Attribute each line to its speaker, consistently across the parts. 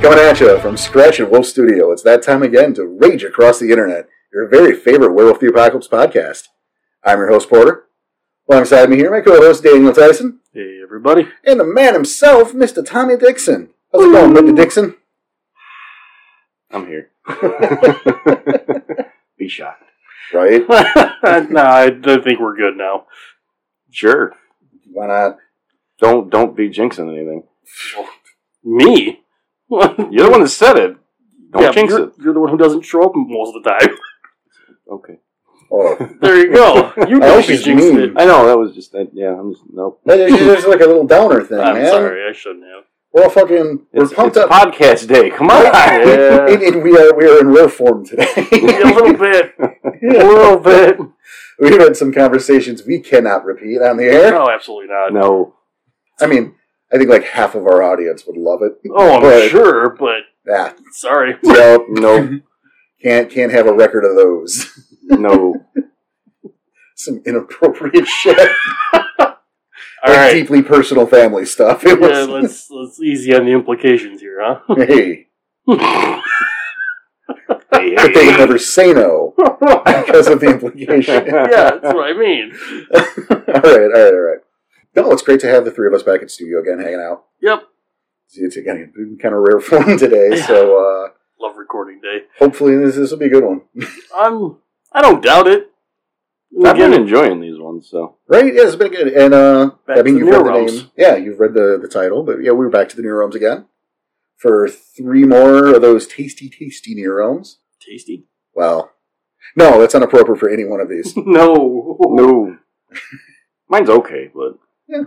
Speaker 1: Coming at you from Scratch and Wolf Studio, it's that time again to rage across the internet, your very favorite Werewolf the Apocalypse podcast. I'm your host, Porter. Alongside me here, my co host, Daniel Tyson,
Speaker 2: Hey, everybody.
Speaker 1: and the man himself, Mr. Tommy Dixon. How's it going, Mr. Dixon?
Speaker 3: I'm here. Be shocked.
Speaker 1: Right?
Speaker 2: no, I, I think we're good now.
Speaker 3: Sure.
Speaker 1: Why not?
Speaker 3: Don't don't be jinxing anything.
Speaker 2: Me? What?
Speaker 3: You're the one that said it. Don't
Speaker 2: Yeah,
Speaker 3: jinx
Speaker 2: you're,
Speaker 3: it.
Speaker 2: You're the one who doesn't show up most of the time.
Speaker 3: Okay.
Speaker 1: Oh,
Speaker 2: There you go. You
Speaker 1: Oh,
Speaker 2: don't be
Speaker 1: she's
Speaker 2: jinxing
Speaker 1: mean.
Speaker 2: it.
Speaker 3: I know that was just that. Yeah, I'm just nope.
Speaker 1: that is it's just like a little downer thing,
Speaker 2: I'm
Speaker 1: man.
Speaker 2: sorry. I shouldn't have.
Speaker 1: We're all fucking, we're
Speaker 3: It's,
Speaker 1: pumped
Speaker 3: it's
Speaker 1: up.
Speaker 3: podcast day. Come on.
Speaker 2: Yeah.
Speaker 1: And, and we are we are in rare form today.
Speaker 2: Yeah, a little bit. A
Speaker 1: Yeah.
Speaker 2: little bit.
Speaker 1: We've had some conversations we cannot repeat on the air.
Speaker 2: No, absolutely not.
Speaker 3: No.
Speaker 1: I mean, I think like half of our audience would love it.
Speaker 2: Oh, I'm
Speaker 1: But-
Speaker 2: sure, but
Speaker 1: Ah,
Speaker 2: sorry.
Speaker 1: no,
Speaker 3: No.
Speaker 1: can't can't have a record of those.
Speaker 3: No.
Speaker 1: Some inappropriate shit,
Speaker 2: All
Speaker 1: Like
Speaker 2: right.
Speaker 1: deeply personal family stuff. It
Speaker 2: Yeah,
Speaker 1: was,
Speaker 2: let's let's easy on the implications here, huh?
Speaker 1: hey,
Speaker 3: Hey,
Speaker 1: but they
Speaker 3: hey.
Speaker 1: never say no because of the implication.
Speaker 2: yeah, that's what I mean.
Speaker 1: all right, all right, all right. No, it's great to have the three of us back in studio again, hanging out.
Speaker 2: Yep.
Speaker 1: See, It's again been kind of rare form today, so uh,
Speaker 2: Love recording day.
Speaker 1: hopefully this this will be a good one.
Speaker 2: I'm. I don't doubt it.
Speaker 3: I've been
Speaker 2: Again,
Speaker 3: enjoying these ones, so
Speaker 1: Right? Yeah, it's been good. And uh,
Speaker 2: Back
Speaker 1: I mean,
Speaker 2: to
Speaker 1: you've
Speaker 2: the
Speaker 1: read the
Speaker 2: Neuromes.
Speaker 1: name. Yeah, you've read the, the title, but yeah, we were back to the New Realms again for three more of those tasty, tasty New Realms.
Speaker 2: tasty.
Speaker 1: Well, no, that's inappropriate for any one of these.
Speaker 2: No.
Speaker 3: no. Mine's okay, but
Speaker 1: No,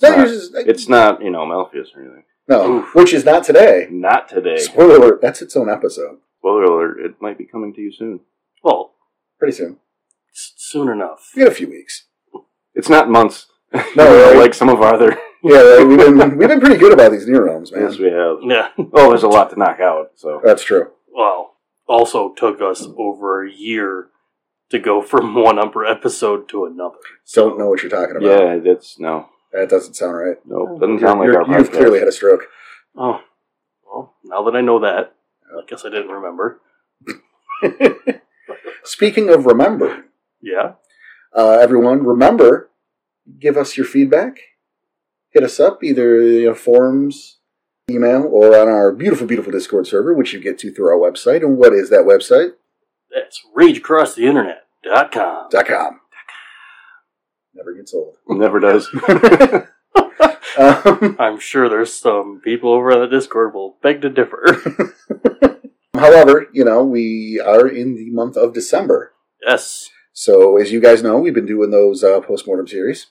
Speaker 3: not-
Speaker 1: yours is-
Speaker 3: it's not you know Malpheus or anything.
Speaker 1: no,
Speaker 2: Oof.
Speaker 1: which is not today.
Speaker 3: Not today.
Speaker 1: Spoiler alert, that's its own episode.
Speaker 3: Spoiler alert! It might be coming to you soon.
Speaker 2: Well,
Speaker 1: Pretty soon.
Speaker 2: s- soon enough.
Speaker 1: We got a few weeks.
Speaker 3: It's not months.
Speaker 1: No, right?
Speaker 3: like some of our other.
Speaker 1: Yeah, right, we've been, we've been pretty good about these New Realms, man.
Speaker 3: Yes, we have.
Speaker 2: Yeah.
Speaker 3: Oh, there's a lot to knock out. So
Speaker 1: That's true.
Speaker 2: Well, also took us over a year to go from one upper episode to another.
Speaker 1: Don't know what you're talking about.
Speaker 3: yeah, that's no,
Speaker 1: That doesn't sound right.
Speaker 3: no, doesn't sound like
Speaker 1: You're-
Speaker 3: our podcast.
Speaker 1: you've clearly had a stroke.
Speaker 2: Oh. Well, now that I know that, I guess I didn't remember.
Speaker 1: Speaking of remembering,
Speaker 2: Yeah.
Speaker 1: uh, everyone, remember, give us your feedback. Hit us up either you know, forums, email, or on our beautiful, beautiful Discord server, which you get to through our website. And what is that website?
Speaker 2: That's rageacrosstheinternet.com.
Speaker 1: Dot .com. Never gets old.
Speaker 3: never does.
Speaker 1: Um,
Speaker 2: I'm sure there's some people over on the Discord will beg to differ.
Speaker 1: however, you know, we are in the month of December.
Speaker 2: yes.
Speaker 1: So, as you guys know, we've been doing those uh, postmortem series.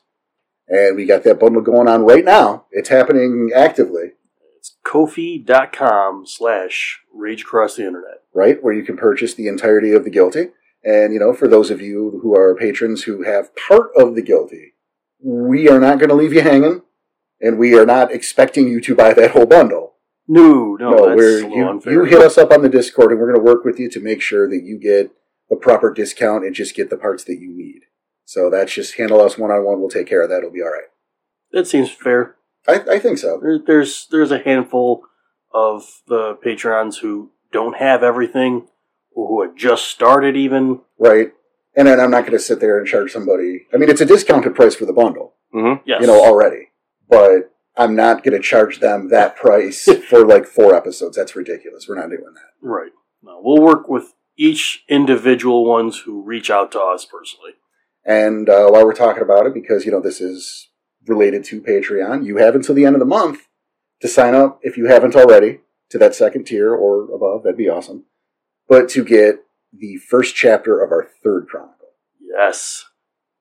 Speaker 1: And we got that bundle going on right now. It's happening actively.
Speaker 2: It's kofi.com slash rageacrosstheinternet.
Speaker 1: right? Where you can purchase the entirety of the guilty. And, you know, for those of you who are patrons who have part of the guilty, we are not going to leave you hanging. And we are not expecting you to buy that whole bundle.
Speaker 2: No, no, that's
Speaker 1: we're,
Speaker 2: a little
Speaker 1: you,
Speaker 2: unfair.
Speaker 1: you hit us up on the Discord and we're going to work with you to make sure that you get the proper discount and just get the parts that you need. So that's just handle us one on one. We'll take care of that. It'll be all right.
Speaker 2: that seems fair.
Speaker 1: I, I think so.
Speaker 2: There, there's there's a handful of the patrons who don't have everything, or who had just started even.
Speaker 1: Right. And then I'm not going to sit there and charge somebody. I mean, it's a discounted price for the bundle.
Speaker 3: Mhm.
Speaker 2: Yes,
Speaker 1: you know, already. But I'm not going to charge them that price for like four episodes. That's ridiculous. We're not doing that.
Speaker 2: right. No, we'll work with each individual ones who reach out to us personally.
Speaker 1: And uh, while we're talking about it, because you know this is related to Patreon, you have until the end of the month to sign up if you haven't already to that second tier or above. That'd be awesome. But to get the first chapter of our third chronicle.
Speaker 2: Yes,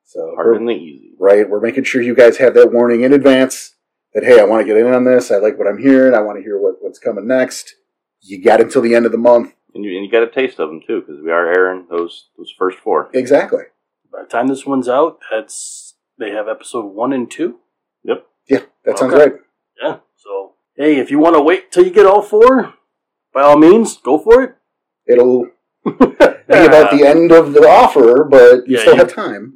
Speaker 1: So
Speaker 3: Hard
Speaker 1: we're-
Speaker 3: and the easy.
Speaker 1: right? We're making sure you guys have that warning in advance that hey, I want to get in on this. I like what I'm hearing. I want to hear what, what's coming next. You got until the end of the month.
Speaker 3: And you, and you got a taste of them too, because we are airing those those first four.
Speaker 1: Exactly.
Speaker 2: by the time this one's out, that's they have episode one and two.
Speaker 3: Yep.
Speaker 1: Yeah, that sounds
Speaker 2: Okay.
Speaker 1: right.
Speaker 2: Yeah. So hey, if you want to wait till you get all four, by all means, go for it.
Speaker 1: It'll be about the end of the offer, but you
Speaker 2: Yeah,
Speaker 1: still
Speaker 2: you-
Speaker 1: have time.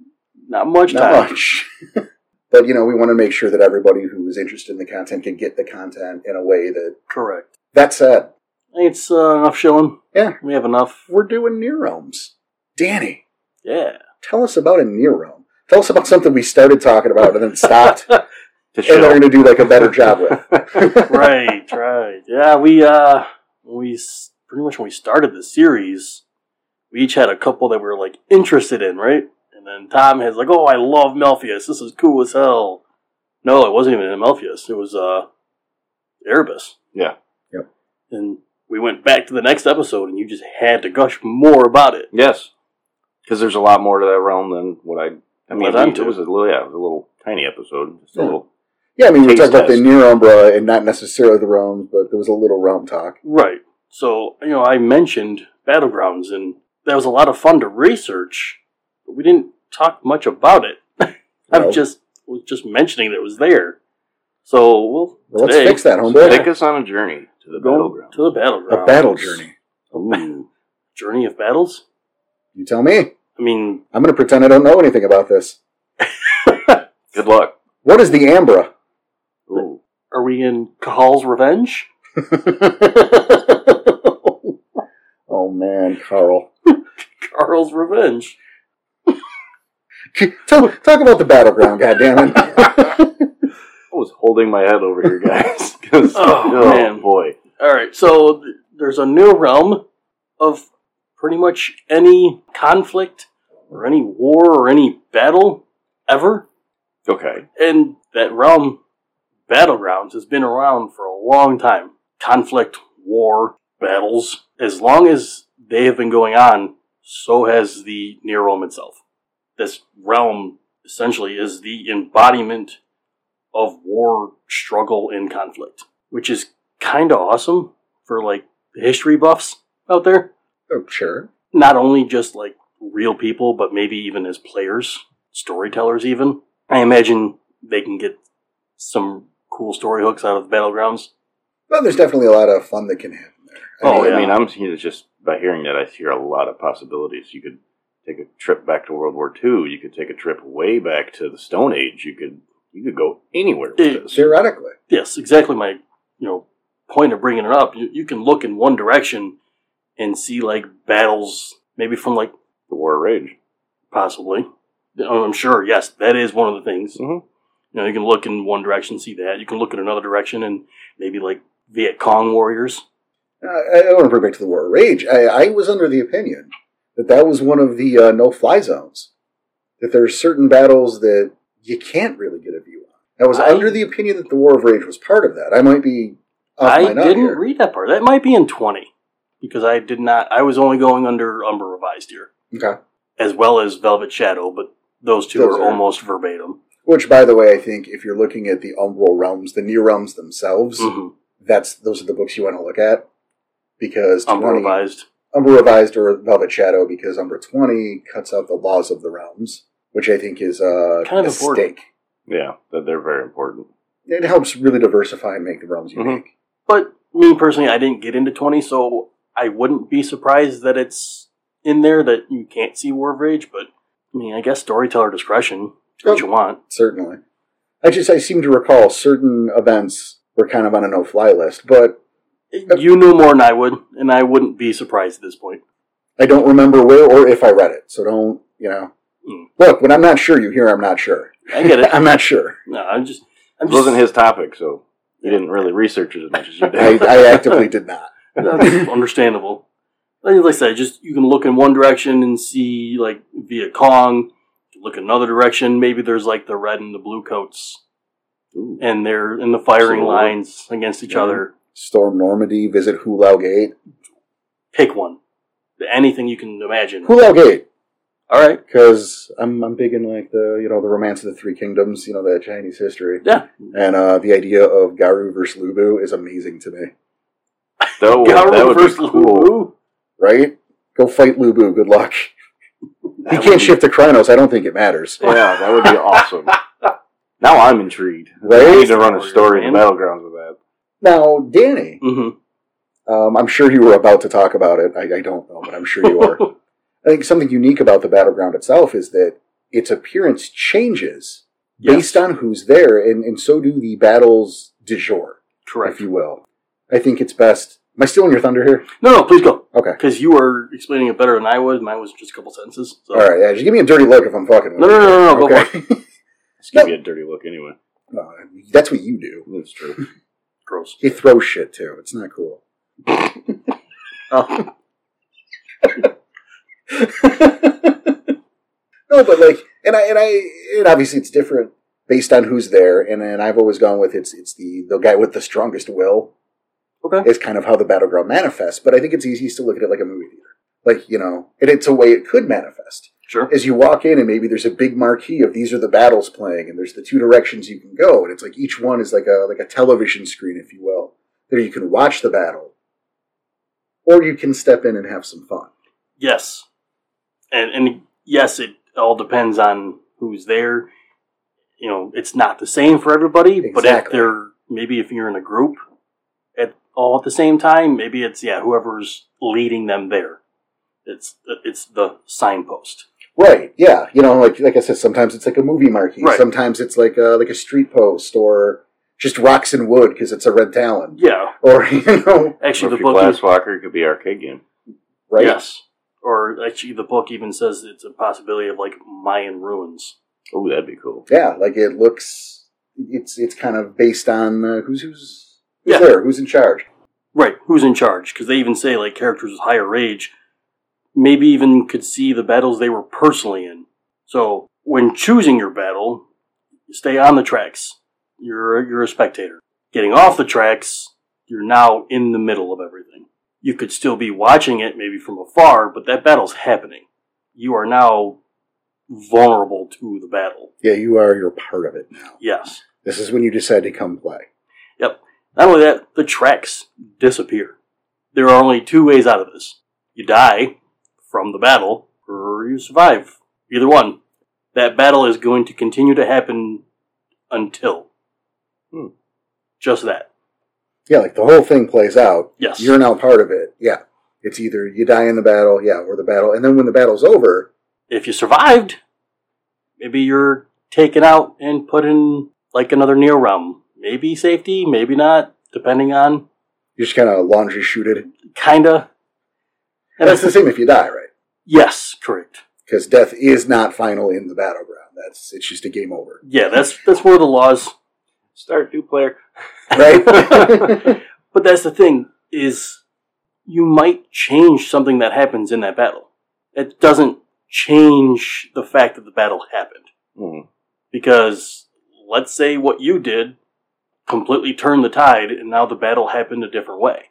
Speaker 2: not much
Speaker 1: Not
Speaker 2: time.
Speaker 1: much. but you know, we want to make sure that everybody who is interested in the content can get the content in a way that
Speaker 2: Correct.
Speaker 1: That said,
Speaker 2: It's uh, enough shilling.
Speaker 1: Yeah.
Speaker 2: We have enough.
Speaker 1: we're doing near realms. Danny,
Speaker 2: Yeah.
Speaker 1: tell us about a near realm. Tell us about something we started talking about and then stopped,
Speaker 3: To
Speaker 1: and are
Speaker 3: show.
Speaker 1: going to do like a better job with.
Speaker 2: right, right. Yeah, we uh we s- pretty much when we started the series, we each had a couple that we were like interested in, right? And then Tom has like, "Oh, I love Melfius. This is cool as hell." No, it wasn't even Melfius. It was uh Erebus.
Speaker 3: Yeah.
Speaker 1: Yep.
Speaker 2: And we went back to the next episode and you just had to gush more about it.
Speaker 3: Yes, because there's a lot more to that realm than what I. I mean,
Speaker 2: Led on
Speaker 3: it
Speaker 2: to.
Speaker 3: was a little, yeah, it was a little tiny episode, just a
Speaker 1: Yeah.
Speaker 3: little.
Speaker 1: Yeah, I mean, we
Speaker 3: Taste
Speaker 1: talked about the
Speaker 3: test.
Speaker 1: near umbra and not necessarily the realms, but there was a little realm talk.
Speaker 2: Right. So, you know, I mentioned Battlegrounds, and that was a lot of fun to research, but we didn't talk much about it.
Speaker 1: No.
Speaker 2: I'm just was just mentioning that it was there. So, we'll,
Speaker 1: Well, let's
Speaker 2: today,
Speaker 1: fix that, homeboy.
Speaker 3: Take us on a journey to the
Speaker 2: go
Speaker 3: battleground.
Speaker 2: to the Battlegrounds.
Speaker 1: A battle journey.
Speaker 2: A ba- journey of battles?
Speaker 1: You tell me.
Speaker 2: I mean,
Speaker 1: I'm going to pretend I don't know anything about this.
Speaker 3: Good luck.
Speaker 1: What is the ambra?
Speaker 3: Ooh.
Speaker 2: are we in Cahal's Revenge?
Speaker 1: oh man, Carl.
Speaker 2: Carl's Revenge.
Speaker 1: Talk, talk about the battleground, goddammit.
Speaker 3: I was holding my head over here, guys. 'cause-
Speaker 2: Oh,
Speaker 3: oh,
Speaker 2: man.
Speaker 3: boy.
Speaker 2: All right, so th- there's a new realm of pretty much any conflict or any war or any battle ever,
Speaker 3: Okay.
Speaker 2: and that realm, battlegrounds, has been around for a long time. Conflict, war, battles, as long as they have been going on, so has the near realm itself. This realm essentially is the embodiment of war, struggle, and conflict, which is kind of awesome for like the history buffs out there.
Speaker 1: oh, sure.
Speaker 2: Not only just like real people, but maybe even as players, storytellers, even. I imagine they can get some cool story hooks out of the battlegrounds.
Speaker 1: Well, there's definitely a lot of fun that can happen there.
Speaker 2: Oh,
Speaker 3: I
Speaker 2: yeah.
Speaker 3: mean, I'm here just by hearing that, I hear a lot of possibilities. You could take a trip back to World War II. You could take a trip way back to the Stone Age. You could you could go anywhere with
Speaker 2: It-
Speaker 3: this.
Speaker 1: Theoretically.
Speaker 2: Yes, exactly my you know point of bringing it up. You, you can look in one direction and see like battles, maybe from like
Speaker 3: The War of Rage.
Speaker 2: possibly. I'm sure. Yes, that is one of the things.
Speaker 3: Mhm.
Speaker 2: You know, you can look in one direction, see that. You can look in another direction, and maybe like Viet Cong warriors.
Speaker 1: Uh, I, I don't want to bring it back to the War of Rage. I, I was under the opinion that that was one of the uh, no-fly zones. That there are certain battles that you can't really get a view on. I was
Speaker 2: I-
Speaker 1: under the opinion that the War of Rage was part of that. I might be off
Speaker 2: I
Speaker 1: my nut
Speaker 2: didn't
Speaker 1: here.
Speaker 2: read that part. That might be in twenty because I did not. I was only going under Umber Revised here,
Speaker 1: okay.
Speaker 2: as well as Velvet Shadow, but those two
Speaker 1: Those
Speaker 2: are,
Speaker 1: are-
Speaker 2: almost verbatim.
Speaker 1: Which, by the way, I think if you're looking at the Umbral realms, the near realms themselves,
Speaker 2: Mhm.
Speaker 1: that's those are the books you want to look at because
Speaker 2: Umber
Speaker 1: 20
Speaker 2: Revised.
Speaker 1: Umbra Revised or Velvet Shadow because Umbra 20 cuts out the laws of the realms, which I think is uh,
Speaker 2: Kind of
Speaker 1: a
Speaker 2: important.
Speaker 1: mistake.
Speaker 3: Yeah, that they're very important.
Speaker 1: It helps really diversify and make the realms
Speaker 3: Mhm.
Speaker 1: unique.
Speaker 2: But me personally, I didn't get into 20, so I wouldn't be surprised that it's in there that you can't see War of Rage, but I mean, I guess storyteller discretion, do what you want.
Speaker 1: Certainly. I just, I seem to recall certain events were kind of on a no-fly list, but
Speaker 2: You knew more than I would, and I wouldn't be surprised at this point.
Speaker 1: I don't remember where or if I read it. So don't, you know.
Speaker 2: Mm.
Speaker 1: Look, when I'm not sure, you hear I'm not sure.
Speaker 2: I get it.
Speaker 1: I'm not sure.
Speaker 2: No, I'm just. I'm
Speaker 3: It
Speaker 2: just
Speaker 3: wasn't his topic, so you didn't really research it as much as you
Speaker 1: I,
Speaker 3: did.
Speaker 1: I actively did not.
Speaker 2: That's understandable. Like like I said, just you can look in one direction and see like Viet Cong. Look another direction. Maybe there's like the red and the blue coats,
Speaker 3: Ooh.
Speaker 2: and they're in the firing
Speaker 3: Civil War.
Speaker 2: lines against each
Speaker 1: Yeah.
Speaker 2: other.
Speaker 1: Storm Normandy, visit Hulao Gate.
Speaker 2: Pick one, anything you can imagine.
Speaker 1: Hulao Gate!
Speaker 2: All right,
Speaker 1: because I'm I'm big in like the you know the romance of the three kingdoms, you know that Chinese history,
Speaker 2: yeah.
Speaker 1: and uh, the idea of Garu versus Lubu is amazing to me.
Speaker 3: That would,
Speaker 2: Garu
Speaker 3: that would be
Speaker 2: versus
Speaker 3: cool.
Speaker 2: Lubu.
Speaker 1: Right? Go fight Lubu. Good luck.
Speaker 3: That
Speaker 1: He
Speaker 3: would
Speaker 1: can't
Speaker 3: be-
Speaker 1: shift to Krynos. I don't think it matters.
Speaker 3: Yeah, that would be awesome. Now I'm intrigued.
Speaker 1: Right?
Speaker 3: We need to run a story in the
Speaker 2: Man.
Speaker 3: battlegrounds with that.
Speaker 1: Now, Danny,
Speaker 2: Mhm.
Speaker 1: um, I'm sure you were about to talk about it. I, I don't know, but I'm sure you are. I think something unique about the battleground itself is that its appearance changes
Speaker 2: Yes,
Speaker 1: based on who's there, and, and so do the battles de jour,
Speaker 2: correct.
Speaker 1: if you will. I think it's best. Am I stealing your thunder here?
Speaker 2: No, no, please go.
Speaker 1: Okay.
Speaker 2: Because you were explaining it better than I was. Mine was just a couple sentences. So.
Speaker 1: All right. Yeah, just give me a dirty look if I'm fucking. with
Speaker 2: No, no,
Speaker 1: you.
Speaker 2: no, no, no. Go for it.
Speaker 1: Okay.
Speaker 3: Just give you a dirty look anyway.
Speaker 1: No, that's what you do.
Speaker 3: That's true.
Speaker 2: Gross.
Speaker 1: He throws shit too. It's not cool.
Speaker 2: Oh,
Speaker 1: No, but like, and I and I and obviously it's different based on who's there. And and I've always gone with it's it's the the guy with the strongest will
Speaker 2: okay.
Speaker 1: is kind of how the battleground manifests. But I think it's easiest to look at it like a movie theater. Like you know, and it's a way it could manifest.
Speaker 2: Sure.
Speaker 1: As you walk in, and maybe there's a big marquee of these are the battles playing, and there's the two directions you can go, and it's like each one is like a like a television screen, if you will. There you can watch the battle, or you can step in and have some fun.
Speaker 2: Yes. And and yes, it all depends on who's there. You know, it's not the same for everybody, but if
Speaker 1: Exactly.
Speaker 2: they're maybe if you're in a group at all at the same time, maybe it's yeah, whoever's leading them there. It's it's the signpost.
Speaker 1: Right. Yeah. You know, like like I said, sometimes it's like a movie marquee.
Speaker 2: Right.
Speaker 1: Sometimes it's like a like a street post or just rocks and wood because it's a red talon.
Speaker 2: Yeah.
Speaker 1: Or you know,
Speaker 3: Actually,
Speaker 2: Actually
Speaker 3: if
Speaker 2: the
Speaker 3: you're
Speaker 2: book is-
Speaker 3: Glasswalker, it could be arcade game.
Speaker 1: right?
Speaker 2: Yes. Or actually the book even says it's a possibility of like Mayan ruins.
Speaker 3: Oh, that'd be cool.
Speaker 1: Yeah. Like it looks. It's it's kind of based on uh, who's who's who's
Speaker 2: Yeah.
Speaker 1: there, who's in charge.
Speaker 2: Right, who's in charge? Because they even say like characters with higher age maybe even could see the battles they were personally in. So when choosing your battle, stay on the tracks. You're you're a spectator. Getting off the tracks, you're now in the middle of everything. You could still be watching it maybe from afar, but that battle's happening. You are now vulnerable to the battle.
Speaker 1: Yeah, you are. You're part of it now.
Speaker 2: Yes.
Speaker 1: This is when you decide to come play.
Speaker 2: Not only that, the tracks disappear. There are only two ways out of this. You die from the battle, or you survive. Either one. That battle is going to continue to happen until.
Speaker 3: Hmm.
Speaker 2: Just that.
Speaker 1: Yeah, like the whole thing plays out.
Speaker 2: Yes.
Speaker 1: You're now part of it. Yeah. It's either you die in the battle, yeah, or the battle, and then when the battle's over,
Speaker 2: if you survived, maybe you're taken out and put in like another near realm. Maybe safety, maybe not, depending on
Speaker 1: you just kind of laundry shooted.
Speaker 2: kinda. And
Speaker 1: That's
Speaker 2: that's
Speaker 1: the same if you die, right?
Speaker 2: yes, correct.
Speaker 1: because death is not final in the battleground. That's it's just a game over,
Speaker 2: Yeah, that's that's one of the laws.
Speaker 3: Start new player.
Speaker 1: right?
Speaker 2: But that's the thing is you might change something that happens in that battle. It doesn't change the fact that the battle happened
Speaker 3: Hmm.
Speaker 2: because let's say what you did completely turned the tide and now the battle happened a different way.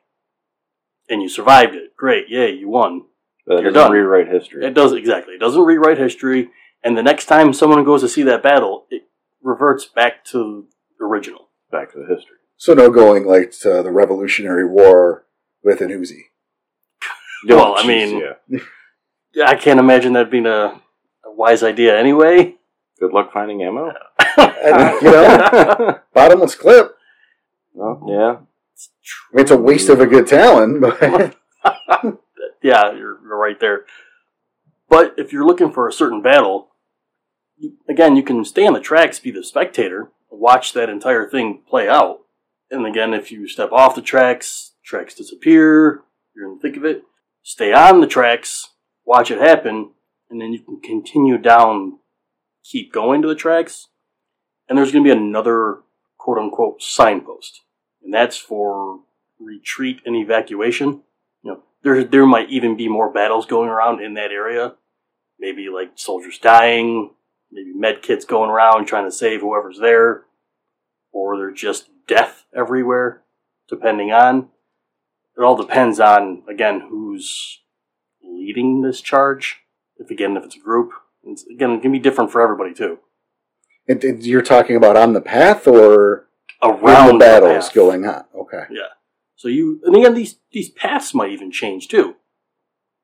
Speaker 2: And you survived it. Great. Yay, you won.
Speaker 3: But that
Speaker 2: You're
Speaker 3: doesn't
Speaker 2: done.
Speaker 3: rewrite history.
Speaker 2: It does exactly. It doesn't rewrite history and the next time someone goes to see that battle, it reverts back to original.
Speaker 3: Back to the history.
Speaker 1: so no going like to the Revolutionary War with an Uzi.
Speaker 2: Well,
Speaker 3: Oh,
Speaker 2: I
Speaker 3: jeez,
Speaker 2: mean-
Speaker 3: yeah.
Speaker 2: Yeah, I can't imagine that being a, a wise idea anyway.
Speaker 3: Good luck finding ammo.
Speaker 1: And, Uh, you know, bottomless clip.
Speaker 3: Well,
Speaker 2: Mm-hmm.
Speaker 3: yeah.
Speaker 1: I mean, it's a waste of a good talon, but
Speaker 2: yeah, you're, you're right there. But if you're looking for a certain battle, you- again, you can stay on the tracks, be the spectator, watch that entire thing play out. And again, if you step off the tracks, tracks disappear, you're in the thick of it. Stay on the tracks, watch it happen, and then you can continue down, keep going to the tracks. And there's going to be another quote unquote signpost, and that's for retreat and evacuation you know, there there might even be more battles going around in that area. Maybe like soldiers dying, maybe med kits going around trying to save whoever's there, or there's just death everywhere, depending on. It all depends on again who's leading this charge. If again if it's a group, it's, again it can be different for everybody too.
Speaker 1: and, and you're talking about on the path or
Speaker 2: Around
Speaker 1: round
Speaker 2: the
Speaker 1: battles
Speaker 2: path.
Speaker 1: going on. Okay,
Speaker 2: So you, and again, these these paths might even change too.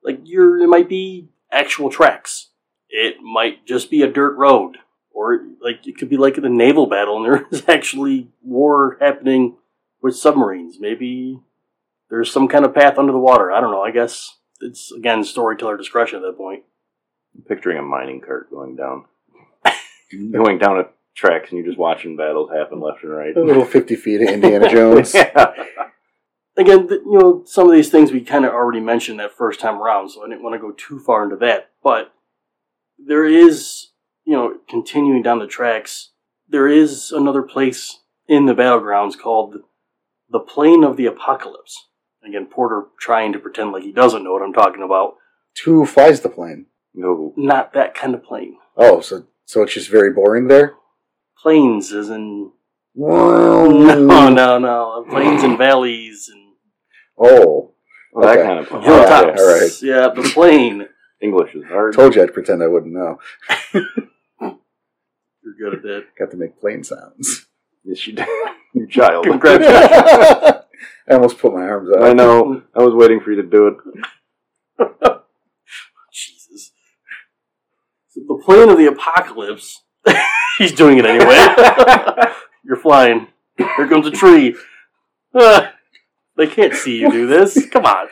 Speaker 2: Like you're, it might be actual tracks. It might just be a dirt road, or like it could be like the naval battle, and there is actually war happening with submarines. Maybe there's some kind of path under the water. I don't know. I guess it's again storyteller discretion at that point.
Speaker 3: I'm picturing a mining cart going down. going down a tracks and you're just watching battles happen left and right.
Speaker 1: a little fifty feet of Indiana Jones.
Speaker 3: yeah.
Speaker 2: again, th- you know, some of these things we kind of already mentioned that first time around, so I didn't want to go too far into that. But there is, you know, continuing down the tracks, there is another place in the battlegrounds called the Plain of the Apocalypse. Again, Porter trying to pretend like he doesn't know what I'm talking about.
Speaker 1: Who flies the plane?
Speaker 3: No.
Speaker 2: Not that kind of plane.
Speaker 1: Oh, so so it's just very boring there.
Speaker 2: Plains is in
Speaker 1: Wow.
Speaker 2: no, no, no. Plains and valleys and
Speaker 1: Oh,
Speaker 3: Well, that
Speaker 1: Okay.
Speaker 3: kind of
Speaker 2: hilltops.
Speaker 1: all right.
Speaker 2: Yeah, the plain.
Speaker 3: English is hard.
Speaker 1: told you I'd pretend I wouldn't know.
Speaker 2: You're good at that.
Speaker 1: Got to make plane sounds.
Speaker 3: Yes, you did. you child.
Speaker 2: Congratulations.
Speaker 1: I almost put my arms
Speaker 3: I
Speaker 1: out.
Speaker 3: know. I was waiting for you to do it.
Speaker 2: Jesus. So the plane of the apocalypse. He's doing it anyway. You're flying. Here comes a tree. Ah, they can't see you do this. Come on.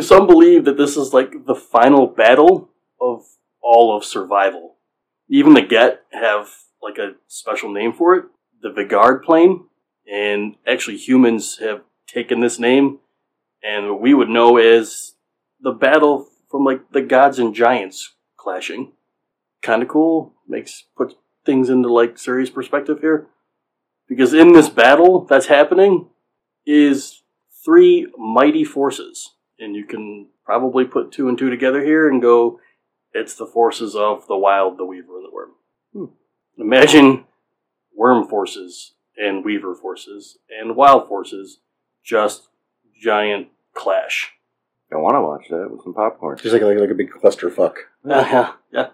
Speaker 2: Some believe that this is like the final battle of all of survival. Even the Get have like a special name for it, the Vigard plane. And actually, humans have taken this name and what we would know is the battle from like the gods and giants clashing. Kind of cool. Makes puts things into like serious perspective here, because in this battle that's happening is three mighty forces, and you can probably put two and two together here and go, it's the forces of the wild, the weaver, and the worm. Imagine worm forces and weaver forces and wild forces just giant clash.
Speaker 3: I want to watch that with some popcorn.
Speaker 1: Just like, like like a big clusterfuck.
Speaker 2: Yeah, yeah.
Speaker 3: I'm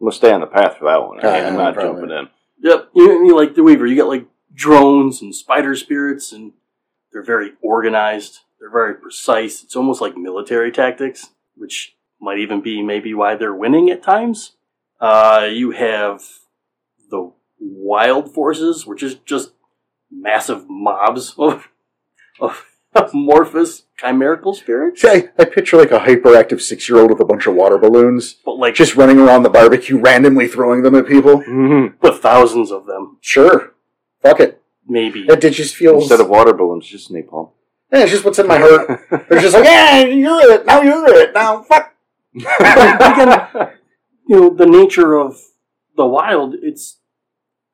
Speaker 3: gonna stay on the path for that one. I
Speaker 1: Yeah,
Speaker 3: am not
Speaker 1: Uh, probably.
Speaker 3: jumping in.
Speaker 2: Yep. You, you like the Weaver. You got like drones and spider spirits, and they're very organized. They're very precise. It's almost like military tactics, which might even be maybe why they're winning at times. Uh, you have the wild forces, which is just massive mobs of, of amorphous chimerical spirits,
Speaker 1: See, I, I picture like a hyperactive six year old with a bunch of water balloons
Speaker 2: but like
Speaker 1: just running around the barbecue, randomly throwing them at people.
Speaker 3: Mhm.
Speaker 2: with thousands of them,
Speaker 1: Sure, fuck it.
Speaker 2: maybe.
Speaker 1: That did just feels.
Speaker 3: Instead of water balloons, just napalm.
Speaker 1: yeah, it's just what's in my heart. They're just like, yeah, you're it now. You're it now. Fuck.
Speaker 2: you know the nature of the wild it's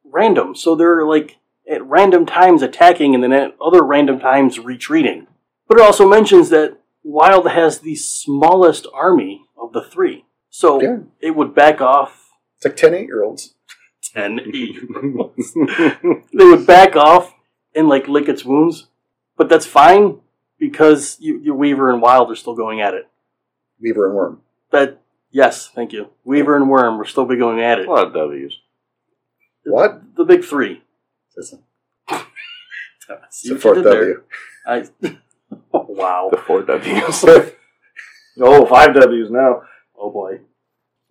Speaker 2: random so they're like at random times attacking and then at other random times retreating but it also mentions that wild has the smallest army of the three so
Speaker 1: Yeah.
Speaker 2: it would back off
Speaker 1: It's like 10 8 year olds.
Speaker 2: 10 they would back off and like lick its wounds but that's fine because you, your weaver and wild are still going at it
Speaker 1: Beaver and worm.
Speaker 2: that yes thank you weaver and worm are still be going at
Speaker 3: a
Speaker 2: it
Speaker 3: lot of W's.
Speaker 1: What?
Speaker 2: the big three
Speaker 1: It's a,
Speaker 2: See
Speaker 1: it's a
Speaker 2: what you
Speaker 1: fourth
Speaker 2: did there.
Speaker 1: W.
Speaker 2: I, oh, wow.
Speaker 3: The four W's.
Speaker 1: But
Speaker 3: oh, five W's now.
Speaker 2: Oh boy.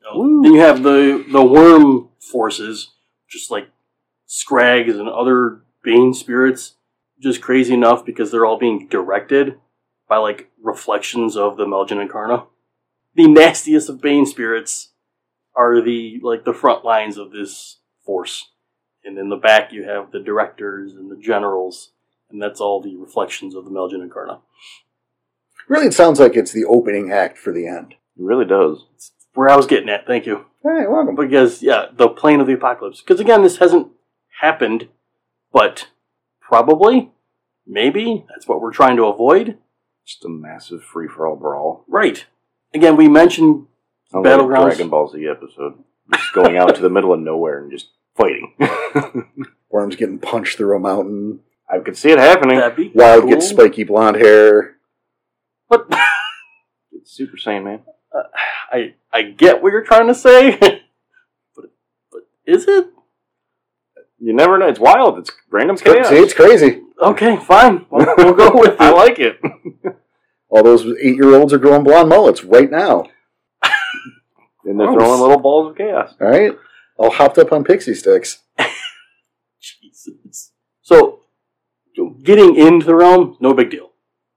Speaker 2: Oh. Then you have the the worm forces, just like scrags and other bane spirits, just crazy enough because they're all being directed by like reflections of the Melgen Incarna. The nastiest of bane spirits are the like the front lines of this force, and in the back you have the directors and the generals, and that's all the reflections of the Melgen Incarna.
Speaker 1: really, it sounds like it's the opening act for the end.
Speaker 3: It really does.
Speaker 2: Where I was getting at, thank you.
Speaker 1: Hey, welcome.
Speaker 2: because yeah, the plane of the apocalypse. Because again, this hasn't happened, but probably, maybe that's what we're trying to avoid.
Speaker 3: Just a massive free for all brawl.
Speaker 2: Right. Again, we mentioned
Speaker 3: Sounds like a
Speaker 2: Battlegrounds.
Speaker 3: Dragon Ball Z episode. Just going out to the middle of nowhere and just fighting.
Speaker 1: Worm's getting punched through a mountain.
Speaker 3: I could see it happening.
Speaker 2: that'd be
Speaker 1: Wild
Speaker 2: cool,
Speaker 1: gets spiky blonde hair.
Speaker 2: But
Speaker 3: It's Super Saiyan, man.
Speaker 2: I I get what you're trying to say, but but is it
Speaker 3: You never know. It's wild. It's random
Speaker 2: Oh,
Speaker 3: chaos.
Speaker 1: See, it's crazy.
Speaker 2: okay? Fine, we'll, we'll go with it.
Speaker 3: I like it.
Speaker 1: All those eight year olds are growing blonde mullets right now.
Speaker 3: And they're
Speaker 2: Gross.
Speaker 3: throwing little balls of chaos.
Speaker 1: All right? All hopped up on pixie sticks.
Speaker 2: Jesus. So, getting into the realm, no big deal.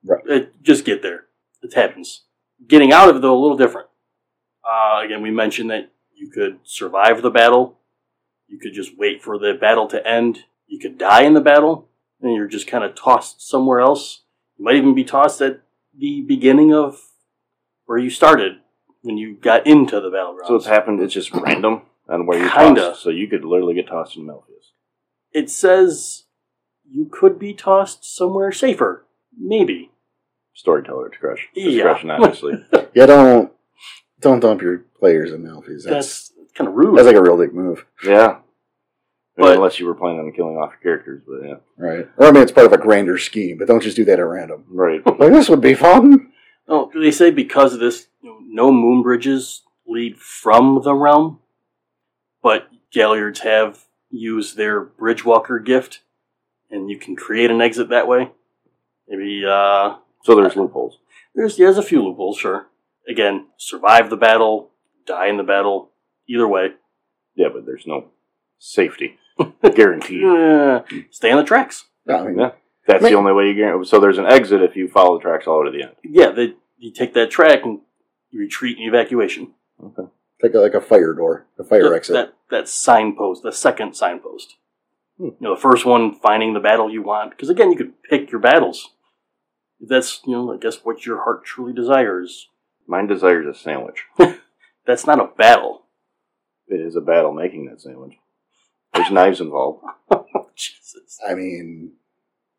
Speaker 1: Right.
Speaker 2: It, just get there. It happens. Getting out of it, though, a little different. Uh, again, we mentioned that you could survive the battle. You could just wait for the battle to end. You could die in the battle. and you're just kind of tossed somewhere else. You might even be tossed at the beginning of where you started when you got into the battleground.
Speaker 3: So it's happened. It's just random on where you're
Speaker 2: Kinda.
Speaker 3: tossed. So you could literally get tossed in Melfius.
Speaker 2: it says you could be tossed somewhere safer. Maybe.
Speaker 3: Storyteller discretion,
Speaker 2: Yeah.
Speaker 3: discretion obviously.
Speaker 1: Yeah, don't don't dump your players in Melfi's. That's
Speaker 2: That's, kind of rude.
Speaker 1: that's like a real dick move,
Speaker 3: yeah.
Speaker 2: But-
Speaker 3: Unless you were planning on killing off your characters, but yeah,
Speaker 1: right? Or I mean, it's part of a grander scheme, but don't just do that at random.
Speaker 3: right.
Speaker 1: Like this would be fun.
Speaker 2: oh, do they say because of this, you know, no moon bridges lead from the realm, but Galliards have used their Bridgewalker gift, and you can create an exit that way. Maybe uh,
Speaker 3: So there's loopholes.
Speaker 2: There's there's a few loopholes, sure. Again, survive the battle, die in the battle, either way.
Speaker 3: Yeah, but there's no safety
Speaker 1: Hmm.
Speaker 3: guaranteed.
Speaker 2: Yeah, Stay on the tracks.
Speaker 1: Yeah, I mean,
Speaker 3: Yeah. That's
Speaker 1: Right.
Speaker 3: the only way you guarantee. So there's an exit if you follow the tracks all the way to the end.
Speaker 2: Yeah, they you take that track and you retreat and evacuation.
Speaker 3: Okay.
Speaker 1: like a, like a fire door, a fire
Speaker 2: That-
Speaker 3: uh,
Speaker 1: exit.
Speaker 2: That that signpost, the second signpost.
Speaker 3: Hmm.
Speaker 2: You know, the first one finding the battle you want, because again, you could pick your battles. If that's you know, I guess what your heart truly desires.
Speaker 3: Mine desires a sandwich.
Speaker 2: That's not a battle.
Speaker 3: It is a battle making that sandwich. There's knives involved.
Speaker 2: Jesus.
Speaker 1: I mean,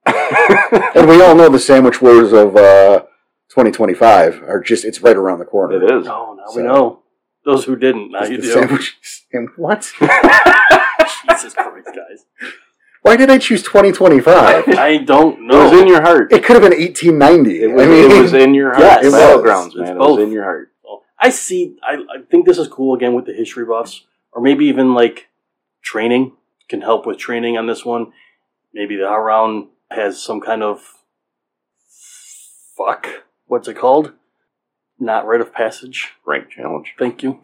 Speaker 1: and we all know the sandwich wars of uh, 2025 are just it's right around the corner.
Speaker 3: It is.
Speaker 2: No, now
Speaker 1: So-
Speaker 2: we know. Those who didn't, now
Speaker 1: It's
Speaker 2: you
Speaker 1: the
Speaker 2: do.
Speaker 1: sandwich. And what?
Speaker 2: Jesus Christ, guys.
Speaker 1: Why did I choose 2025?
Speaker 2: I don't
Speaker 3: It was
Speaker 2: know.
Speaker 3: in your heart.
Speaker 1: It could have been 1890.
Speaker 3: It was,
Speaker 1: I mean,
Speaker 3: it was in your heart.
Speaker 1: yes, it was.
Speaker 3: Battlegrounds,
Speaker 2: It's
Speaker 3: man. It
Speaker 2: both.
Speaker 3: was in your heart.
Speaker 2: I see. I, I think this is cool again with the history buffs, or maybe even like training can help with training on this one. Maybe the round has some kind of fuck. What's it called? Not rite of passage.
Speaker 3: Rank challenge.
Speaker 2: Thank you.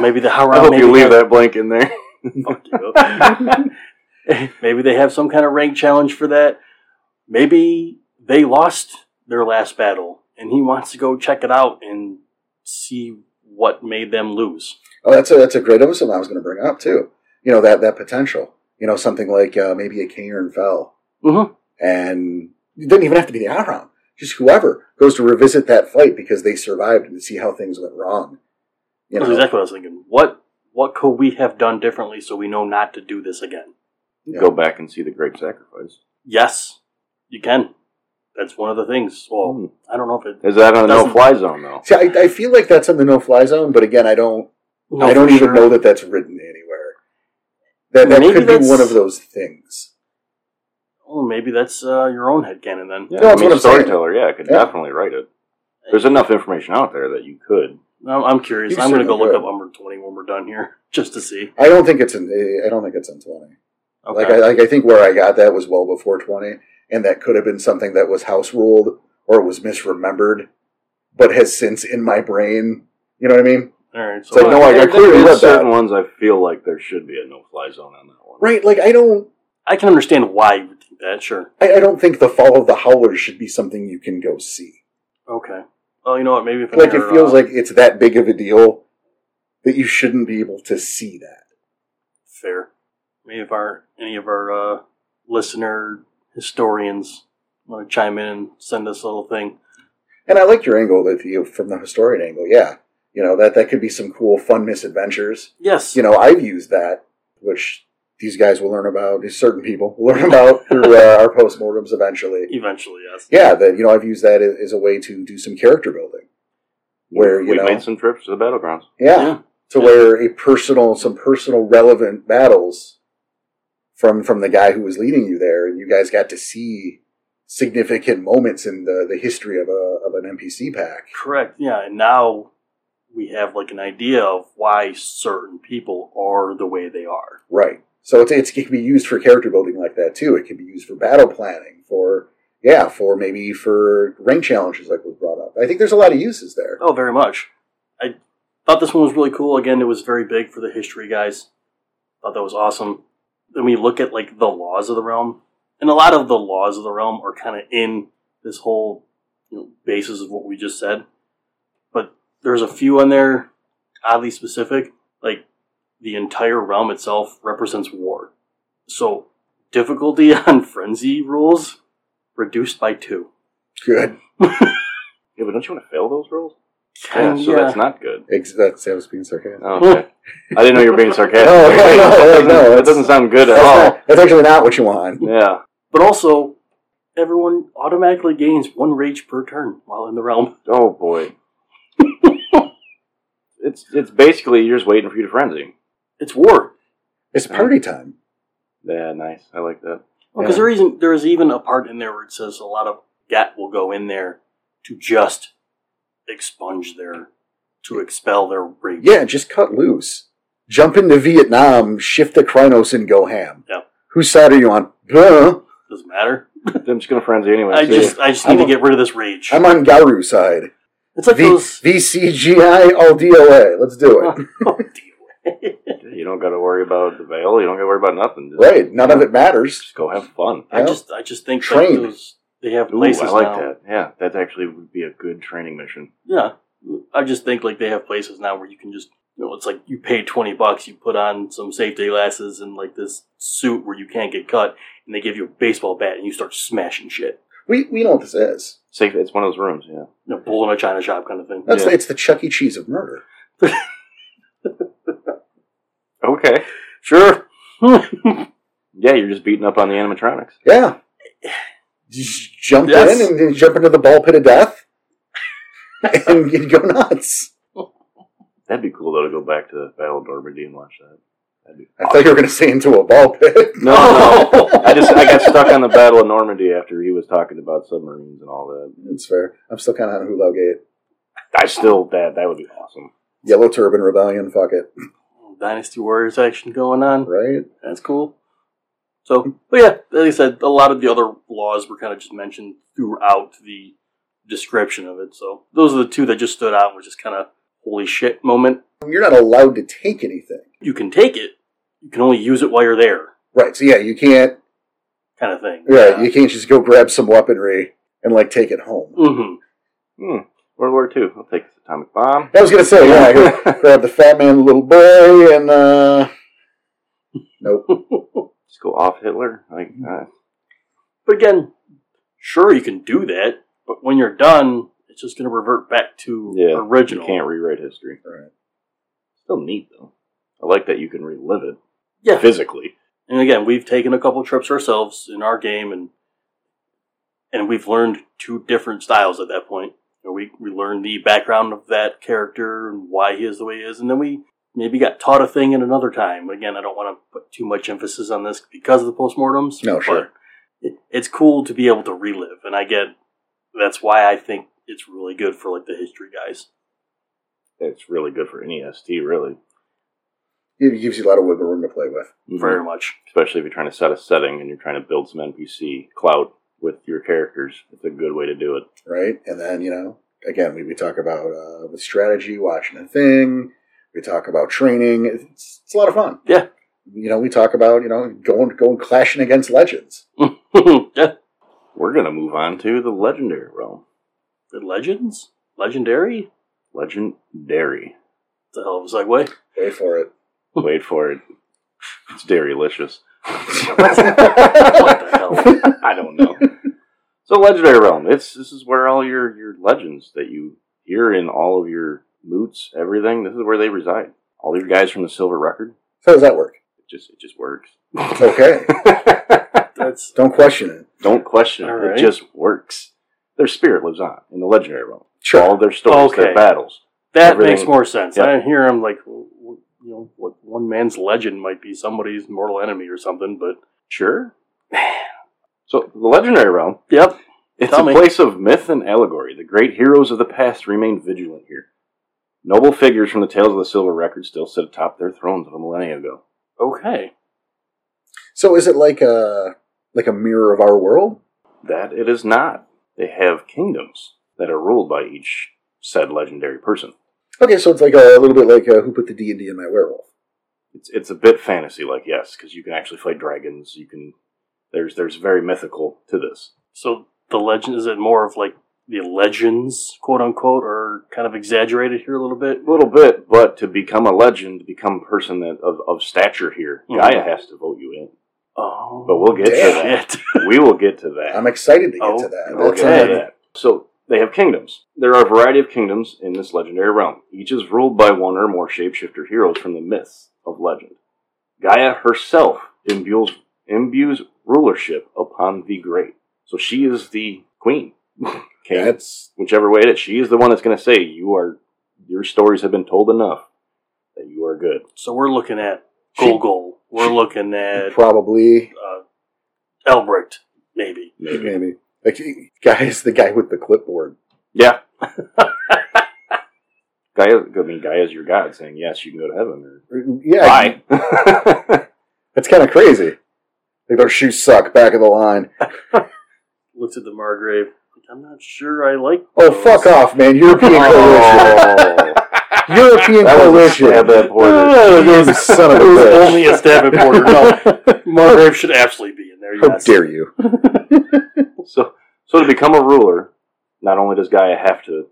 Speaker 2: Maybe the Haround.
Speaker 3: I hope
Speaker 2: maybe
Speaker 3: you leave
Speaker 2: have-
Speaker 3: that blank in there.
Speaker 2: Fuck you. maybe they have some kind of rank challenge for that. Maybe they lost their last battle and he wants to go check it out and see what made them lose.
Speaker 1: oh, that's a, that's a great episode I was going to bring up, too. You know, that, that potential. You know, something like uh, maybe a Cairn fell.
Speaker 2: Mm-hmm.
Speaker 1: And it didn't even have to be the out round. Just whoever goes to revisit that fight because they survived and to see how things went wrong. You
Speaker 2: That's
Speaker 1: know,
Speaker 2: exactly what I was thinking. What what could we have done differently so we know not to do this again?
Speaker 1: Yeah.
Speaker 3: Go back and see the great sacrifice.
Speaker 2: Yes, you can. That's one of the things. Well,
Speaker 3: Hmm.
Speaker 2: I don't know if it.
Speaker 3: Is that on a
Speaker 2: Doesn't-
Speaker 3: no fly zone, though?
Speaker 1: See, I, I feel like that's in the no-fly zone, but again, I don't I don't
Speaker 2: for
Speaker 1: even
Speaker 2: sure.
Speaker 1: know that that's written anywhere. That, that
Speaker 2: Maybe
Speaker 1: could be
Speaker 2: that's-
Speaker 1: one of those things.
Speaker 2: Oh, maybe that's uh, your own headcanon then.
Speaker 3: Yeah,
Speaker 1: No,
Speaker 3: I
Speaker 1: that's
Speaker 3: mean,
Speaker 1: what I'm saying.
Speaker 3: storyteller, yeah, I could
Speaker 1: Yeah.
Speaker 3: definitely write it. There's enough information out there that you could.
Speaker 2: I'm, I'm curious.
Speaker 1: You
Speaker 2: I'm going to go
Speaker 1: certainly
Speaker 2: look up
Speaker 1: could.
Speaker 2: Umber 20 when we're done here just to see.
Speaker 1: I don't think it's in. I don't think it's in twenty.
Speaker 2: Okay.
Speaker 1: Like I like I think where I got that was well before twenty, and that could have been something that was house ruled or was misremembered, but has since in my brain. You know what I mean?
Speaker 2: All right. So
Speaker 1: It's like,
Speaker 2: I-
Speaker 1: no, I- I
Speaker 3: There-
Speaker 1: clearly
Speaker 3: there
Speaker 1: read
Speaker 3: is
Speaker 1: that.
Speaker 3: certain ones I feel like there should be a no fly zone on that one.
Speaker 1: Right? Like I don't.
Speaker 2: I can understand why you would think that, sure.
Speaker 1: I, I don't think the fall of the howlers should be something you can go see.
Speaker 2: Okay. Well, you know what? Maybe if
Speaker 1: Like
Speaker 2: they're,
Speaker 1: it feels
Speaker 2: uh,
Speaker 1: like it's that big of a deal that you shouldn't be able to see that.
Speaker 2: fair. Maybe if our any of our uh, listener historians want to chime in and send us a little thing.
Speaker 1: And I like your angle that you from the historian angle. Yeah, you know that that could be some cool, fun misadventures.
Speaker 2: Yes.
Speaker 1: You know, I've used that, which these guys will learn about. Certain people will learn about through uh, our postmortems eventually.
Speaker 2: Eventually, yes.
Speaker 1: Yeah, that you know I've used that as, as a way to do some character building. Where, you
Speaker 3: we
Speaker 1: know-
Speaker 3: made some trips to the battlegrounds.
Speaker 1: Yeah,
Speaker 2: Yeah.
Speaker 1: to where a personal, some personal relevant battles from from the guy who was leading you there, and you guys got to see significant moments in the the history of a of an NPC pack.
Speaker 2: Correct. Yeah. And now we have like an idea of why certain people are the way they are.
Speaker 1: Right. So it's, it's, it can be used for character building like that too. It can be used for battle planning, for yeah, for maybe for rank challenges like was brought up. I think there's a lot of uses there.
Speaker 2: Oh, very much. I thought this one was really cool. Again, it was very big for the history guys. Thought that was awesome. Then we look at like the laws of the realm, and a lot of the laws of the realm are kind of in this whole you know, basis of what we just said. But there's a few on there oddly specific. Like the entire realm itself represents war. So Difficulty on frenzy rules reduced by two.
Speaker 1: Good.
Speaker 3: Yeah, but don't you want to fail those rolls?
Speaker 1: Uh,
Speaker 2: Can
Speaker 3: yeah, so
Speaker 2: ya-
Speaker 3: that's not good.
Speaker 1: Ex- that's I was being sarcastic.
Speaker 3: Oh, okay. I didn't know you were being sarcastic.
Speaker 1: No, no,
Speaker 3: Wait,
Speaker 1: no,
Speaker 3: that, doesn't,
Speaker 1: no,
Speaker 3: that
Speaker 1: it's-
Speaker 3: doesn't sound good at
Speaker 1: That's,
Speaker 3: all.
Speaker 1: not- that's actually not what you want.
Speaker 3: Yeah.
Speaker 2: But also, everyone automatically gains one rage per turn while in the realm.
Speaker 3: Oh boy. it's it's basically you're just waiting for you to frenzy.
Speaker 2: It's war.
Speaker 1: It's party time.
Speaker 3: Yeah, nice. I like that.
Speaker 2: Because
Speaker 1: Yeah.
Speaker 2: there isn't there is even a part in there where it says a lot of gat will go in there to just expunge their to expel their rage.
Speaker 1: Yeah, just cut loose. Jump into Vietnam, shift the Krynos, and go ham.
Speaker 2: Yeah.
Speaker 1: Whose side are you on? Huh?
Speaker 2: Doesn't matter.
Speaker 3: I'm just gonna frenzy anyway.
Speaker 2: I
Speaker 3: see ya.
Speaker 2: just I just need to
Speaker 1: I'm-
Speaker 2: get rid of this rage.
Speaker 1: I'm on Garu side.
Speaker 2: it's like
Speaker 1: V-
Speaker 2: those
Speaker 1: VCGI all DOA. Let's do it.
Speaker 3: you don't gotta worry about the veil, you don't gotta worry about nothing. Just,
Speaker 1: right. None of it matters.
Speaker 3: just go have fun.
Speaker 2: I
Speaker 1: Yeah.
Speaker 2: just I just think like
Speaker 1: Train.
Speaker 2: those they have
Speaker 3: Ooh, I like
Speaker 2: places now.
Speaker 3: that. Yeah, that actually would be a good training mission.
Speaker 2: Yeah. I just think like they have places now where you can just you know, it's like you pay twenty bucks, you put on some safety glasses and like this suit where you can't get cut, and they give you a baseball bat and you start smashing shit.
Speaker 1: We, we know what this is.
Speaker 3: Safe it's one of those rooms, yeah.
Speaker 2: You know, bull in a china shop kind of thing.
Speaker 1: That's
Speaker 3: Yeah.
Speaker 1: it's the Chuck E. Cheese of murder.
Speaker 3: Okay.
Speaker 2: Sure.
Speaker 3: Yeah, you're just beating up on the animatronics.
Speaker 1: Yeah. Just jump
Speaker 2: Yes.
Speaker 1: in and then jump into the ball pit of death, and you go nuts.
Speaker 3: That'd be cool though to go back to Battle of Normandy and watch that. That'd be
Speaker 1: I thought you were going to say into a ball pit.
Speaker 3: No, no. I just I got stuck on the Battle of Normandy after he was talking about submarines and all that.
Speaker 1: That's fair. I'm still kind of on Hulu Gate.
Speaker 3: I still that that would be awesome.
Speaker 1: Yellow Turban Rebellion. Fuck it.
Speaker 2: Dynasty Warriors action going on.
Speaker 1: Right.
Speaker 2: That's cool. So, but yeah, like I said, a lot of the other laws were kind of just mentioned throughout the description of it. So those are the two that just stood out, which is kind of holy shit moment.
Speaker 1: You're not allowed to take anything.
Speaker 2: You can take it, you can only use it while you're there,
Speaker 1: Right. So yeah, you can't.
Speaker 2: kind of thing.
Speaker 1: Right. You can't just go grab some weaponry and like take it home.
Speaker 2: hmm
Speaker 3: Hmm. World War Two. I'll take this atomic bomb.
Speaker 1: I was going to say yeah. I could grab the fat man, the little boy, and uh, nope.
Speaker 3: Just go off Hitler. Like uh,
Speaker 2: But again, sure you can do that, but when you're done, it's just going to revert back to
Speaker 3: yeah,
Speaker 2: original.
Speaker 3: You can't rewrite history.
Speaker 1: Right.
Speaker 3: Still neat though. I like that you can relive it
Speaker 2: yeah,
Speaker 3: physically.
Speaker 2: And again, we've taken a couple trips ourselves in our game, and and we've learned two different styles at that point. You know, we we learned the background of that character and why he is the way he is, and then we maybe got taught a thing at another time. Again, I don't want to put too much emphasis on this because of the postmortems.
Speaker 1: No,
Speaker 2: but
Speaker 1: sure.
Speaker 2: it, it's cool to be able to relive, and I get that's why I think it's really good for like the history guys.
Speaker 3: It's really good for NEST, really.
Speaker 1: It gives you a lot of wiggle room to play with.
Speaker 2: Very much.
Speaker 3: Especially if you're trying to set a setting and you're trying to build some NPC clout with your characters. It's a good way to do it.
Speaker 1: right? And then, you know, again, we, we talk about uh, with strategy, watching a thing. We talk about training. It's, it's a lot of fun.
Speaker 2: Yeah.
Speaker 1: You know, we talk about, you know, going, going clashing against legends.
Speaker 2: yeah,
Speaker 3: We're gonna move on to the legendary realm.
Speaker 2: the legends, legendary.
Speaker 3: Legendary.
Speaker 2: It's a hell of a segue.
Speaker 1: Wait for it.
Speaker 3: Wait for it. It's dairylicious.
Speaker 2: What the hell?
Speaker 3: I don't know. So legendary realm. It's this is where all your your legends that you hear in all of your moots, everything. This is where they reside. All your guys from the silver record.
Speaker 1: How does that work?
Speaker 3: It just it just works.
Speaker 1: Okay.
Speaker 2: That's
Speaker 1: Don't question it.
Speaker 3: don't question it.
Speaker 2: All
Speaker 3: It
Speaker 2: right.
Speaker 3: just works. Their spirit lives on in the legendary realm.
Speaker 1: Sure.
Speaker 3: All their stories,
Speaker 2: Okay.
Speaker 3: their battles.
Speaker 2: That
Speaker 3: Everything-
Speaker 2: makes more sense.
Speaker 3: Yeah.
Speaker 2: I hear I'm like, w- w- you know, what one man's legend might be somebody's mortal enemy or something. But
Speaker 3: Sure. So the legendary realm
Speaker 2: yep,
Speaker 3: It's
Speaker 2: Tell
Speaker 3: a
Speaker 2: me.
Speaker 3: place of myth and allegory. The great heroes of the past remain vigilant here. Noble figures from the tales of the Silver Record still sit atop their thrones of a millennia ago.
Speaker 2: okay,
Speaker 1: So is it like a, like a mirror of our world?
Speaker 3: That it is not. They have kingdoms that are ruled by each said legendary person.
Speaker 1: Okay, so it's like a, little bit like uh who put the D and D in my werewolf.
Speaker 3: It's it's a bit fantasy like, yes, because you can actually fight dragons. You can there's there's very mythical to this.
Speaker 2: so the legend is it more of like the legends, quote unquote, are kind of exaggerated here a little bit.
Speaker 3: A little bit, but to become a legend, to become a person that of, of stature here,
Speaker 2: Mhm.
Speaker 3: Gaia has to vote you in.
Speaker 2: Oh,
Speaker 3: But we'll get to
Speaker 1: Damn.
Speaker 2: shit.
Speaker 3: that. We will get to that.
Speaker 1: I'm excited to get
Speaker 2: Oh,
Speaker 1: to that. That's uh,
Speaker 3: Okay.
Speaker 1: another-
Speaker 3: So they have kingdoms. There are a variety of kingdoms in this legendary realm. Each is ruled by one or more shapeshifter heroes from the myths of legend. Gaia herself imbues, imbues rulership upon the great. So she is the queen. King,
Speaker 1: That's
Speaker 3: whichever way it is, she is the one that's going to say you are. Your stories have been told enough that you are good.
Speaker 2: So we're looking at Gogol. We're looking at
Speaker 1: probably
Speaker 2: uh, Elbricht, maybe.
Speaker 3: Maybe.
Speaker 1: maybe. Like, he- guys, the guy with the clipboard.
Speaker 3: Yeah. Gaia, I mean, Gaia's your god, saying yes, you can go to heaven or
Speaker 1: Yeah,
Speaker 3: bye.
Speaker 1: that's kind of crazy. Like their shoes suck. Back of the line.
Speaker 2: Looks at the Margrave. Like, I'm not sure I like.
Speaker 1: Oh,
Speaker 2: those.
Speaker 1: fuck off, man! European coalition.
Speaker 3: Oh.
Speaker 1: European
Speaker 3: That was a
Speaker 1: coalition.
Speaker 3: stab at Porter.
Speaker 1: Oh, you son of a
Speaker 2: It was
Speaker 1: bitch.
Speaker 2: only a stab at border. No, Margrave should absolutely be in there.
Speaker 1: How
Speaker 3: Oh,
Speaker 2: Yes.
Speaker 1: dare you?
Speaker 3: So, so to become a ruler, not only does Gaia have to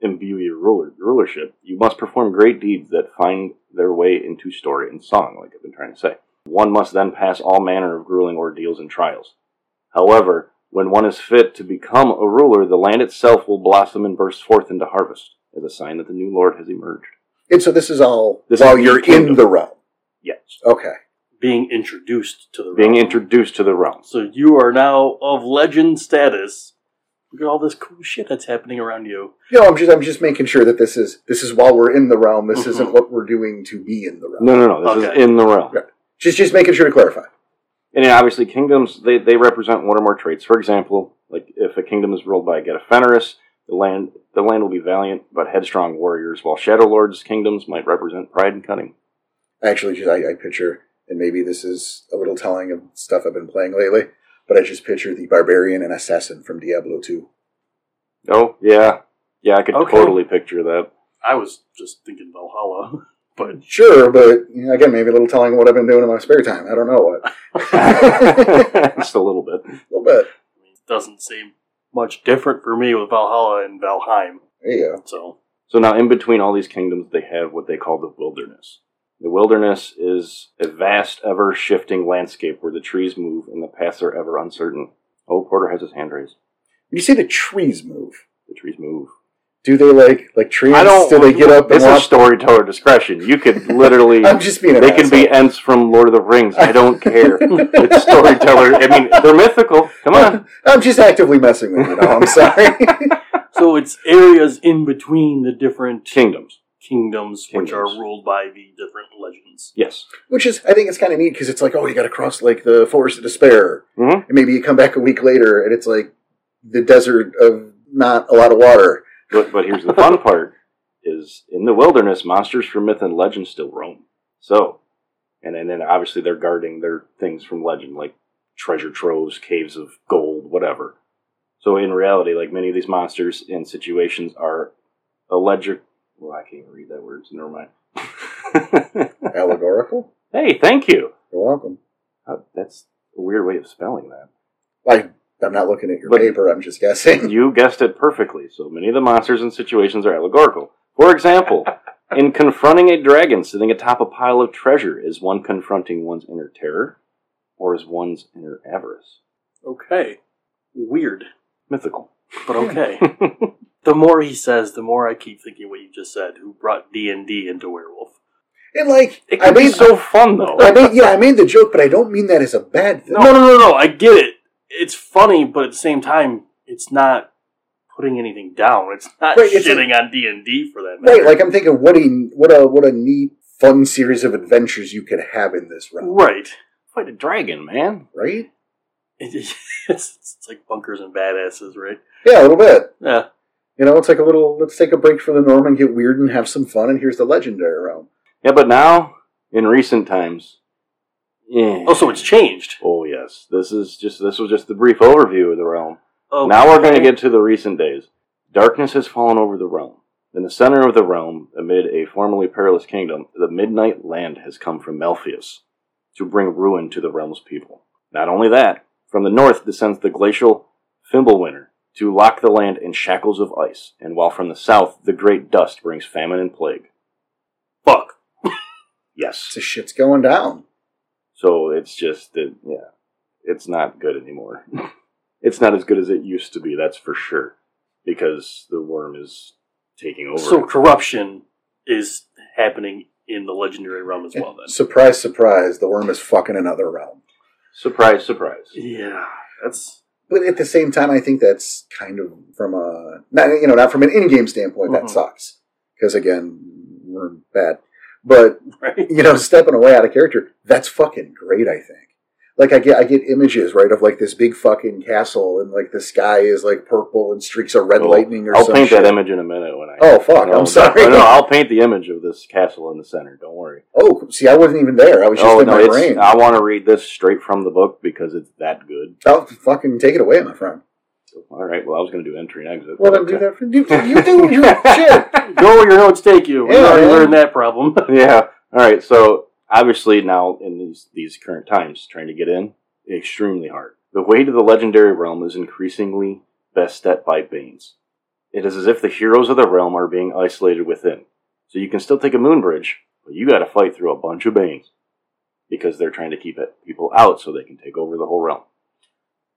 Speaker 3: imbue your ruler rulership, you must perform great deeds that find their way into story and song, like I've been trying to say. One must then pass all manner of grueling ordeals and trials. However, when one is fit to become a ruler, the land itself will blossom and burst forth into harvest, as a sign that the new lord has emerged.
Speaker 1: And so this is all
Speaker 3: This
Speaker 1: while
Speaker 3: is the
Speaker 1: you're in
Speaker 3: kingdom.
Speaker 1: the realm.
Speaker 3: Yes.
Speaker 1: Okay.
Speaker 2: Being introduced to the
Speaker 3: Being
Speaker 2: realm.
Speaker 3: introduced to the realm.
Speaker 2: So you are now of legend status. Look at all this cool shit that's happening around you.
Speaker 1: No, I'm just I'm just making sure that this is this is while we're in the realm. This
Speaker 2: Mhm.
Speaker 1: isn't what we're doing to be in the realm.
Speaker 3: No, no, no. This
Speaker 2: Okay.
Speaker 3: is in the realm.
Speaker 1: Just just making sure to clarify.
Speaker 3: And then obviously, kingdoms they, they represent one or more traits. For example, like if a kingdom is ruled by a Getafenaris, the land the land will be valiant but headstrong warriors, while Shadow Lord's kingdoms might represent pride and cunning.
Speaker 1: Actually, just I, I picture, and maybe this is a little telling of stuff I've been playing lately, but I just picture the barbarian and assassin from Diablo Two.
Speaker 3: Oh yeah, yeah, I could
Speaker 2: Okay.
Speaker 3: totally picture that.
Speaker 2: I was just thinking Valhalla, but
Speaker 1: Sure, but you know, again, maybe a little telling of what I've been doing in my spare time. I don't know what. a
Speaker 3: Just a little bit.
Speaker 1: little bit.
Speaker 2: I mean, it doesn't seem much different for me with Valhalla and Valheim.
Speaker 1: There you go.
Speaker 2: So
Speaker 3: So now, in between all these kingdoms, they have what they call the wilderness. The wilderness is a vast, ever shifting landscape where the trees move and the paths are ever uncertain. Oh, Porter has his hand raised.
Speaker 1: You see the trees move.
Speaker 3: The trees move.
Speaker 1: Do they like like trees?
Speaker 3: I don't.
Speaker 1: Do they get up and
Speaker 3: This is
Speaker 1: walk?
Speaker 3: storyteller discretion. You could literally.
Speaker 1: I'm just being. An
Speaker 3: they can be
Speaker 1: asshole.
Speaker 3: Ents from Lord of the Rings. I don't care. it's storyteller. I mean, they're mythical. Come on.
Speaker 1: I'm just actively messing with you. Now. I'm sorry.
Speaker 2: so it's areas in between the different
Speaker 3: Kingdoms.
Speaker 2: kingdoms, which are
Speaker 3: Kingdoms.
Speaker 2: ruled by the different legends.
Speaker 3: Yes.
Speaker 1: Which is, I think it's kind of neat because it's like, oh, you got to cross like the Forest of Despair,
Speaker 3: Mhm.
Speaker 1: and maybe you come back a week later and it's like the desert of not a lot of water.
Speaker 3: But but here's the fun part: is in the wilderness, monsters from myth and legend still roam. So, and and then obviously they're guarding their things from legend, like treasure troves, caves of gold, whatever. So in reality, like many of these monsters and situations are alleged. Well, I can't even read that word. So never mind.
Speaker 1: Allegorical.
Speaker 3: hey, thank you.
Speaker 1: You're welcome.
Speaker 3: Uh, that's a weird way of spelling that.
Speaker 1: Like, I'm not looking at your
Speaker 3: But-
Speaker 1: paper. I'm just guessing.
Speaker 3: You guessed it perfectly. So many of the monsters and situations are allegorical. For example, in confronting a dragon sitting atop a pile of treasure, is one confronting one's inner terror or is one's inner avarice?
Speaker 2: Okay, weird,
Speaker 3: Mythical.
Speaker 2: but okay. the more he says, the more I keep thinking what you just said. Who brought D and D into werewolf?
Speaker 1: And like,
Speaker 3: It
Speaker 1: I
Speaker 3: could be
Speaker 1: made,
Speaker 3: so fun, though.
Speaker 1: I made, yeah, I made the joke, but I don't mean that as a bad thing.
Speaker 2: No, no, no, no. I get it. It's funny, but at the same time, it's not putting anything down. It's not
Speaker 1: Right, it's
Speaker 2: shitting on D and D for that matter.
Speaker 1: Right? Like, I'm thinking, what a what a what a neat, fun series of adventures you could have in this realm,
Speaker 2: right.
Speaker 3: Fight a dragon, man.
Speaker 1: right?
Speaker 2: It's, it's like bunkers and badasses, right?
Speaker 1: Yeah, a little bit.
Speaker 2: Yeah.
Speaker 1: You know, it's like a little. Let's take a break for the norm and get weird and have some fun. And here's the legendary realm.
Speaker 3: Yeah, but now, in recent times. Yeah.
Speaker 2: Oh, so it's changed.
Speaker 3: Oh, yes. This is just this was just the brief overview of the realm.
Speaker 2: Oh,
Speaker 3: Now we're going to get to the recent days. Darkness has fallen over the realm. In the center of the realm, amid a formerly perilous kingdom, the Midnight Land has come from Melpheus to bring ruin to the realm's people. Not only that, from the north descends the glacial Fimbulwinter to lock the land in shackles of ice, and while from the south, the great dust brings famine and plague.
Speaker 2: fuck.
Speaker 3: Yes.
Speaker 1: So shit's going down.
Speaker 3: So it's just that yeah, it's not good anymore. it's not as good as it used to be. That's for sure because the worm is taking over.
Speaker 2: So corruption is happening in the legendary realm as well. Then,
Speaker 1: Surprise, surprise, the worm is fucking another realm.
Speaker 3: surprise, surprise.
Speaker 2: yeah, that's
Speaker 1: But at the same time, I think that's kind of from a not you know not from an in-game standpoint
Speaker 2: Mhm.
Speaker 1: that sucks because again we're bad. But
Speaker 2: right.
Speaker 1: you know, stepping away out of character, that's fucking great. I think. Like I get I get images right of like this big fucking castle and like the sky is like purple and streaks of red
Speaker 3: Well,
Speaker 1: lightning or
Speaker 3: Oh, I'll
Speaker 1: some
Speaker 3: paint
Speaker 1: shit.
Speaker 3: that image in a minute when I.
Speaker 1: Oh fuck!
Speaker 3: No,
Speaker 1: I'm sorry.
Speaker 3: No, no, I'll paint the image of this castle in the center. Don't worry.
Speaker 1: Oh, see, I wasn't even there. I was just
Speaker 3: Oh
Speaker 1: in
Speaker 3: no,
Speaker 1: my
Speaker 3: it's,
Speaker 1: brain.
Speaker 3: I want to read this straight from the book because it's that good.
Speaker 1: I'll fucking take it away, my friend.
Speaker 3: All right. Well, I was going to do entry and exit.
Speaker 1: Well, then do that. For, you, you do your shit.
Speaker 2: Go where your notes take you. We
Speaker 1: Yeah,
Speaker 2: already
Speaker 1: man.
Speaker 2: learned that problem.
Speaker 3: yeah. All right. So obviously now in these these current times, trying to get in extremely hard. The way to the legendary realm is increasingly beset by banes. It is as if the heroes of the realm are being isolated within. So you can still take a moon bridge, but you got to fight through a bunch of banes because they're trying to keep it, people out so they can take over the whole realm.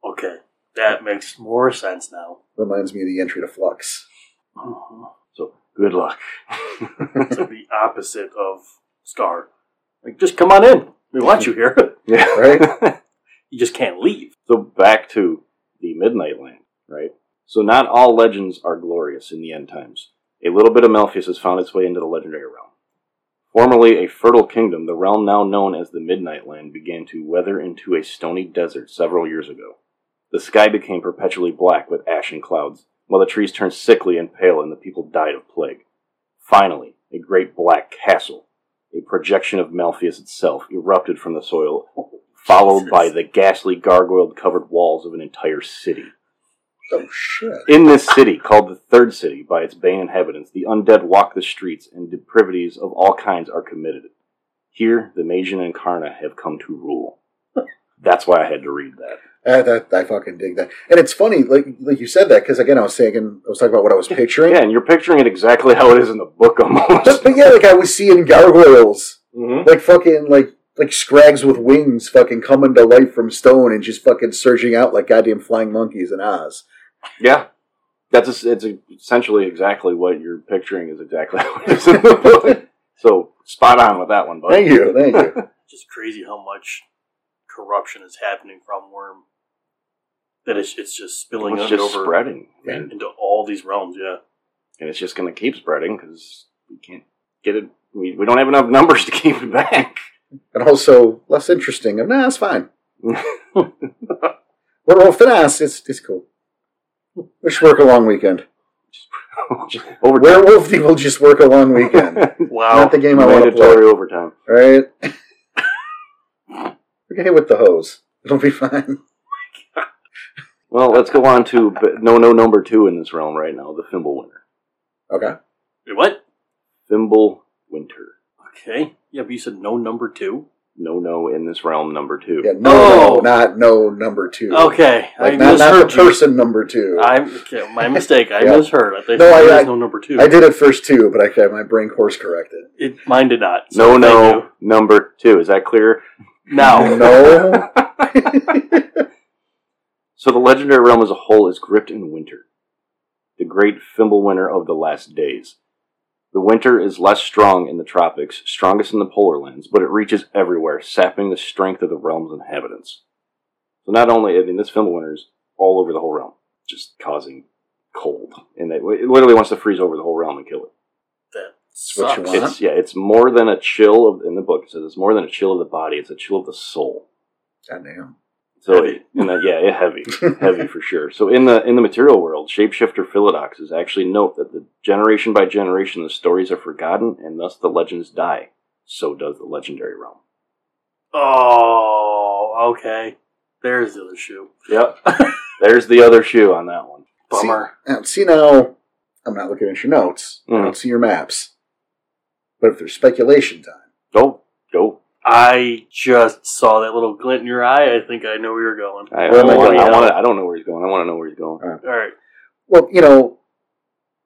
Speaker 2: Okay, that makes more sense now.
Speaker 1: Reminds me of the entry to Flux. Uh-huh.
Speaker 3: So good luck.
Speaker 2: So the opposite of Scar. Like, just come on in. We want you here.
Speaker 3: yeah.
Speaker 1: Right?
Speaker 2: You just can't leave.
Speaker 3: So back to the Midnight Land, right? So not all legends are glorious in the end times. A little bit of Malthus has found its way into the legendary realm. Formerly a fertile kingdom, the realm now known as the Midnight Land began to weather into a stony desert several years ago. The sky became perpetually black with ash and clouds, while the trees turned sickly and pale and the people died of plague. Finally, a great black castle, a projection of Malpheus itself, erupted from the soil followed
Speaker 2: Jesus.
Speaker 3: by the ghastly gargoyle covered walls of an entire city.
Speaker 1: Oh shit!
Speaker 3: In this city, called the Third City by its Bane inhabitants, the undead walk the streets and depravities of all kinds are committed. Here, the Magian and Karna have come to rule. That's why I had to read that.
Speaker 1: Uh, that I fucking dig that. And it's funny, like like you said that because again, I was thinking, I was talking about what I was picturing.
Speaker 3: Yeah, and you're picturing it exactly how it is in the book
Speaker 1: But,
Speaker 3: almost.
Speaker 1: but yeah, like I was seeing gargoyles,
Speaker 2: Mm-hmm.
Speaker 3: Mhm.
Speaker 1: like fucking like like scrags with wings, fucking coming to life from stone and just fucking surging out like goddamn flying monkeys in Oz.
Speaker 3: Yeah. That's es- it's essentially exactly what you're picturing is exactly how it is in the book. So, spot on with that one, buddy.
Speaker 1: Thank you, thank you.
Speaker 2: Just crazy how much corruption is happening from Worm. That it's, it's just spilling
Speaker 3: It's
Speaker 2: it
Speaker 3: just
Speaker 2: over
Speaker 3: spreading.
Speaker 1: Yeah.
Speaker 2: into all these realms, yeah.
Speaker 3: and it's just going to keep spreading because we can't get it. We, we don't have enough numbers to keep it back.
Speaker 1: And also less interesting. I'm nah, it's fine. We're all finesse. It's it's cool. Just work a long weekend.
Speaker 3: Over
Speaker 1: Werewolf will just work a long weekend.
Speaker 2: Wow.
Speaker 1: Not the game I want to play.
Speaker 3: mandatory overtime.
Speaker 1: Right? okay, with the hose. It'll be fine.
Speaker 3: Well, let's go on to b- no no number two in this realm right now. The Fimble Winter.
Speaker 1: Okay.
Speaker 2: Wait, what?
Speaker 3: Fimble Winter.
Speaker 2: Okay. Yeah, but you said no number two.
Speaker 3: No no in this realm number two.
Speaker 1: Yeah, no,
Speaker 2: Oh.
Speaker 1: no, not no number two.
Speaker 2: Okay.
Speaker 1: Like,
Speaker 2: I
Speaker 1: not, not
Speaker 2: misheard
Speaker 1: the
Speaker 2: you.
Speaker 1: person number two. I,
Speaker 2: I'm, okay, my mistake. I
Speaker 1: Yeah.
Speaker 2: misheard. I think
Speaker 1: No, I-
Speaker 2: there
Speaker 1: I-
Speaker 2: is no number two.
Speaker 1: did it first two, but I, my brain course corrected.
Speaker 2: It, mine did not. so thank
Speaker 3: No no number two. Is that clear?
Speaker 2: you. Now,
Speaker 3: Oh.
Speaker 1: No.
Speaker 3: So the legendary realm as a whole is gripped in winter. The great Fimble winter of the last days. The winter is less strong in the tropics, strongest in the polar lands, but it reaches everywhere, sapping the strength of the realm's inhabitants. So not only, I mean, this Fimble winter is all over the whole realm, just causing cold. And it, it literally wants to freeze over the whole realm and kill it.
Speaker 2: that
Speaker 1: what you
Speaker 2: sucks.
Speaker 1: want.
Speaker 3: It's, yeah, it's more than a chill of, in the book, it says it's more than a chill of the body, it's a chill of the soul.
Speaker 1: Goddamn.
Speaker 3: So
Speaker 2: Heavy.
Speaker 3: in the, yeah, it heavy, heavy for sure. So in the in the material world, shapeshifter philodoxes actually note that the generation by generation the stories are forgotten, and thus the legends die. So does the legendary realm.
Speaker 2: Oh, okay. There's the other shoe.
Speaker 3: Yep. There's the other shoe on that one.
Speaker 2: Bummer.
Speaker 1: Now, see now, I'm not looking at your notes. I
Speaker 3: Mhm.
Speaker 1: don't see your maps. But if there's speculation time,
Speaker 3: Go, go.
Speaker 2: I just saw that little glint in your eye. I think I know where you're going.
Speaker 3: I,
Speaker 1: Where am I
Speaker 3: I, want,
Speaker 1: going?
Speaker 3: I, want to, I don't know where he's going. I want to know where he's going.
Speaker 2: All right.
Speaker 1: well, you know,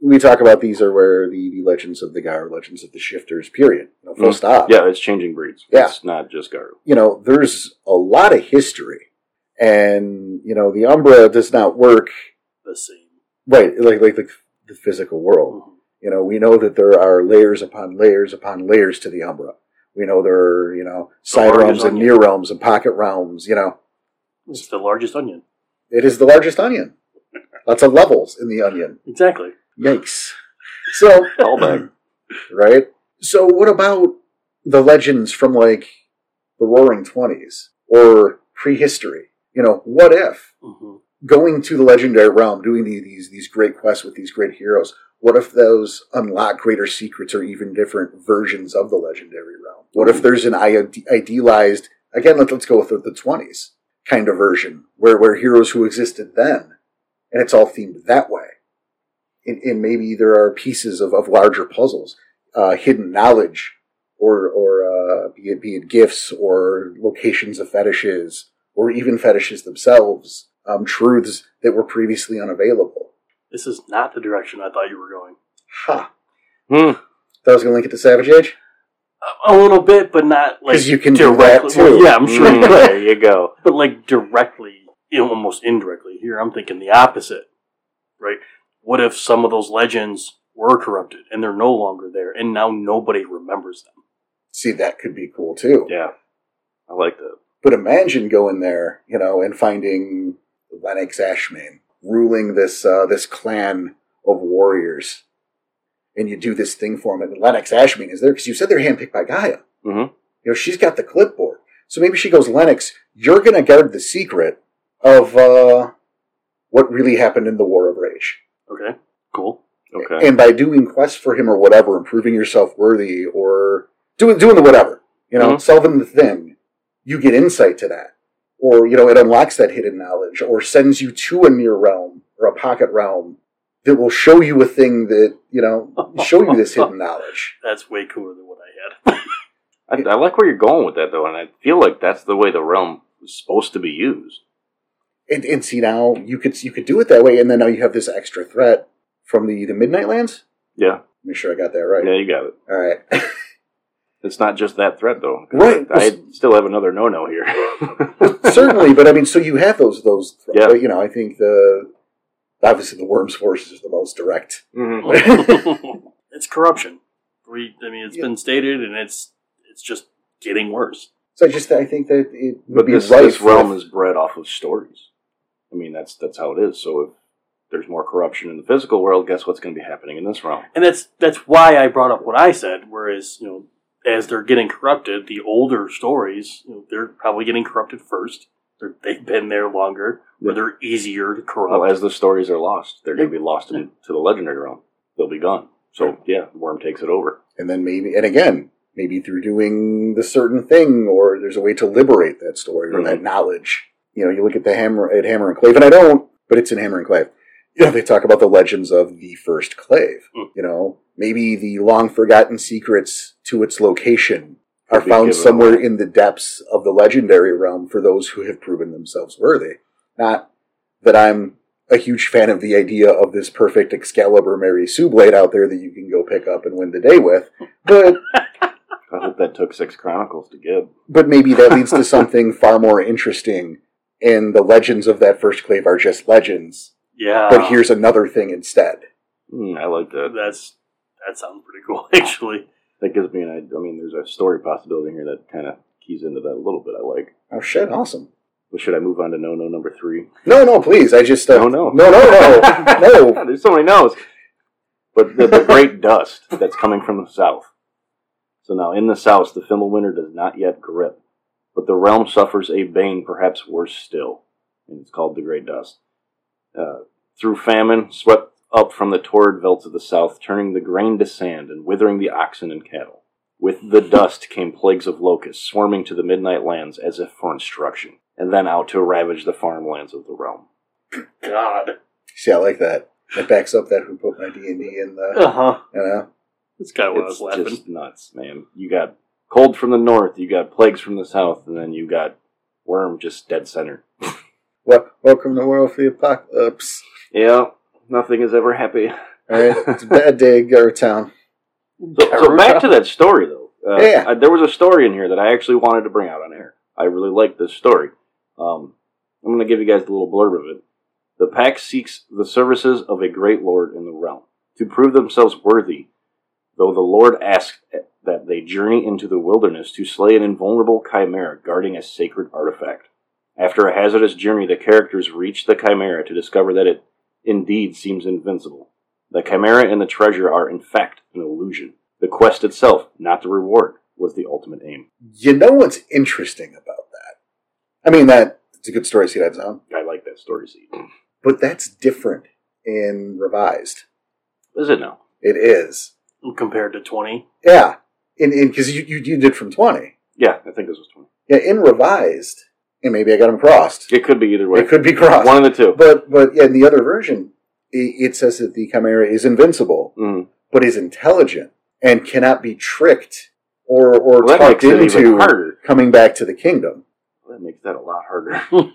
Speaker 1: we talk about these are where the, the legends of the guy or legends of the shifters, period. You know, full
Speaker 3: Mm.
Speaker 1: stop.
Speaker 3: Yeah, it's changing breeds.
Speaker 1: Yeah.
Speaker 3: It's not just Garu.
Speaker 1: You know, there's a lot of history, and you know the Umbra does not work
Speaker 2: the same.
Speaker 1: right like like the, the physical
Speaker 2: Mm-hmm.
Speaker 1: world. You know, we know that there are layers upon layers upon layers to the Umbra. We know there are you know side
Speaker 2: largest
Speaker 1: realms and
Speaker 2: onion.
Speaker 1: near realms and pocket realms. You know,
Speaker 2: It's the largest onion.
Speaker 1: it is the largest onion. Lots of levels in the onion.
Speaker 2: Exactly.
Speaker 1: Yikes. So,
Speaker 3: Callback.
Speaker 1: right? So, what about the legends from like the Roaring Twenties or prehistory? You know, what if
Speaker 2: hmm
Speaker 1: going to the legendary realm, doing the, these these great quests with these great heroes? What if those unlock greater secrets or even different versions of the legendary realm? What if there's an ide- idealized again? Let, let's go with the twenties kind of version where where heroes who existed then, and it's all themed that way. And, and maybe there are pieces of, of larger puzzles, uh, hidden knowledge, or or uh, be it be it gifts or locations of fetishes, or even fetishes themselves, um, truths that were previously unavailable.
Speaker 2: This is not the direction I thought you were going.
Speaker 1: Ha!
Speaker 3: Hmm.
Speaker 1: That was going to link it to Savage Age.
Speaker 2: A- A little bit, but not like
Speaker 1: 'Cause you can do that
Speaker 2: directly-
Speaker 1: too.
Speaker 2: well, yeah, I'm sure. you
Speaker 3: Mm,
Speaker 2: could.
Speaker 3: there you go.
Speaker 2: but like directly, you know, almost indirectly here, I'm thinking the opposite, right? What if some of those legends were corrupted and they're no longer there, and now nobody remembers them?
Speaker 1: See, that could be cool too.
Speaker 3: Yeah. I like that.
Speaker 1: But imagine going there, you know, and finding Lennox Ashmain ruling this uh, this clan of warriors, and you do this thing for him, and Lennox Ashmain is there because you said they're handpicked by Gaia.
Speaker 3: Mhm.
Speaker 1: You know, she's got the clipboard, so maybe she goes, Lennox, you're going to guard the secret of uh, what really happened in the War of Rage.
Speaker 2: Okay, cool.
Speaker 3: Okay.
Speaker 1: And by doing quests for him or whatever, and proving yourself worthy or doing doing the whatever, you know,
Speaker 3: Mhm.
Speaker 1: solving the thing, you get insight to that. Or, you know, it unlocks that hidden knowledge or sends you to a near realm or a pocket realm that will show you a thing that, you know, show you this hidden knowledge.
Speaker 2: That's way cooler than what I had.
Speaker 3: I, I like where you're going with that, though, and I feel like that's the way the realm was supposed to be used.
Speaker 1: And, and see now you could you could do it that way, and then now you have this extra threat from the, the Midnight Lands.
Speaker 3: Yeah.
Speaker 1: Make sure I got that right.
Speaker 3: Yeah, you got it.
Speaker 1: All right.
Speaker 3: It's not just that threat, though.
Speaker 1: Right.
Speaker 3: I still have another no-no here.
Speaker 1: certainly but i mean so you have those those
Speaker 3: Yeah.
Speaker 1: but you know i think the obviously the worm's force is the most direct
Speaker 3: Mhm.
Speaker 2: it's corruption. We, I mean, it's
Speaker 1: Yeah.
Speaker 2: been stated, and it's it's just getting worse.
Speaker 1: so i just i think that it would
Speaker 3: But
Speaker 1: be
Speaker 3: this,
Speaker 1: right
Speaker 3: this realm
Speaker 1: if-
Speaker 3: is bred off of stories. I mean, that's that's how it is. So if there's more corruption in the physical world, guess what's going to be happening in this realm?
Speaker 2: And that's that's why I brought up what I said. Whereas you know, as they're getting corrupted, the older stories you know, they're probably getting corrupted first. They're, they've been there longer, or they're easier to corrupt.
Speaker 3: Well, as the stories are lost, they're going to be lost into the legendary realm. They'll be gone. So yeah, the worm takes it over.
Speaker 1: and then maybe and again maybe through doing the certain thing or there's a way to liberate that story or
Speaker 3: Mm-hmm.
Speaker 1: that knowledge you know you look at the hammer at hammer and clave and i don't but it's in hammer and clave you know they talk about the legends of the first clave
Speaker 2: Mm.
Speaker 1: you know maybe the long forgotten secrets to its location are
Speaker 3: Could be
Speaker 1: found
Speaker 3: given
Speaker 1: somewhere
Speaker 3: away.
Speaker 1: in the depths of the legendary realm for those who have proven themselves worthy not that i'm a huge fan of the idea of this perfect Excalibur Mary Sue blade out there that you can go pick up and win the day with, but
Speaker 3: I hope that took six chronicles to give.
Speaker 1: but maybe that leads to something far more interesting. And the legends of that first clave are just legends.
Speaker 2: yeah,
Speaker 3: Ah.
Speaker 1: But here's another thing instead.
Speaker 3: Mm, I like that.
Speaker 2: that's that sounds pretty cool actually.
Speaker 3: That gives me an idea. I mean, there's a story possibility here that kind of keys into that a little bit. I like.
Speaker 1: Oh shit! Awesome.
Speaker 3: Well, should I move on to no no number three?
Speaker 1: No, no, please. I just uh,
Speaker 3: No, no.
Speaker 1: no, no, no,
Speaker 3: Yeah,
Speaker 1: no.
Speaker 3: there's so many no's. But the, the great dust that's coming from the south. So now in the south, the Fimmel winter does not yet grip, but the realm suffers a bane perhaps worse still, and it's called the great dust. Uh, through famine, swept up from the torrid veldt of the south, turning the grain to sand and withering the oxen and cattle. With the dust came plagues of locusts, swarming to the midnight lands as if for instruction, and then out to ravage the farmlands of the realm.
Speaker 2: God,
Speaker 1: See, I like that. It backs up that who put my D and D in the
Speaker 2: uh huh.
Speaker 1: you know.
Speaker 2: That's kind of what I was
Speaker 3: it's
Speaker 2: laughing.
Speaker 3: just nuts, man. You got cold from the north, you got plagues from the south, and then you got worm just dead center.
Speaker 1: Well, welcome to World of the Apocalypse.
Speaker 3: Yeah, nothing is ever happy.
Speaker 1: All right, it's a bad day, Gartown.
Speaker 3: So, so back to that story though. Uh,
Speaker 1: Yeah.
Speaker 3: I, there was a story in here that I actually wanted to bring out on air. I really liked this story. Um, I'm going to give you guys the little blurb of it. The pack seeks the services of a great lord in the realm to prove themselves worthy, though the lord asks that they journey into the wilderness to slay an invulnerable chimera guarding a sacred artifact. After a hazardous journey, the characters reach the chimera to discover that it indeed seems invincible. The chimera and the treasure are, in fact, an illusion. The quest itself, not the reward, was the ultimate aim.
Speaker 1: You know what's interesting about that? I mean, that it's a good story, see that zone,
Speaker 3: I like that story seed.
Speaker 1: but that's different in revised.
Speaker 3: Is it now?
Speaker 1: It is,
Speaker 2: compared to 20.
Speaker 1: yeah, in in because you, you you did from twenty,
Speaker 3: Yeah, I think this was 20.
Speaker 1: yeah, in revised, and maybe I got them crossed.
Speaker 3: It could be either way.
Speaker 1: It could be crossed.
Speaker 3: One of the 2
Speaker 1: But but yeah, in the other version, it, it says that the Chimera is invincible,
Speaker 3: Mm.
Speaker 1: but is intelligent and cannot be tricked or or
Speaker 3: Well, that
Speaker 1: talked
Speaker 3: makes it even
Speaker 1: into
Speaker 3: harder.
Speaker 1: coming back to the kingdom.
Speaker 3: That makes that a lot harder.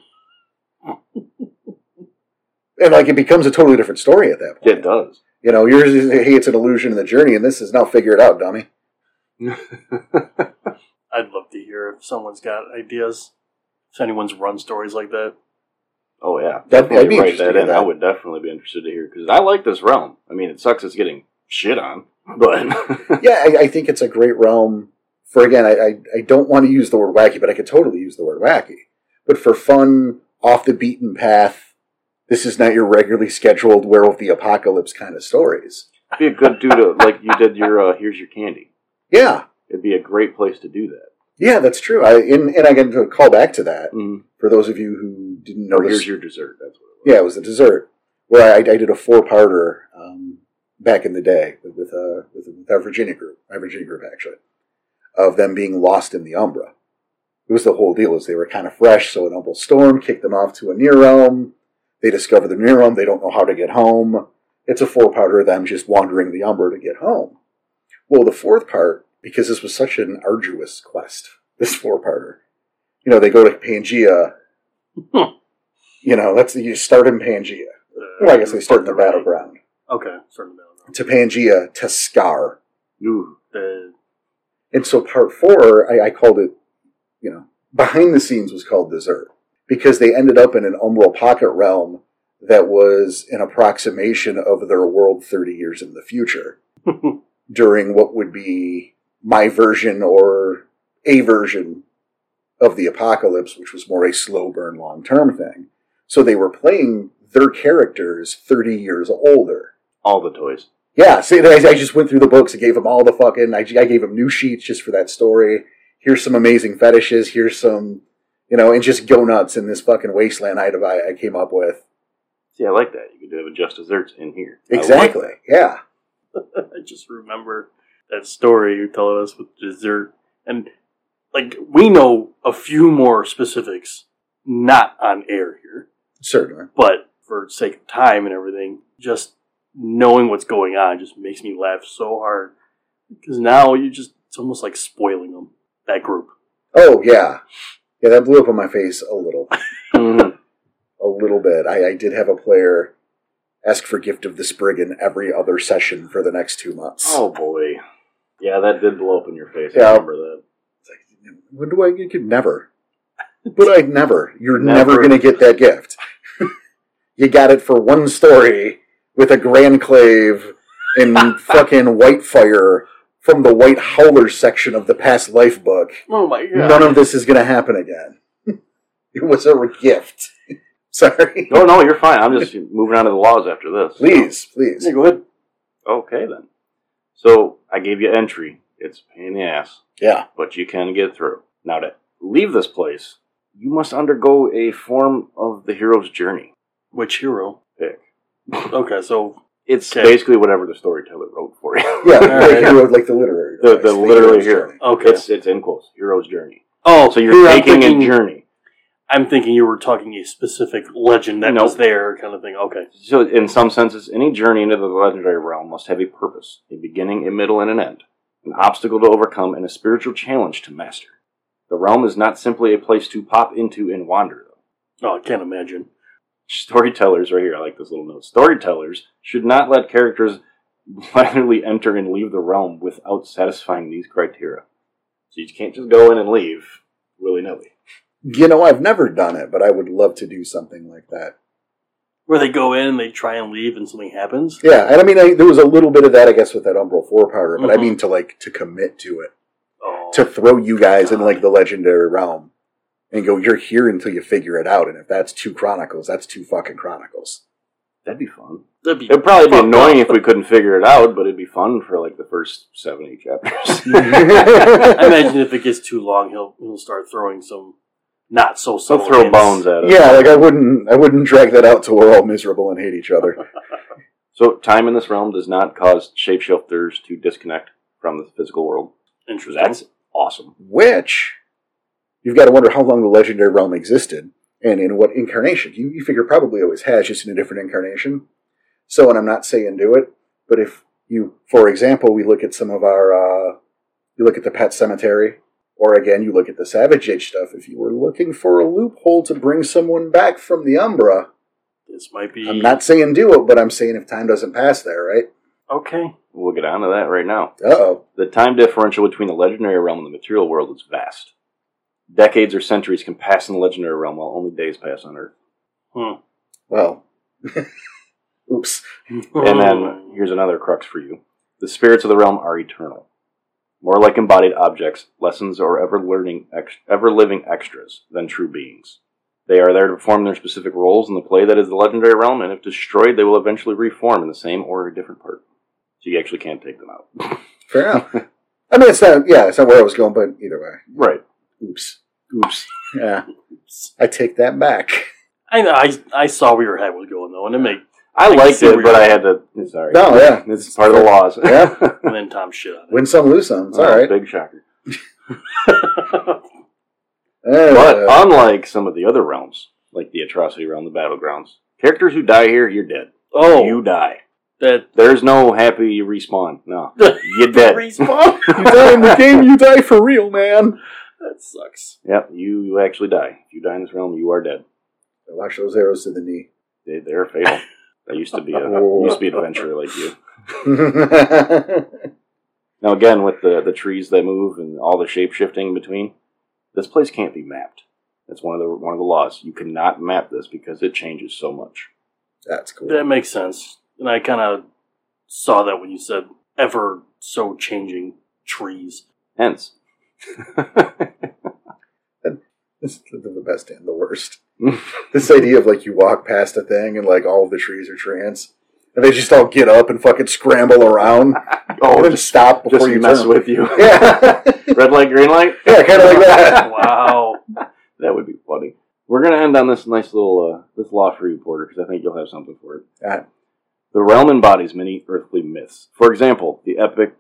Speaker 1: And like it becomes a totally different story at that point.
Speaker 3: it does.
Speaker 1: You know, yours is hey, it's an illusion in the journey, and this is now figure it out, dummy.
Speaker 2: I'd love to hear if someone's got ideas. If anyone's run stories like that.
Speaker 3: Oh, yeah.
Speaker 1: That'd be- I'd be
Speaker 3: Definitely write
Speaker 1: interested
Speaker 3: that
Speaker 1: in
Speaker 3: in.
Speaker 1: that.
Speaker 3: I would definitely be interested to hear because I like this realm. I mean, it sucks it's getting shit on, but
Speaker 1: Yeah, I, I think it's a great realm for again. I, I I don't want to use the word wacky, but I could totally use the word wacky. But for fun, off the beaten path, this is not your regularly scheduled werewolf the apocalypse kind of stories.
Speaker 3: be a good dude to, like you did your uh, Here's Your Candy.
Speaker 1: Yeah,
Speaker 3: It'd be a great place to do that.
Speaker 1: yeah, that's true. I and, and I get to call back to that
Speaker 3: Mm.
Speaker 1: for those of you who didn't
Speaker 3: Or
Speaker 1: notice.
Speaker 3: Here's Your Dessert. That's what it was.
Speaker 1: yeah, it was the dessert where I, I did a four parter um, back in the day with with, uh, with with our Virginia group, my Virginia group actually, of them being lost in the Umbra. It was the whole deal is they were kind of fresh, so an Umbral storm kicked them off to a near realm. They discover the near realm. They don't know how to get home. It's a four parter of them just wandering the Umbra to get home. Well, the fourth part, because this was such an arduous quest, this four parter, you know, they go to Pangea. you know, that's you start in Pangea.
Speaker 2: Uh,
Speaker 1: Well, I guess they start in the battleground.
Speaker 2: Okay, starting the battleground.
Speaker 1: To Pangea, to Scar.
Speaker 3: Ooh.
Speaker 2: The,
Speaker 1: And so part four, I, I called it, you know, behind the scenes was called Dessert because they ended up in an Umbral pocket realm that was an approximation of their world 30 years in the future during what would be my version or a version of the apocalypse, which was more a slow burn, long term thing. So they were playing their characters 30 years older.
Speaker 3: All the toys.
Speaker 1: Yeah, see, I, I just went through the books. I gave him all the fucking. I, I gave him new sheets just for that story. Here's some amazing fetishes. Here's some, you know, and just go nuts in this fucking wasteland item I, I came up with.
Speaker 3: See, I like that. You could have just desserts in here. I like
Speaker 1: Exactly.
Speaker 3: that.
Speaker 1: yeah.
Speaker 2: I just remember that story you told us with dessert. And, like, we know a few more specifics not on air here.
Speaker 1: Certainly.
Speaker 2: but for sake of time and everything, just knowing what's going on just makes me laugh so hard because now you just it's almost like spoiling them that group.
Speaker 1: Oh yeah, yeah. That blew up in my face a little,
Speaker 3: Mhm.
Speaker 1: a little bit. I, I did have a player ask for gift of the sprig in every other session for the next two months.
Speaker 3: oh, boy. Yeah, that did blow up in your face.
Speaker 1: Yeah.
Speaker 3: I remember that.
Speaker 1: It's like, when do I get? Never. But I never. You're never,
Speaker 3: Never.
Speaker 1: going to get that gift. you got it for one story with a Grand Clave in fucking Whitefire from the White Howler section of the Past Life book.
Speaker 2: Oh my
Speaker 1: None of this is going to happen again. it was a gift. Sorry.
Speaker 3: Oh, No, no, you're fine. I'm just moving on to the laws after this.
Speaker 1: Please, please.
Speaker 2: go ahead.
Speaker 3: Okay, then. So, I gave you entry. It's a pain in the ass,
Speaker 1: Yeah.
Speaker 3: but you can get through. Now, to leave this place, you must undergo a form of the hero's journey.
Speaker 2: Which hero?
Speaker 3: Pick.
Speaker 2: Okay, so
Speaker 3: It's
Speaker 2: Okay.
Speaker 3: basically whatever the storyteller wrote for you.
Speaker 1: Yeah, like,
Speaker 2: right.
Speaker 1: hero, like the literary.
Speaker 3: The-
Speaker 1: device,
Speaker 3: the literary
Speaker 1: hero's
Speaker 3: hero.
Speaker 1: journey.
Speaker 2: okay.
Speaker 3: It's, it's in quotes, hero's journey.
Speaker 2: oh,
Speaker 3: So you're
Speaker 2: here I'm
Speaker 3: taking
Speaker 2: thinking-
Speaker 3: a journey.
Speaker 2: I'm thinking you were talking a specific legend that
Speaker 3: Nope.
Speaker 2: was there, kind of thing. Okay,
Speaker 3: So, in some senses, any journey into the legendary realm must have a purpose, a beginning, a middle, and an end, an obstacle to overcome, and a spiritual challenge to master. The realm is not simply a place to pop into and wander, though.
Speaker 2: oh, I can't imagine.
Speaker 3: Storytellers, right here, I like this little note. Storytellers should not let characters blindly enter and leave the realm without satisfying these criteria. So you can't just go in and leave willy nilly.
Speaker 1: You know, I've never done it, but I would love to do something like that.
Speaker 2: Where they go in, they try and leave, and something happens.
Speaker 1: Yeah, and I mean, I, there was a little bit of that, I guess, with that Umbral Four Powder, but
Speaker 2: Mhm.
Speaker 1: I mean to like to commit to it,
Speaker 2: Oh,
Speaker 1: to throw you guys in
Speaker 2: God.
Speaker 1: like the legendary realm, and go, you're here until you figure it out, and if that's two Chronicles, that's two fucking Chronicles.
Speaker 3: That'd be fun.
Speaker 2: that'd be
Speaker 3: It'd probably be
Speaker 2: fucked
Speaker 3: annoying
Speaker 2: up.
Speaker 3: if we couldn't figure it out, but it'd be fun for like the first seven, eight
Speaker 2: I
Speaker 3: chapters.
Speaker 2: imagine if it gets too long, he'll he'll start throwing some not so
Speaker 3: so
Speaker 2: subtle
Speaker 3: throw
Speaker 2: hints.
Speaker 3: bones at us.
Speaker 1: Yeah, like I wouldn't, I wouldn't drag that out till we're all miserable and hate each other.
Speaker 3: So time in this realm does not cause shapeshifters to disconnect from the physical world.
Speaker 2: Interesting.
Speaker 3: That's awesome.
Speaker 1: Which you've got to wonder how long the legendary realm existed and in what incarnation. You, you figure probably always has, just in a different incarnation. So, and I'm not saying do it, but if you, for example, we look at some of our, uh, you look at the Pet Cemetery, or again, you look at the Savage Age stuff. If you were looking for a loophole to bring someone back from the Umbra,
Speaker 2: this might be
Speaker 1: I'm not saying do it, but I'm saying if time doesn't pass there, right?
Speaker 2: okay.
Speaker 3: We'll get onto that right now.
Speaker 1: Uh oh.
Speaker 3: The time differential between the legendary realm and the material world is vast. Decades or centuries can pass in the legendary realm while only days pass on Earth.
Speaker 2: Hmm.
Speaker 1: Well, oops. Oh.
Speaker 3: And then here's another crux for you. The spirits of the realm are eternal. More like embodied objects, lessons, or ever learning ex- ever living extras than true beings. They are there to perform their specific roles in the play that is the legendary realm, and if destroyed, they will eventually reform in the same or a different part. So you actually can't take them out.
Speaker 1: Fair enough. I mean, it's not, yeah, it's not where I was going, but either way.
Speaker 3: Right.
Speaker 1: Oops.
Speaker 3: Oops.
Speaker 1: Yeah. I take that back.
Speaker 2: I know I I saw where your head was going though, and it made
Speaker 3: I
Speaker 2: can
Speaker 3: liked
Speaker 2: see
Speaker 3: it,
Speaker 2: where
Speaker 3: but
Speaker 2: you're-
Speaker 3: I had to. Sorry.
Speaker 1: No, yeah.
Speaker 3: This is part of the laws.
Speaker 1: Yeah.
Speaker 2: and then Tom shit on
Speaker 1: Win some, lose some. It's all right.
Speaker 3: Big shocker.
Speaker 2: it.
Speaker 1: Uh,
Speaker 3: But unlike some of the other realms, like the Atrocity Realm, the Battlegrounds, characters who die here, you're dead.
Speaker 2: oh,
Speaker 3: You die.
Speaker 2: that
Speaker 3: There's no happy you respawn. No. You're
Speaker 2: that
Speaker 3: dead.
Speaker 2: respawn.
Speaker 1: you die in the game, you die for real, man.
Speaker 2: that sucks.
Speaker 3: Yep, you, you actually die. If you die in this realm, you are dead.
Speaker 1: Watch those arrows to the knee.
Speaker 3: They, they're fatal. I used to be a
Speaker 1: Oh.
Speaker 3: used to be an adventurer like you. Now again, with the, the trees that move and all the shape shifting in between, this place can't be mapped. That's one of the one of the laws. You cannot map this because it changes so much.
Speaker 1: That's cool.
Speaker 2: That makes sense, and I kind of saw that when you said ever so changing trees.
Speaker 3: Hence,
Speaker 1: This is the best and the worst. this idea of like you walk past a thing and like all of the trees are trans. And they just all get up and fucking scramble around.
Speaker 3: oh,
Speaker 1: and then
Speaker 3: just,
Speaker 1: stop before
Speaker 3: just
Speaker 1: you
Speaker 3: mess
Speaker 1: turn.
Speaker 3: with you.
Speaker 1: Yeah.
Speaker 3: Red light, green light.
Speaker 1: yeah, kind of like that.
Speaker 2: Wow.
Speaker 3: That would be funny. We're gonna end on this nice little uh, this law for you, Porter, because I think you'll have something for it.
Speaker 1: Alright.
Speaker 3: The realm embodies many earthly myths. For example, the epic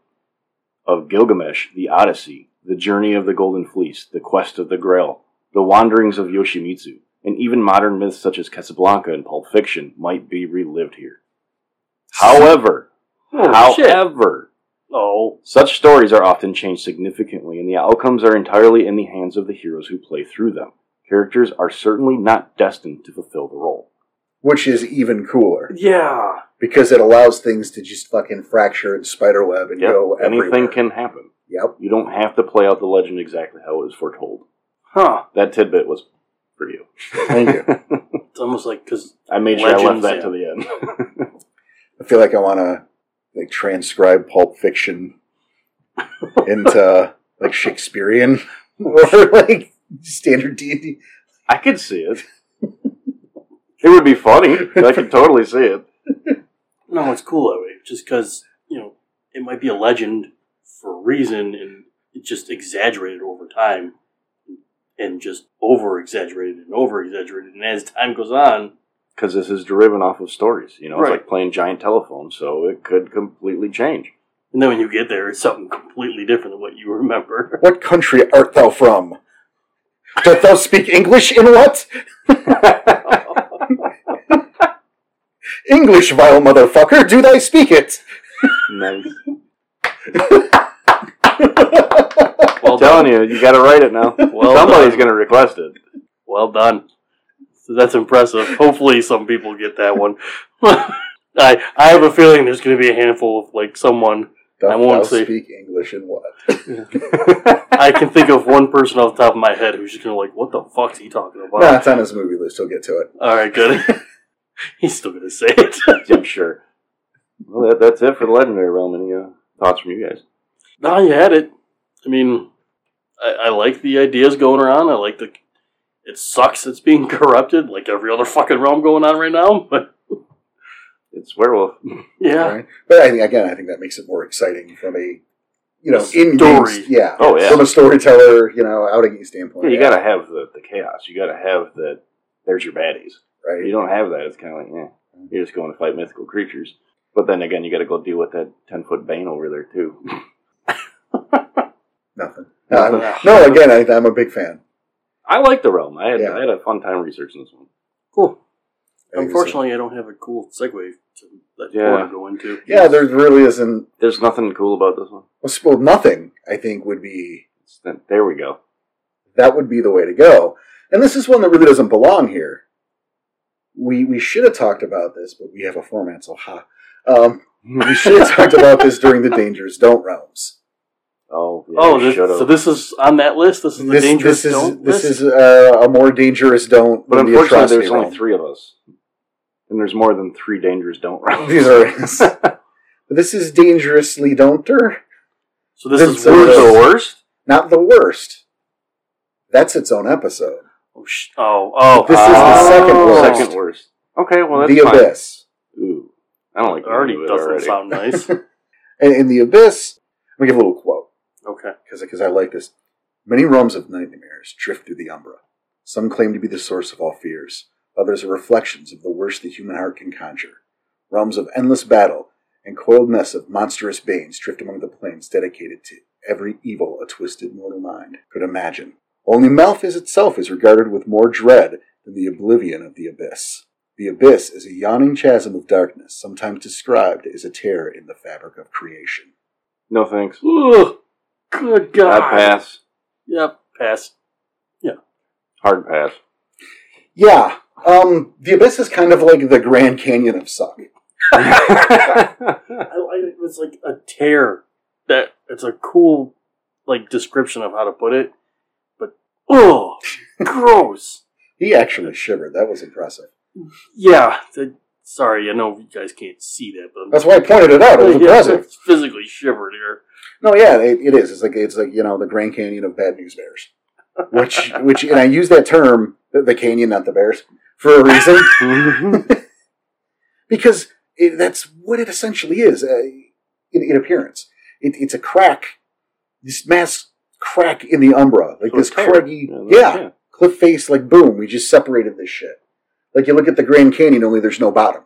Speaker 3: of Gilgamesh, the Odyssey, the Journey of the Golden Fleece, the Quest of the Grail, the Wanderings of Yoshimitsu, and even modern myths such as Casablanca and Pulp Fiction might be relived here. However,
Speaker 2: Holy shit.
Speaker 3: however,
Speaker 2: Oh,
Speaker 3: such stories are often changed significantly, and the outcomes are entirely in the hands of the heroes who play through them. Characters are certainly not destined to fulfill the role.
Speaker 1: Which is even cooler
Speaker 2: yeah.
Speaker 1: because it allows things to just fucking fracture and spiderweb and go
Speaker 3: Yep,
Speaker 1: everywhere.
Speaker 3: anything can happen.
Speaker 1: Yep.
Speaker 3: You don't have to play out the legend exactly how it was foretold.
Speaker 2: Huh.
Speaker 3: That tidbit was for you.
Speaker 1: Thank you.
Speaker 2: It's almost like because
Speaker 3: I made sure I left
Speaker 2: Legends,
Speaker 3: that
Speaker 2: yeah.
Speaker 3: to the end.
Speaker 1: I feel like I want to like transcribe Pulp Fiction into like Shakespearean or like standard D and D.
Speaker 3: I could see it. It would be funny. I could totally see it.
Speaker 2: no, it's cool that way. Just because you know it might be a legend for a reason, and it just exaggerated over time, and just over exaggerated and over exaggerated, and as time goes on,
Speaker 3: Because this is driven off of stories. You know, it's
Speaker 2: Right.
Speaker 3: like playing giant telephone, so it could completely change.
Speaker 2: and then when you get there, it's something completely different than what you remember.
Speaker 1: What country art thou from? Dost thou speak English in what? English, vile motherfucker, do thy speak it?
Speaker 3: Nice.
Speaker 2: Well
Speaker 3: I'm
Speaker 2: done.
Speaker 3: telling you, you got to write it now.
Speaker 2: Well
Speaker 3: Somebody's
Speaker 2: done.
Speaker 3: going to request it.
Speaker 2: Well done. So that's impressive. Hopefully, some people get that one. I I have a feeling there's going to be a handful of like someone
Speaker 1: Doth
Speaker 2: I won't
Speaker 1: thou
Speaker 2: say-
Speaker 1: speak English and what?
Speaker 2: I can think of one person off the top of my head who's just gonna like, what the fuck's he talking about?
Speaker 1: Nah, it's on his movie list. He'll get to it.
Speaker 2: All right, good. He's still gonna say it.
Speaker 3: I'm sure. Well, that, that's it for the legendary realm. Any uh, thoughts from you guys?
Speaker 2: no, you had it. I mean, I, I like the ideas going around. I like the. It sucks it's being corrupted, like every other fucking realm going on right now. But
Speaker 3: It's werewolf.
Speaker 2: yeah,
Speaker 1: Right? But I think again, I think that makes it more exciting from a you know
Speaker 2: Story.
Speaker 1: in yeah,
Speaker 3: Oh yeah.
Speaker 1: from a storyteller you know outing standpoint.
Speaker 3: Yeah, you gotta have the, the chaos. You gotta have the there's your baddies. If you
Speaker 1: right.
Speaker 3: don't have that, it's kind of like, eh, you're just going to fight mythical creatures. But then again, you got to go deal with that ten foot bane over there too.
Speaker 1: Nothing. No, I'm- no, again, I, I'm a big fan.
Speaker 3: I like the realm. I had
Speaker 1: Yeah.
Speaker 3: I had a fun time researching this one.
Speaker 2: cool.
Speaker 1: I think it's a-
Speaker 2: Unfortunately, I don't have a cool segue to that
Speaker 3: Yeah.
Speaker 2: yeah. to go into.
Speaker 1: yeah, there really isn't.
Speaker 3: There's nothing cool about this one.
Speaker 1: Well, nothing. I think would be
Speaker 3: It's that- there we go.
Speaker 1: that would be the way to go. And this is one that really doesn't belong here. We we should have talked about this, but we have a format, so ha. Um, we should have talked about this during the dangers don't realms.
Speaker 3: oh, yeah,
Speaker 2: oh,
Speaker 3: we
Speaker 2: this,
Speaker 3: should've.
Speaker 2: so this is on that list. This is the
Speaker 1: This,
Speaker 2: dangerous
Speaker 1: this is
Speaker 2: don't
Speaker 1: this
Speaker 2: list?
Speaker 1: is uh, a more dangerous don't.
Speaker 3: but
Speaker 1: than the
Speaker 3: unfortunately,
Speaker 1: atrocity
Speaker 3: there's only
Speaker 1: realm.
Speaker 3: three of us, and there's more than three dangers. Don't run.
Speaker 1: These are. this is dangerously don'ter,
Speaker 2: so this
Speaker 1: this
Speaker 2: is
Speaker 1: is the
Speaker 2: worse.
Speaker 1: worst.
Speaker 3: worst.
Speaker 1: not the worst. That's its own episode.
Speaker 2: Oh, sh- oh, oh,
Speaker 1: This is the
Speaker 2: oh.
Speaker 1: second worst.
Speaker 3: Second worst. Okay, well that's
Speaker 1: the
Speaker 3: fine.
Speaker 1: abyss.
Speaker 3: Ooh, I don't like
Speaker 2: It already
Speaker 3: the name of it
Speaker 2: doesn't
Speaker 3: already.
Speaker 2: sound nice.
Speaker 1: And in the abyss, let me give a little quote.
Speaker 2: okay.
Speaker 1: because I like this. Many realms of nightmares drift through the umbra. Some claim to be the source of all fears. Others are reflections of the worst the human heart can conjure. Realms of endless battle and coiled nests of monstrous banes drift among the plains dedicated to every evil a twisted mortal mind could imagine. Only Malthus itself is regarded with more dread than the oblivion of the abyss. The abyss is a yawning chasm of darkness, sometimes described as a tear in the fabric of creation.
Speaker 3: No thanks.
Speaker 2: Ugh, good God.
Speaker 3: I pass.
Speaker 2: Yep, pass.
Speaker 3: Hard pass.
Speaker 1: Yeah. Um, the Abyss is kind of like the Grand Canyon of Suck.
Speaker 2: I, I, it was like a tear. That it's a cool, like description of how to put it, but oh, gross.
Speaker 1: He actually shivered. That was impressive.
Speaker 2: Yeah. th- sorry, I know you guys can't see that, but I'm
Speaker 1: That's why I pointed it out. It was
Speaker 2: Yeah,
Speaker 1: impressive.
Speaker 2: it's physically shivered here.
Speaker 1: No, yeah, it, it is. It's like it's like you know the Grand Canyon of bad news bears, which which and I use that term the, the canyon, not the bears, for a reason because it, that's what it essentially is uh, in, in appearance. It, it's a crack, this mass crack in the umbra, like
Speaker 3: So
Speaker 1: this
Speaker 3: it's tired.
Speaker 1: craggy, yeah,
Speaker 3: yeah.
Speaker 1: cliff face like boom we just separated this shit like you look at the grand canyon only there's no bottom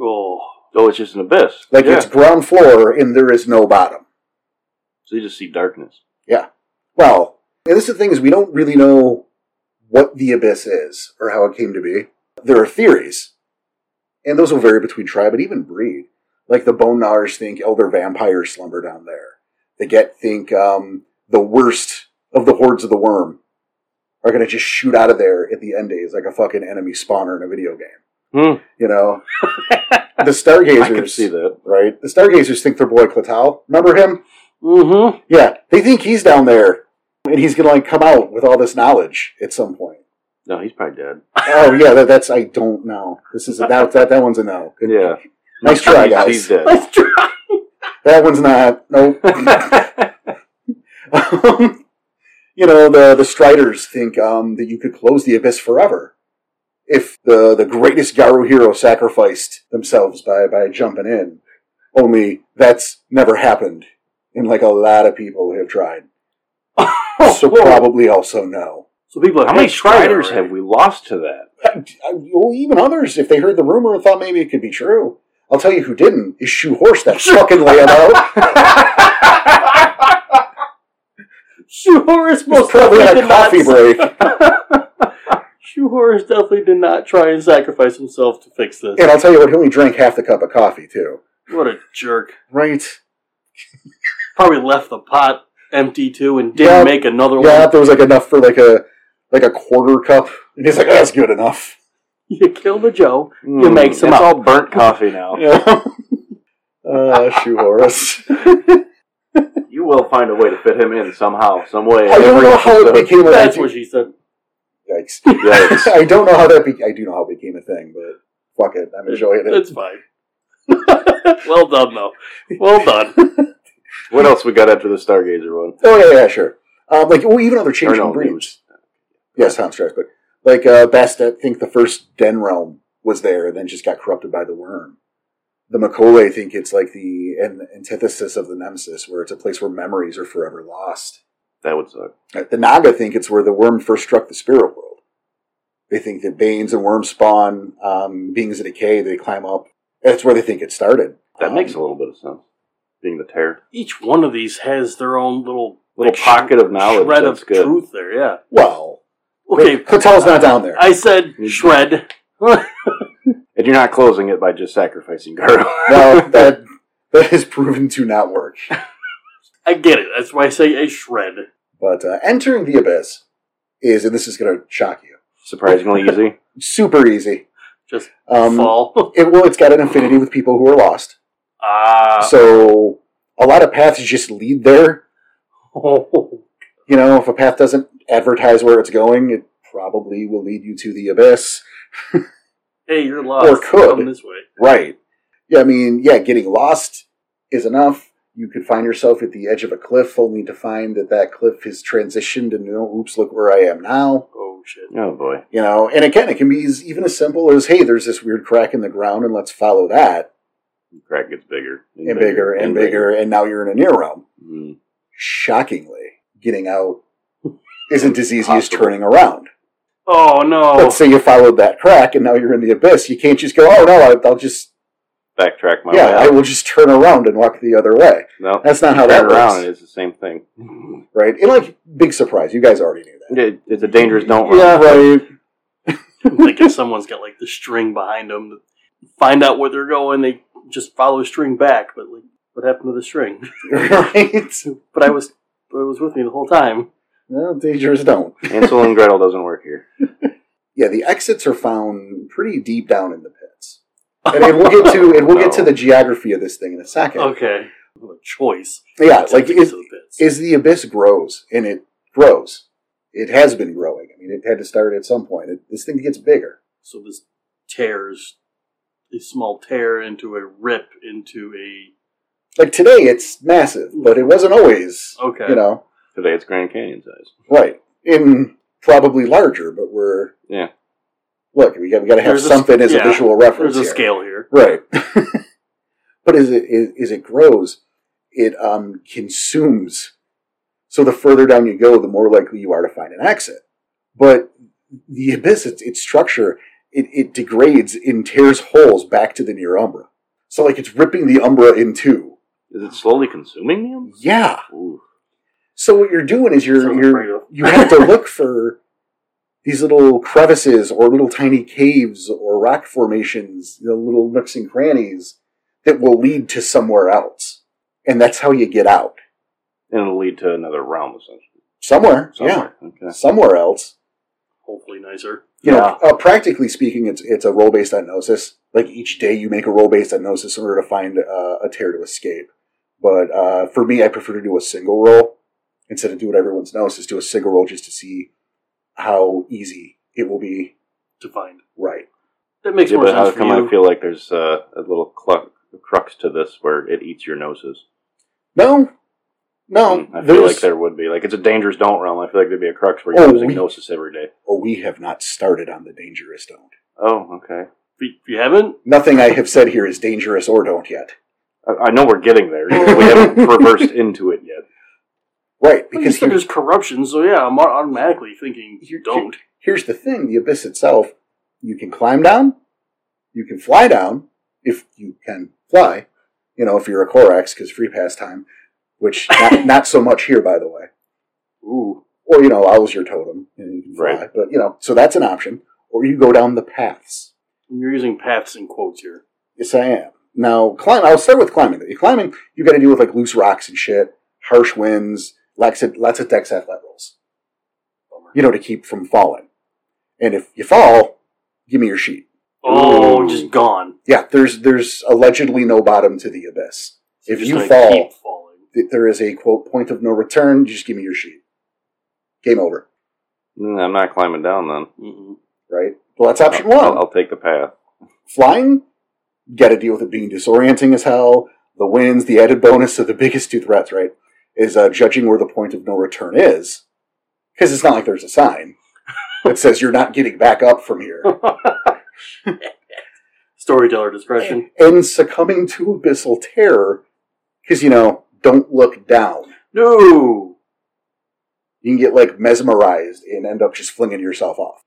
Speaker 2: Oh,
Speaker 3: Oh, it's just an abyss.
Speaker 1: like
Speaker 3: yeah.
Speaker 1: it's ground floor and there is no bottom
Speaker 3: so you just see darkness.
Speaker 1: well and this is the thing is we don't really know what the abyss is or how it came to be there are theories and those will vary between tribe and even breed like the bone gnawers think elder vampires slumber down there the get think um, the worst of the hordes of the worm are going to just shoot out of there at the end days like a fucking enemy spawner in a video game
Speaker 3: Hmm.
Speaker 1: You know, the
Speaker 3: I can
Speaker 1: stargazers
Speaker 3: see that.
Speaker 1: right? The stargazers think their boy Clotal. Remember him?
Speaker 2: mm-hmm.
Speaker 1: Yeah, they think he's down there, and he's gonna like come out with all this knowledge at some point.
Speaker 3: No, he's probably dead.
Speaker 1: oh yeah, that, that's I don't know. This is that that that one's a no. Good-
Speaker 3: Yeah.
Speaker 1: Nice try,
Speaker 3: He's-
Speaker 1: guys.
Speaker 3: He's dead.
Speaker 2: Let's try.
Speaker 1: that one's not. Nope. Um, you know the the Striders think um, that you could close the abyss forever if the the greatest Garu hero sacrificed themselves by by jumping in. Only that's never happened, and like a lot of people have tried. so probably also no.
Speaker 2: So people, have
Speaker 3: How many
Speaker 2: had tried it
Speaker 3: striders have
Speaker 2: already.
Speaker 3: we lost to that?
Speaker 1: I- I- Well, even others, if they heard the rumor and thought maybe it could be true, I'll tell you who didn't is Shoe Horse, that fucking Lando.
Speaker 2: Sure, it's
Speaker 1: Most
Speaker 2: most
Speaker 1: probably
Speaker 2: definitely
Speaker 1: on a
Speaker 2: did not
Speaker 1: coffee break.
Speaker 2: Shoehorse definitely did not try and sacrifice himself to fix this.
Speaker 1: And I'll tell you what, he only drank half the cup of coffee, too.
Speaker 2: What a jerk.
Speaker 1: Right.
Speaker 2: Probably left the pot empty too and didn't
Speaker 1: Yeah.
Speaker 2: make another
Speaker 1: Yeah,
Speaker 2: one.
Speaker 1: there was like enough for like a like a quarter cup. And he's like, that's good enough.
Speaker 2: You kill the Joe.
Speaker 3: Hmm,
Speaker 2: make some
Speaker 3: It's
Speaker 2: up.
Speaker 3: all burnt coffee now.
Speaker 1: You know? Uh, shoe Horus.
Speaker 3: You will find a way to fit him in somehow, some way.
Speaker 1: I don't
Speaker 3: every
Speaker 1: Oh, know how it
Speaker 3: episode.
Speaker 1: became a
Speaker 2: That's what she said.
Speaker 1: Yikes.
Speaker 3: Yikes.
Speaker 1: I don't know how that. Be- I do know how it became a thing, but fuck it, I'm enjoying it.
Speaker 2: It's fine. well done, though. Well done.
Speaker 3: What else we got after the Stargazer one?
Speaker 1: Oh yeah, yeah, sure. Um, like well, even other
Speaker 3: Or
Speaker 1: changing
Speaker 3: no,
Speaker 1: breeds.
Speaker 3: it was-
Speaker 1: Yes, hamsters, but like uh, Best, I think the first Den realm was there, and then just got corrupted by the worm. The Macaulay think it's like the an antithesis of the Nemesis, where it's a place where memories are forever lost.
Speaker 3: That would suck.
Speaker 1: Uh, The Naga think it's where the worm first struck the spirit world. They think that Banes and worms spawn um, beings of decay. They climb up. That's where they think it started.
Speaker 3: That makes a
Speaker 1: Um,
Speaker 3: little bit of sense. Being the tear.
Speaker 2: Each one of these has their own little
Speaker 3: Little
Speaker 2: like,
Speaker 3: pocket of knowledge.
Speaker 2: shred
Speaker 3: That's
Speaker 2: of
Speaker 3: good.
Speaker 2: truth there. Yeah.
Speaker 1: well.
Speaker 2: Okay.
Speaker 1: Hotel's not down there.
Speaker 2: I said
Speaker 1: Mm-hmm.
Speaker 2: shred.
Speaker 3: And you're not closing it by just sacrificing Garo.
Speaker 1: no, that that has proven to not work.
Speaker 2: I get it. That's why I say a shred.
Speaker 1: But uh, entering the abyss is, and this is going to shock you,
Speaker 3: Surprisingly easy.
Speaker 1: super easy.
Speaker 2: Just
Speaker 1: Um,
Speaker 2: fall.
Speaker 1: It, well, it's got an affinity with people who are lost,
Speaker 2: Ah.
Speaker 1: so a lot of paths just lead there. You know, if a path doesn't advertise where it's going, it probably will lead you to the abyss.
Speaker 2: hey, you're lost.
Speaker 1: Or could.
Speaker 2: Come this way.
Speaker 1: Right. Yeah, I mean, yeah, getting lost is enough. You could find yourself at the edge of a cliff, only to find that that cliff has transitioned and, no, oops, look where I am now.
Speaker 2: Oh shit.
Speaker 3: Oh boy.
Speaker 1: you know and again it can be as, even as simple as hey there's this weird crack in the ground and let's follow that
Speaker 3: The crack gets bigger.
Speaker 1: and, bigger, and bigger, and now you're in a near realm
Speaker 3: Mm.
Speaker 1: shockingly getting out isn't as easy as
Speaker 3: Impossible.
Speaker 1: turning around
Speaker 2: Oh no.
Speaker 1: let's say you followed that crack and now you're in the abyss you can't just go oh no I- i'll just
Speaker 3: Backtrack my
Speaker 1: yeah
Speaker 3: way.
Speaker 1: i
Speaker 3: out.
Speaker 1: will just turn around and walk the other way
Speaker 3: No.
Speaker 1: that's not how that
Speaker 3: Turn around
Speaker 1: works
Speaker 3: and it's the same thing.
Speaker 1: right and like big surprise you guys already knew that
Speaker 3: It- it's a dangerous don't run.
Speaker 1: yeah right
Speaker 2: like if someone's got like the string behind them to find out where they're going, they just follow the string back. But like, what happened to the string?
Speaker 1: right
Speaker 2: But I was, but it was with me the whole time.
Speaker 1: well dangerous don't
Speaker 3: Ansel and Gretel doesn't work here.
Speaker 1: yeah, the exits are found pretty deep down in the pits, and, and we'll get to and we'll get to the geography of this thing in a second.
Speaker 2: Oh. Okay. A choice.
Speaker 1: Yeah, like
Speaker 2: Take it
Speaker 1: is,
Speaker 2: to the pits.
Speaker 1: is the abyss grows and it grows. It has been growing. I mean, it had to start at some point. It, this thing gets bigger.
Speaker 2: so this tears a small tear into a rip into a
Speaker 1: Like today, it's massive, but it wasn't always.
Speaker 2: okay.
Speaker 1: You know,
Speaker 3: Today it's Grand Canyon size.
Speaker 1: right? In probably larger, but we're
Speaker 3: Yeah.
Speaker 1: Look, we got we got to have
Speaker 2: There's a s-
Speaker 1: something as
Speaker 2: yeah,
Speaker 1: a visual reference.
Speaker 2: There's a
Speaker 1: here.
Speaker 2: scale here.
Speaker 1: Right. but as it as, as it grows, it um, consumes. So the further down you go, the more likely you are to find an exit. But the abyss, its, its structure, it, it degrades and tears holes back to the near umbra. So like it's ripping the umbra in two.
Speaker 3: Is it slowly consuming them?
Speaker 1: Yeah.
Speaker 3: Ooh.
Speaker 1: So what you're doing is you're
Speaker 2: Sounds
Speaker 1: you're
Speaker 2: pretty rough.
Speaker 1: you have to look for these little crevices or little tiny caves or rock formations, the little nooks and crannies that will lead to somewhere else. And that's how you get out.
Speaker 3: And it'll lead to another realm essentially.
Speaker 1: Somewhere,
Speaker 3: Somewhere.
Speaker 1: yeah,
Speaker 3: Okay.
Speaker 1: somewhere else.
Speaker 2: Hopefully nicer.
Speaker 1: You know, uh, practically speaking, it's it's a roll based on gnosis. Like each day, you make a roll based on gnosis in order to find uh, a tear to escape. But uh, for me, I prefer to do a single roll instead of do what everyone's gnosis. Do a single roll just to see how easy it will be
Speaker 2: to find.
Speaker 1: Right.
Speaker 2: That makes
Speaker 3: Yeah,
Speaker 2: more
Speaker 3: but how
Speaker 2: sense for
Speaker 3: come I
Speaker 2: you.
Speaker 3: feel like there's uh, a little clu- crux to this where it eats your noses?
Speaker 1: No. No.
Speaker 3: Mm, I feel
Speaker 1: there's-
Speaker 3: like there would be. Like, it's a dangerous don't realm. I feel like there'd be a crux where
Speaker 1: Oh,
Speaker 3: you're losing
Speaker 1: we-
Speaker 3: gnosis every day.
Speaker 1: Oh, we have not started on the dangerous don't.
Speaker 3: Oh, okay.
Speaker 2: If you haven't,
Speaker 1: Nothing I have said here is dangerous or don't yet.
Speaker 3: I, I know we're getting there. We haven't reversed into it yet.
Speaker 1: Right.
Speaker 2: because you
Speaker 1: Because
Speaker 2: said
Speaker 1: here-
Speaker 2: there's corruption, so yeah, I'm au- automatically thinking you don't.
Speaker 1: here's the thing the abyss itself, you can climb down, you can fly down, if you can fly, you know, if you're a Korax, because free pass time, which not, not so much here, by the way.
Speaker 2: Ooh,
Speaker 1: Or, you know, owl's your totem, and you can fly.
Speaker 3: Right.
Speaker 1: But, you know, so that's an option. Or you go down the paths.
Speaker 2: and you're using paths in quotes here.
Speaker 1: Yes, I am. Now, climb. I'll start with climbing. Climbing, you got to deal with like loose rocks and shit, harsh winds, lots of lots of dex athlete rolls.
Speaker 2: Bummer.
Speaker 1: You know, to keep from falling. And if you fall, give me your sheet.
Speaker 2: Oh,
Speaker 3: Ooh.
Speaker 2: just gone.
Speaker 1: Yeah, there's there's allegedly no bottom to the abyss. If
Speaker 2: Just
Speaker 1: you
Speaker 2: gonna
Speaker 1: fall-
Speaker 2: keep falling.
Speaker 1: Th- There is a quote point of no return. You just give me your sheet. Game over,
Speaker 3: Mm, I'm not climbing down then.
Speaker 2: Mm-mm.
Speaker 1: right? Well, that's option
Speaker 3: I'll-
Speaker 1: one.
Speaker 3: I'll, I'll take the path.
Speaker 1: Flying, got to deal with it being disorienting as hell. The winds, the added bonus of the biggest two threats, right, is uh, judging where the point of no return is, because it's not like there's a sign that says you're not getting back up from here.
Speaker 2: Storyteller discretion.
Speaker 1: and succumbing to abyssal terror because you know don't look down
Speaker 2: No.
Speaker 1: you can get like mesmerized and end up just flinging yourself off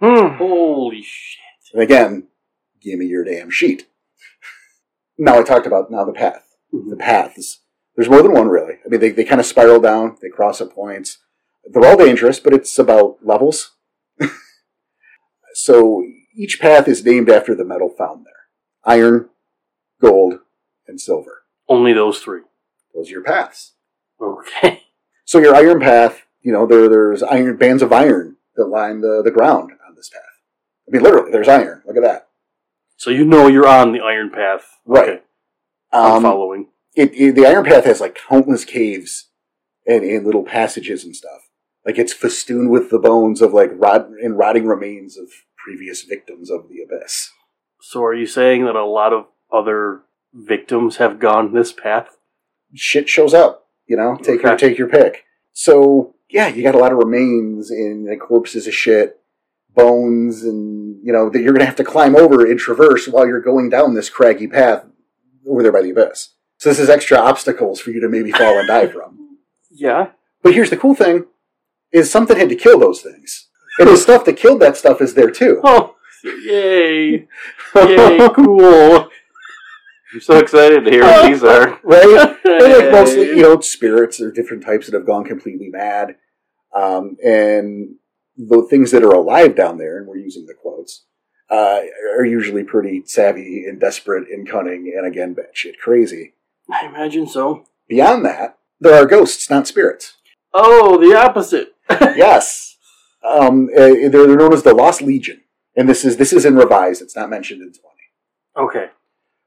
Speaker 3: Hmm.
Speaker 2: Holy shit.
Speaker 1: and again give me your damn sheet now i talked about now the path the paths there's more than one really i mean they, they kind of spiral down they cross at points they're all dangerous but it's about levels so each path is named after the metal found there iron gold and silver
Speaker 2: Only those three.
Speaker 1: those are your paths
Speaker 2: Okay.
Speaker 1: So your iron path, you know, there there's iron bands of iron that line the, the ground on this path. I mean, literally, there's iron. Look at that.
Speaker 2: So you know you're on the iron path.
Speaker 1: Right.
Speaker 2: Okay. I'm
Speaker 1: Um,
Speaker 2: following.
Speaker 1: it, it- the iron path has like countless caves and, and little passages and stuff. Like it's festooned with the bones of like rot and rotting remains of previous victims of the abyss.
Speaker 2: So are you saying that a lot of other victims have gone this path?
Speaker 1: Shit shows up, you know. Take your
Speaker 2: Okay.
Speaker 1: take your pick. So yeah, you got a lot of remains and like, corpses of shit. bones and you know that you're going to have to climb over and traverse while you're going down this craggy path over there by the abyss. So this is extra obstacles for you to maybe fall and die from.
Speaker 2: Yeah.
Speaker 1: But here's the cool thing: is something had to kill those things, and the stuff that killed that stuff is there too.
Speaker 2: Oh, yay. Yay, cool.
Speaker 3: I'm so excited to hear what these are.
Speaker 1: right? They're like mostly you know spirits or different types that have gone completely mad, um, and the things that are alive down there, and we're using the quotes, uh, are usually pretty savvy and desperate and cunning, and again batshit crazy.
Speaker 2: I imagine so.
Speaker 1: Beyond that, there are ghosts, not spirits.
Speaker 2: Oh, the opposite.
Speaker 1: yes, um, eh, they're they're known as the Lost Legion, and this is this is in revised. It's not mentioned in twenty.
Speaker 2: Okay.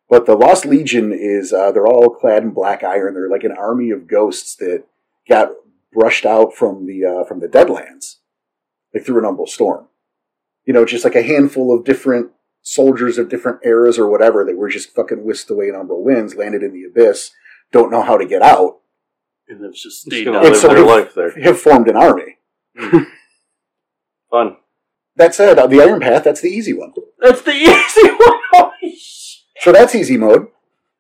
Speaker 1: But the Lost Legion is uh, they're all clad in black iron. They're like an army of ghosts that got brushed out from the uh, from the Deadlands, like through an umbral storm. You know, just like a handful of different soldiers of different eras or whatever that were just fucking whisked away in umbral winds, landed in the abyss, don't know how to get out,
Speaker 2: And it's just
Speaker 3: Just
Speaker 2: stayed
Speaker 3: gonna
Speaker 2: down.
Speaker 3: live
Speaker 1: It's sort
Speaker 3: their
Speaker 1: of-
Speaker 3: life there.
Speaker 1: have formed an army.
Speaker 3: Fun.
Speaker 1: That said, uh, the Iron Path that's the easy one.
Speaker 2: That's the easy one. Holy shit.
Speaker 1: So that's easy mode.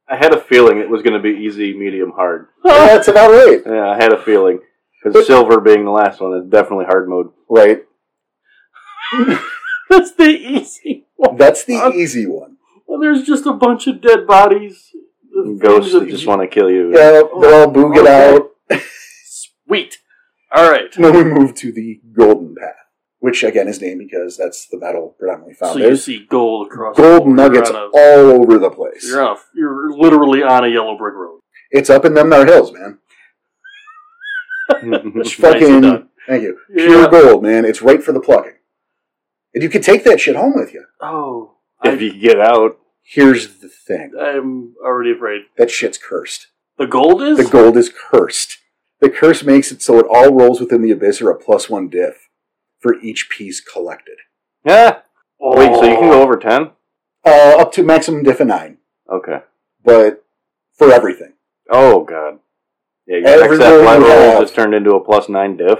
Speaker 3: I had a feeling it was going to be easy, medium, hard.
Speaker 1: That's about right.
Speaker 3: Yeah, I had a feeling.
Speaker 1: But-
Speaker 3: Because silver being the last one is definitely hard mode.
Speaker 1: Right.
Speaker 2: That's the easy one.
Speaker 1: That's the easy one.
Speaker 2: And there's just a bunch of dead bodies. The
Speaker 3: Ghosts
Speaker 2: things
Speaker 3: that just want to kill you.
Speaker 1: Yeah, they're all booged
Speaker 2: Okay.
Speaker 1: out.
Speaker 2: Sweet. All right.
Speaker 1: Then we move to the Golden Path, which again is named because that's the metal predominantly found.
Speaker 2: So you
Speaker 1: There's
Speaker 2: see gold across.
Speaker 1: gold
Speaker 2: the board.
Speaker 1: nuggets
Speaker 2: You're, on a,
Speaker 1: all over the place.
Speaker 2: you're, on a, you're literally on a yellow brick road.
Speaker 1: It's up in them there hills, man. It's
Speaker 2: Nicely
Speaker 1: fucking.
Speaker 2: done.
Speaker 1: Thank you.
Speaker 2: Yeah.
Speaker 1: Pure gold, man. It's right for the plugging, and you can take that shit home with you.
Speaker 2: Oh,
Speaker 3: if
Speaker 2: I,
Speaker 3: you get out,
Speaker 1: Here's the thing:
Speaker 2: I'm already afraid.
Speaker 1: that shit's cursed.
Speaker 2: The gold is
Speaker 1: The gold is cursed. The curse makes it so it all rolls within the abyss or a plus one diff for each piece collected,
Speaker 3: yeah.
Speaker 2: Oh.
Speaker 3: Wait, so you can go over ten?
Speaker 1: uh, up to maximum diff of nine,
Speaker 3: Okay.
Speaker 1: but for everything.
Speaker 3: Oh god. Yeah, your
Speaker 1: Every
Speaker 3: next step
Speaker 1: roll
Speaker 3: my
Speaker 1: you
Speaker 3: roll
Speaker 1: have.
Speaker 3: just turned into a plus nine diff.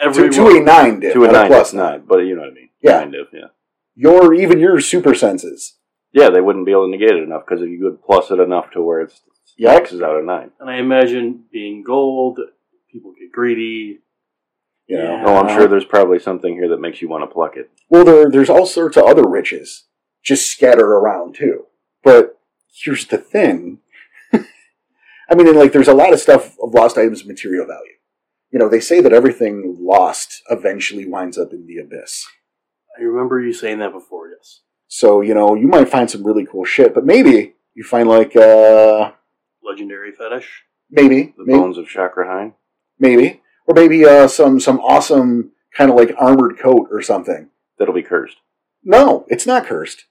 Speaker 2: every
Speaker 1: to, to a nine diff,
Speaker 3: Two and
Speaker 1: not
Speaker 3: nine
Speaker 1: a plus
Speaker 3: diff, nine. But you know what I mean.
Speaker 1: Yeah.
Speaker 3: Nine diff, yeah.
Speaker 1: Your even your super senses.
Speaker 3: Yeah, they wouldn't be able to negate it enough because if you would plus it enough to where it's
Speaker 1: Yep.
Speaker 3: maxes out at nine.
Speaker 2: and I imagine being gold, people get greedy.
Speaker 1: You know.
Speaker 2: Yeah.
Speaker 3: Oh, I'm
Speaker 1: Uh-huh.
Speaker 3: sure there's probably something here that makes you want to pluck it.
Speaker 1: Well, there there's all sorts of other riches just scattered around too. But here's the thing. I mean, and like there's a lot of stuff of lost items of material value. You know, they say that everything lost eventually winds up in the abyss.
Speaker 2: I remember you saying that before. Yes,
Speaker 1: So you know, you might find some really cool shit, but maybe you find like uh
Speaker 2: legendary fetish.
Speaker 1: maybe
Speaker 3: The
Speaker 1: maybe,
Speaker 3: bones of Chakrahine.
Speaker 1: maybe or maybe uh some some awesome kind of like armored coat or something.
Speaker 3: That'll be cursed.
Speaker 1: No, it's not cursed.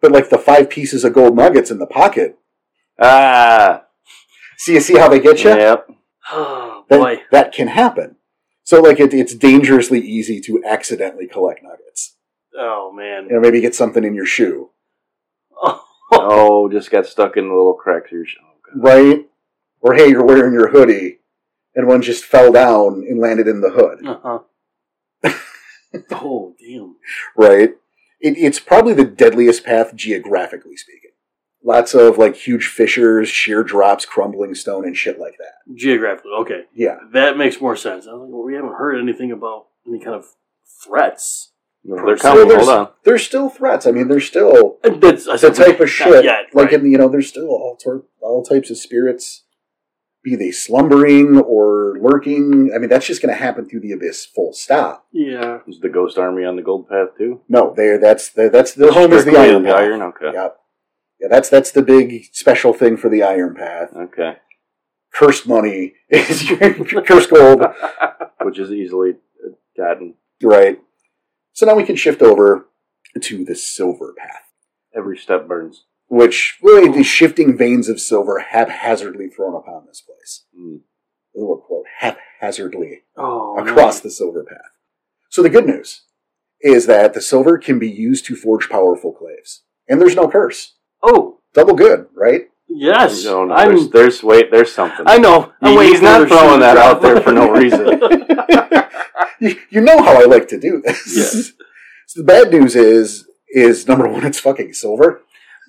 Speaker 1: But like the five pieces of gold nuggets in the pocket.
Speaker 3: Ah,
Speaker 1: See, you see how they get you?
Speaker 3: yep.
Speaker 2: Oh,
Speaker 1: That,
Speaker 2: boy.
Speaker 1: that can happen. So like it, it's dangerously easy to accidentally collect nuggets.
Speaker 2: Oh, man.
Speaker 1: You know, maybe get something in your shoe,
Speaker 3: Oh, just got stuck in the little cracks of your sh- oh, God.
Speaker 1: right? Or hey, you're wearing your hoodie, and one just fell down and landed in the hood.
Speaker 2: Uh-huh. oh, damn.
Speaker 1: right? It, it's probably the deadliest path geographically speaking. Lots of like huge fissures, sheer drops, crumbling stone, and shit like that.
Speaker 2: Geographically, okay.
Speaker 1: Yeah,
Speaker 2: That makes more sense. I was like, well, we haven't heard anything about any kind of threats.
Speaker 3: No, they're
Speaker 2: So
Speaker 3: coming.
Speaker 1: there's-
Speaker 3: Hold on.
Speaker 1: there's still threats. I mean, there's still
Speaker 2: Uh, That's I
Speaker 1: the
Speaker 2: said,
Speaker 1: type
Speaker 2: not
Speaker 1: of shit.
Speaker 2: yet,
Speaker 1: like
Speaker 2: right.
Speaker 1: in the, you know, there's still all tor- all types of spirits, be they slumbering or lurking. I mean, that's just going to happen through the abyss. Full stop.
Speaker 2: yeah.
Speaker 3: Is the Ghost Army on the Gold Path too?
Speaker 1: No, they that's the, that's their home is the
Speaker 3: Strictly
Speaker 1: iron. Path.
Speaker 3: Iron. Okay.
Speaker 1: Yep. Yeah, that's that's the big special thing for the iron path.
Speaker 3: Okay.
Speaker 1: cursed money is your cursed gold,
Speaker 3: Which is easily uh, gotten.
Speaker 1: right? So now we can shift over to the silver path,
Speaker 3: Every step burns.
Speaker 1: which really the shifting veins of silver haphazardly thrown upon this place.
Speaker 3: Mm.
Speaker 1: A little quote haphazardly
Speaker 2: Oh, no.
Speaker 1: across the silver path. So the good news is that the silver can be used to forge powerful claves, and there's no curse.
Speaker 2: Oh,
Speaker 1: Double good, right?
Speaker 2: yes.
Speaker 3: Oh, No, no.
Speaker 2: I'm,
Speaker 3: There's, there's wait. There's something.
Speaker 2: I know. I'm
Speaker 3: He-
Speaker 2: waiting
Speaker 3: he's
Speaker 2: for
Speaker 3: not
Speaker 2: the shoe to
Speaker 3: throwing that
Speaker 2: drop.
Speaker 3: out there for no reason.
Speaker 1: you, you know how I like to do this.
Speaker 2: Yes.
Speaker 1: So the bad news is is number one, it's fucking silver.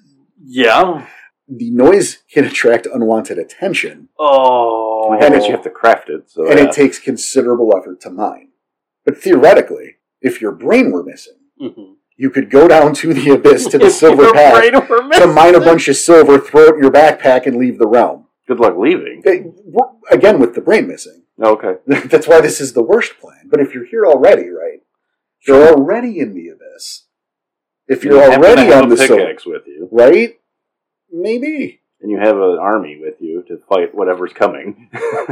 Speaker 2: yeah.
Speaker 1: the noise can attract unwanted attention,
Speaker 2: Oh.
Speaker 3: Well, I guess you have to craft it. So uh,
Speaker 1: and
Speaker 3: yeah.
Speaker 1: it takes considerable effort to mine. But theoretically, if your brain were missing,
Speaker 2: Mhm.
Speaker 1: you could go down to the abyss to the
Speaker 2: If
Speaker 1: silver
Speaker 2: you're
Speaker 1: path
Speaker 2: afraid we're
Speaker 1: to
Speaker 2: missing
Speaker 1: mine a
Speaker 2: it.
Speaker 1: bunch of silver, throw it in your backpack, and leave the realm.
Speaker 3: good luck leaving.
Speaker 1: It- w- again, with the brain missing.
Speaker 3: Okay.
Speaker 1: That's why this is the worst plan. But if you're here already, right? You're already in the abyss. If you're
Speaker 3: You happen to
Speaker 1: already
Speaker 3: have
Speaker 1: on
Speaker 3: a
Speaker 1: the silver,
Speaker 3: pickaxe with you,
Speaker 1: right? Maybe.
Speaker 3: and you have an army with you to fight whatever's coming.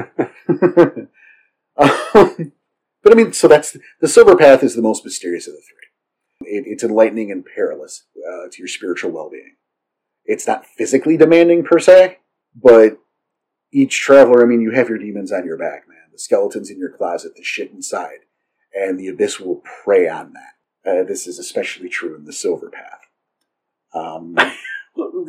Speaker 1: Um, but I mean, so that's the silver path is the most mysterious of the three. It, it's enlightening and perilous uh, to your spiritual well being. It's not physically demanding per se, but each traveler, I mean, you have your demons on your back, man. The skeletons in your closet, the shit inside, and the abyss will prey on that. Uh, this is especially true in the silver path. Um,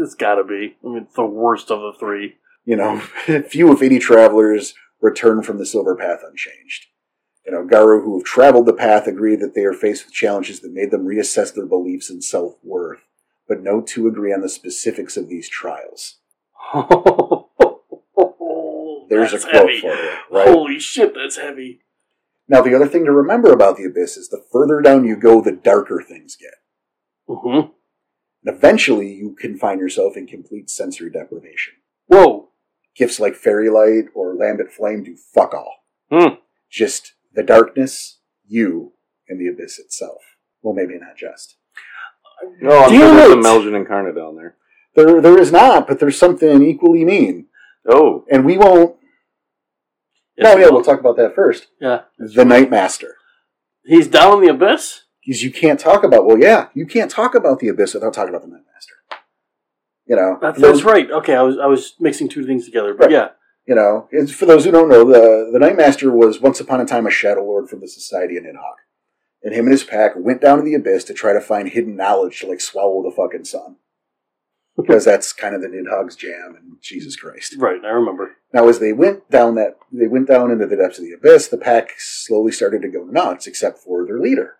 Speaker 2: It's gotta be. I mean, it's the worst of the three.
Speaker 1: you know, few if any travelers return from the Silver Path unchanged. You know, Garu who have traveled the path agree that they are faced with challenges that made them reassess their beliefs and self worth, but no two agree on the specifics of these trials. There's
Speaker 2: That's
Speaker 1: a quote
Speaker 2: heavy.
Speaker 1: for you, right?
Speaker 2: Holy shit, that's heavy.
Speaker 1: Now, the other thing to remember about the Abyss is the further down you go, the darker things get.
Speaker 2: hmm
Speaker 1: Mm-hmm. And eventually, you can find yourself in complete sensory deprivation.
Speaker 2: Whoa.
Speaker 1: Gifts like Fairy Light or Lambent Flame do fuck all.
Speaker 3: Hmm.
Speaker 1: just the darkness, you, and the abyss itself. Well, maybe not just.
Speaker 3: No, I'm sure
Speaker 2: Damn
Speaker 3: there's a
Speaker 2: it.
Speaker 3: Melgian incarnate down there.
Speaker 1: There, there is not, but there's something equally mean,
Speaker 3: Oh,
Speaker 1: and we won't.
Speaker 2: Yes,
Speaker 1: no, yeah, we'll talk about that first.
Speaker 2: Yeah.
Speaker 1: The Night Master,
Speaker 2: He's down in the abyss?
Speaker 1: because you can't talk about. Well, yeah, you can't talk about the abyss without talking about the Night Master. You know,
Speaker 2: That's,
Speaker 1: those-
Speaker 2: that's right. Okay, I was I was mixing two things together, but
Speaker 1: Right.
Speaker 2: yeah.
Speaker 1: You know, it's, for those who don't know, the the Night Master was once upon a time a shadow lord from the Society in Inhawk, and him and his pack went down to the abyss to try to find hidden knowledge to like swallow the fucking sun, because that's kind of the Nidhogg's jam and Jesus Christ.
Speaker 2: Right, I remember.
Speaker 1: Now, as they went down that they went down into the depths of the abyss, the pack slowly started to go nuts, except for their leader,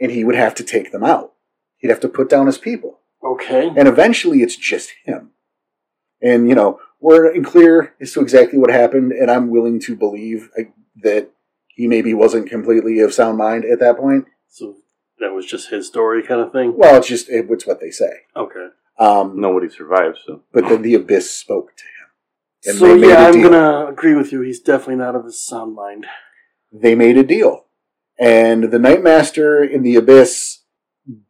Speaker 1: and he would have to take them out. He'd have to put down his people
Speaker 2: Okay.
Speaker 1: and eventually it's just him. And you know, we're unclear as to exactly what happened, and I'm willing to believe like, that he maybe wasn't completely of sound mind at that point.
Speaker 2: So that was just his story kind of thing?
Speaker 1: Well, it's just it, it's what they say.
Speaker 2: Okay.
Speaker 1: Um,
Speaker 3: nobody survives. So
Speaker 1: But then the abyss spoke to him. And
Speaker 2: so
Speaker 1: they made
Speaker 2: yeah,
Speaker 1: a
Speaker 2: I'm
Speaker 1: deal.
Speaker 2: gonna agree with you. He's definitely not of his sound mind.
Speaker 1: They made a deal, and the Night Master in the abyss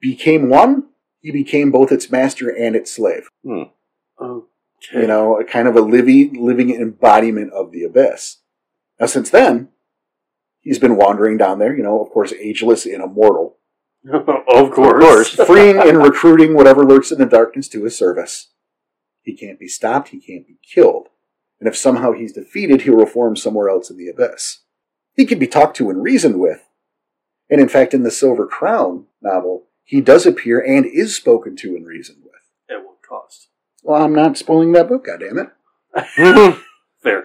Speaker 1: became one. He became both its master and its slave.
Speaker 2: Okay.
Speaker 1: you know, a kind of a living, living embodiment of the abyss. Now, since then, he's been wandering down there, you know, of course, ageless and immortal,
Speaker 2: of course.
Speaker 1: freeing and recruiting whatever lurks in the darkness to his service. He can't be stopped, he can't be killed. And if somehow he's defeated, he'll reform somewhere else in the abyss. He can be talked to and reasoned with. And in fact, in the Silver Crown novel, he does appear and is spoken to and reasoned with.
Speaker 2: At what cost?
Speaker 1: Well, I'm not spoiling that book, goddammit.
Speaker 2: Fair.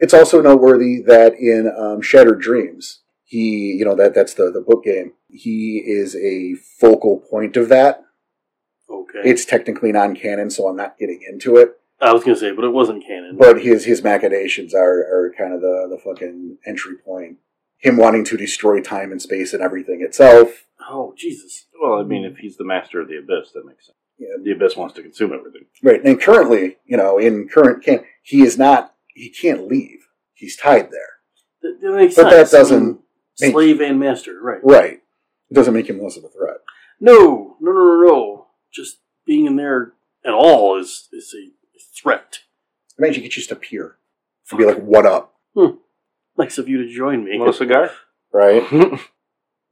Speaker 1: It's also noteworthy that in um, Shattered Dreams, he, you know, that that's the, the book game. He is a focal point of that.
Speaker 2: Okay.
Speaker 1: It's technically non canon, so I'm not getting into it.
Speaker 2: I was gonna say, but it wasn't canon.
Speaker 1: But his his machinations are, are kind of the, the fucking entry point. Him wanting to destroy time and space and everything itself.
Speaker 2: oh Jesus!
Speaker 3: well, I mean, if he's the master of the abyss, that makes sense.
Speaker 1: Hmm. Yeah.
Speaker 3: The abyss wants to consume everything.
Speaker 1: Right. And currently, you know, in current can he is not he can't leave. He's tied there.
Speaker 2: That, that makes
Speaker 1: But
Speaker 2: sense.
Speaker 1: that doesn't make-
Speaker 2: slave and master, right?
Speaker 1: Right. It doesn't make him less of a threat.
Speaker 2: No, no, no, no, no. Just being in there at all is is a threat.
Speaker 1: Imagine you could just appear and be like, what up?
Speaker 2: Nice of you to join me.
Speaker 3: Want a cigar?
Speaker 1: Right?
Speaker 3: Of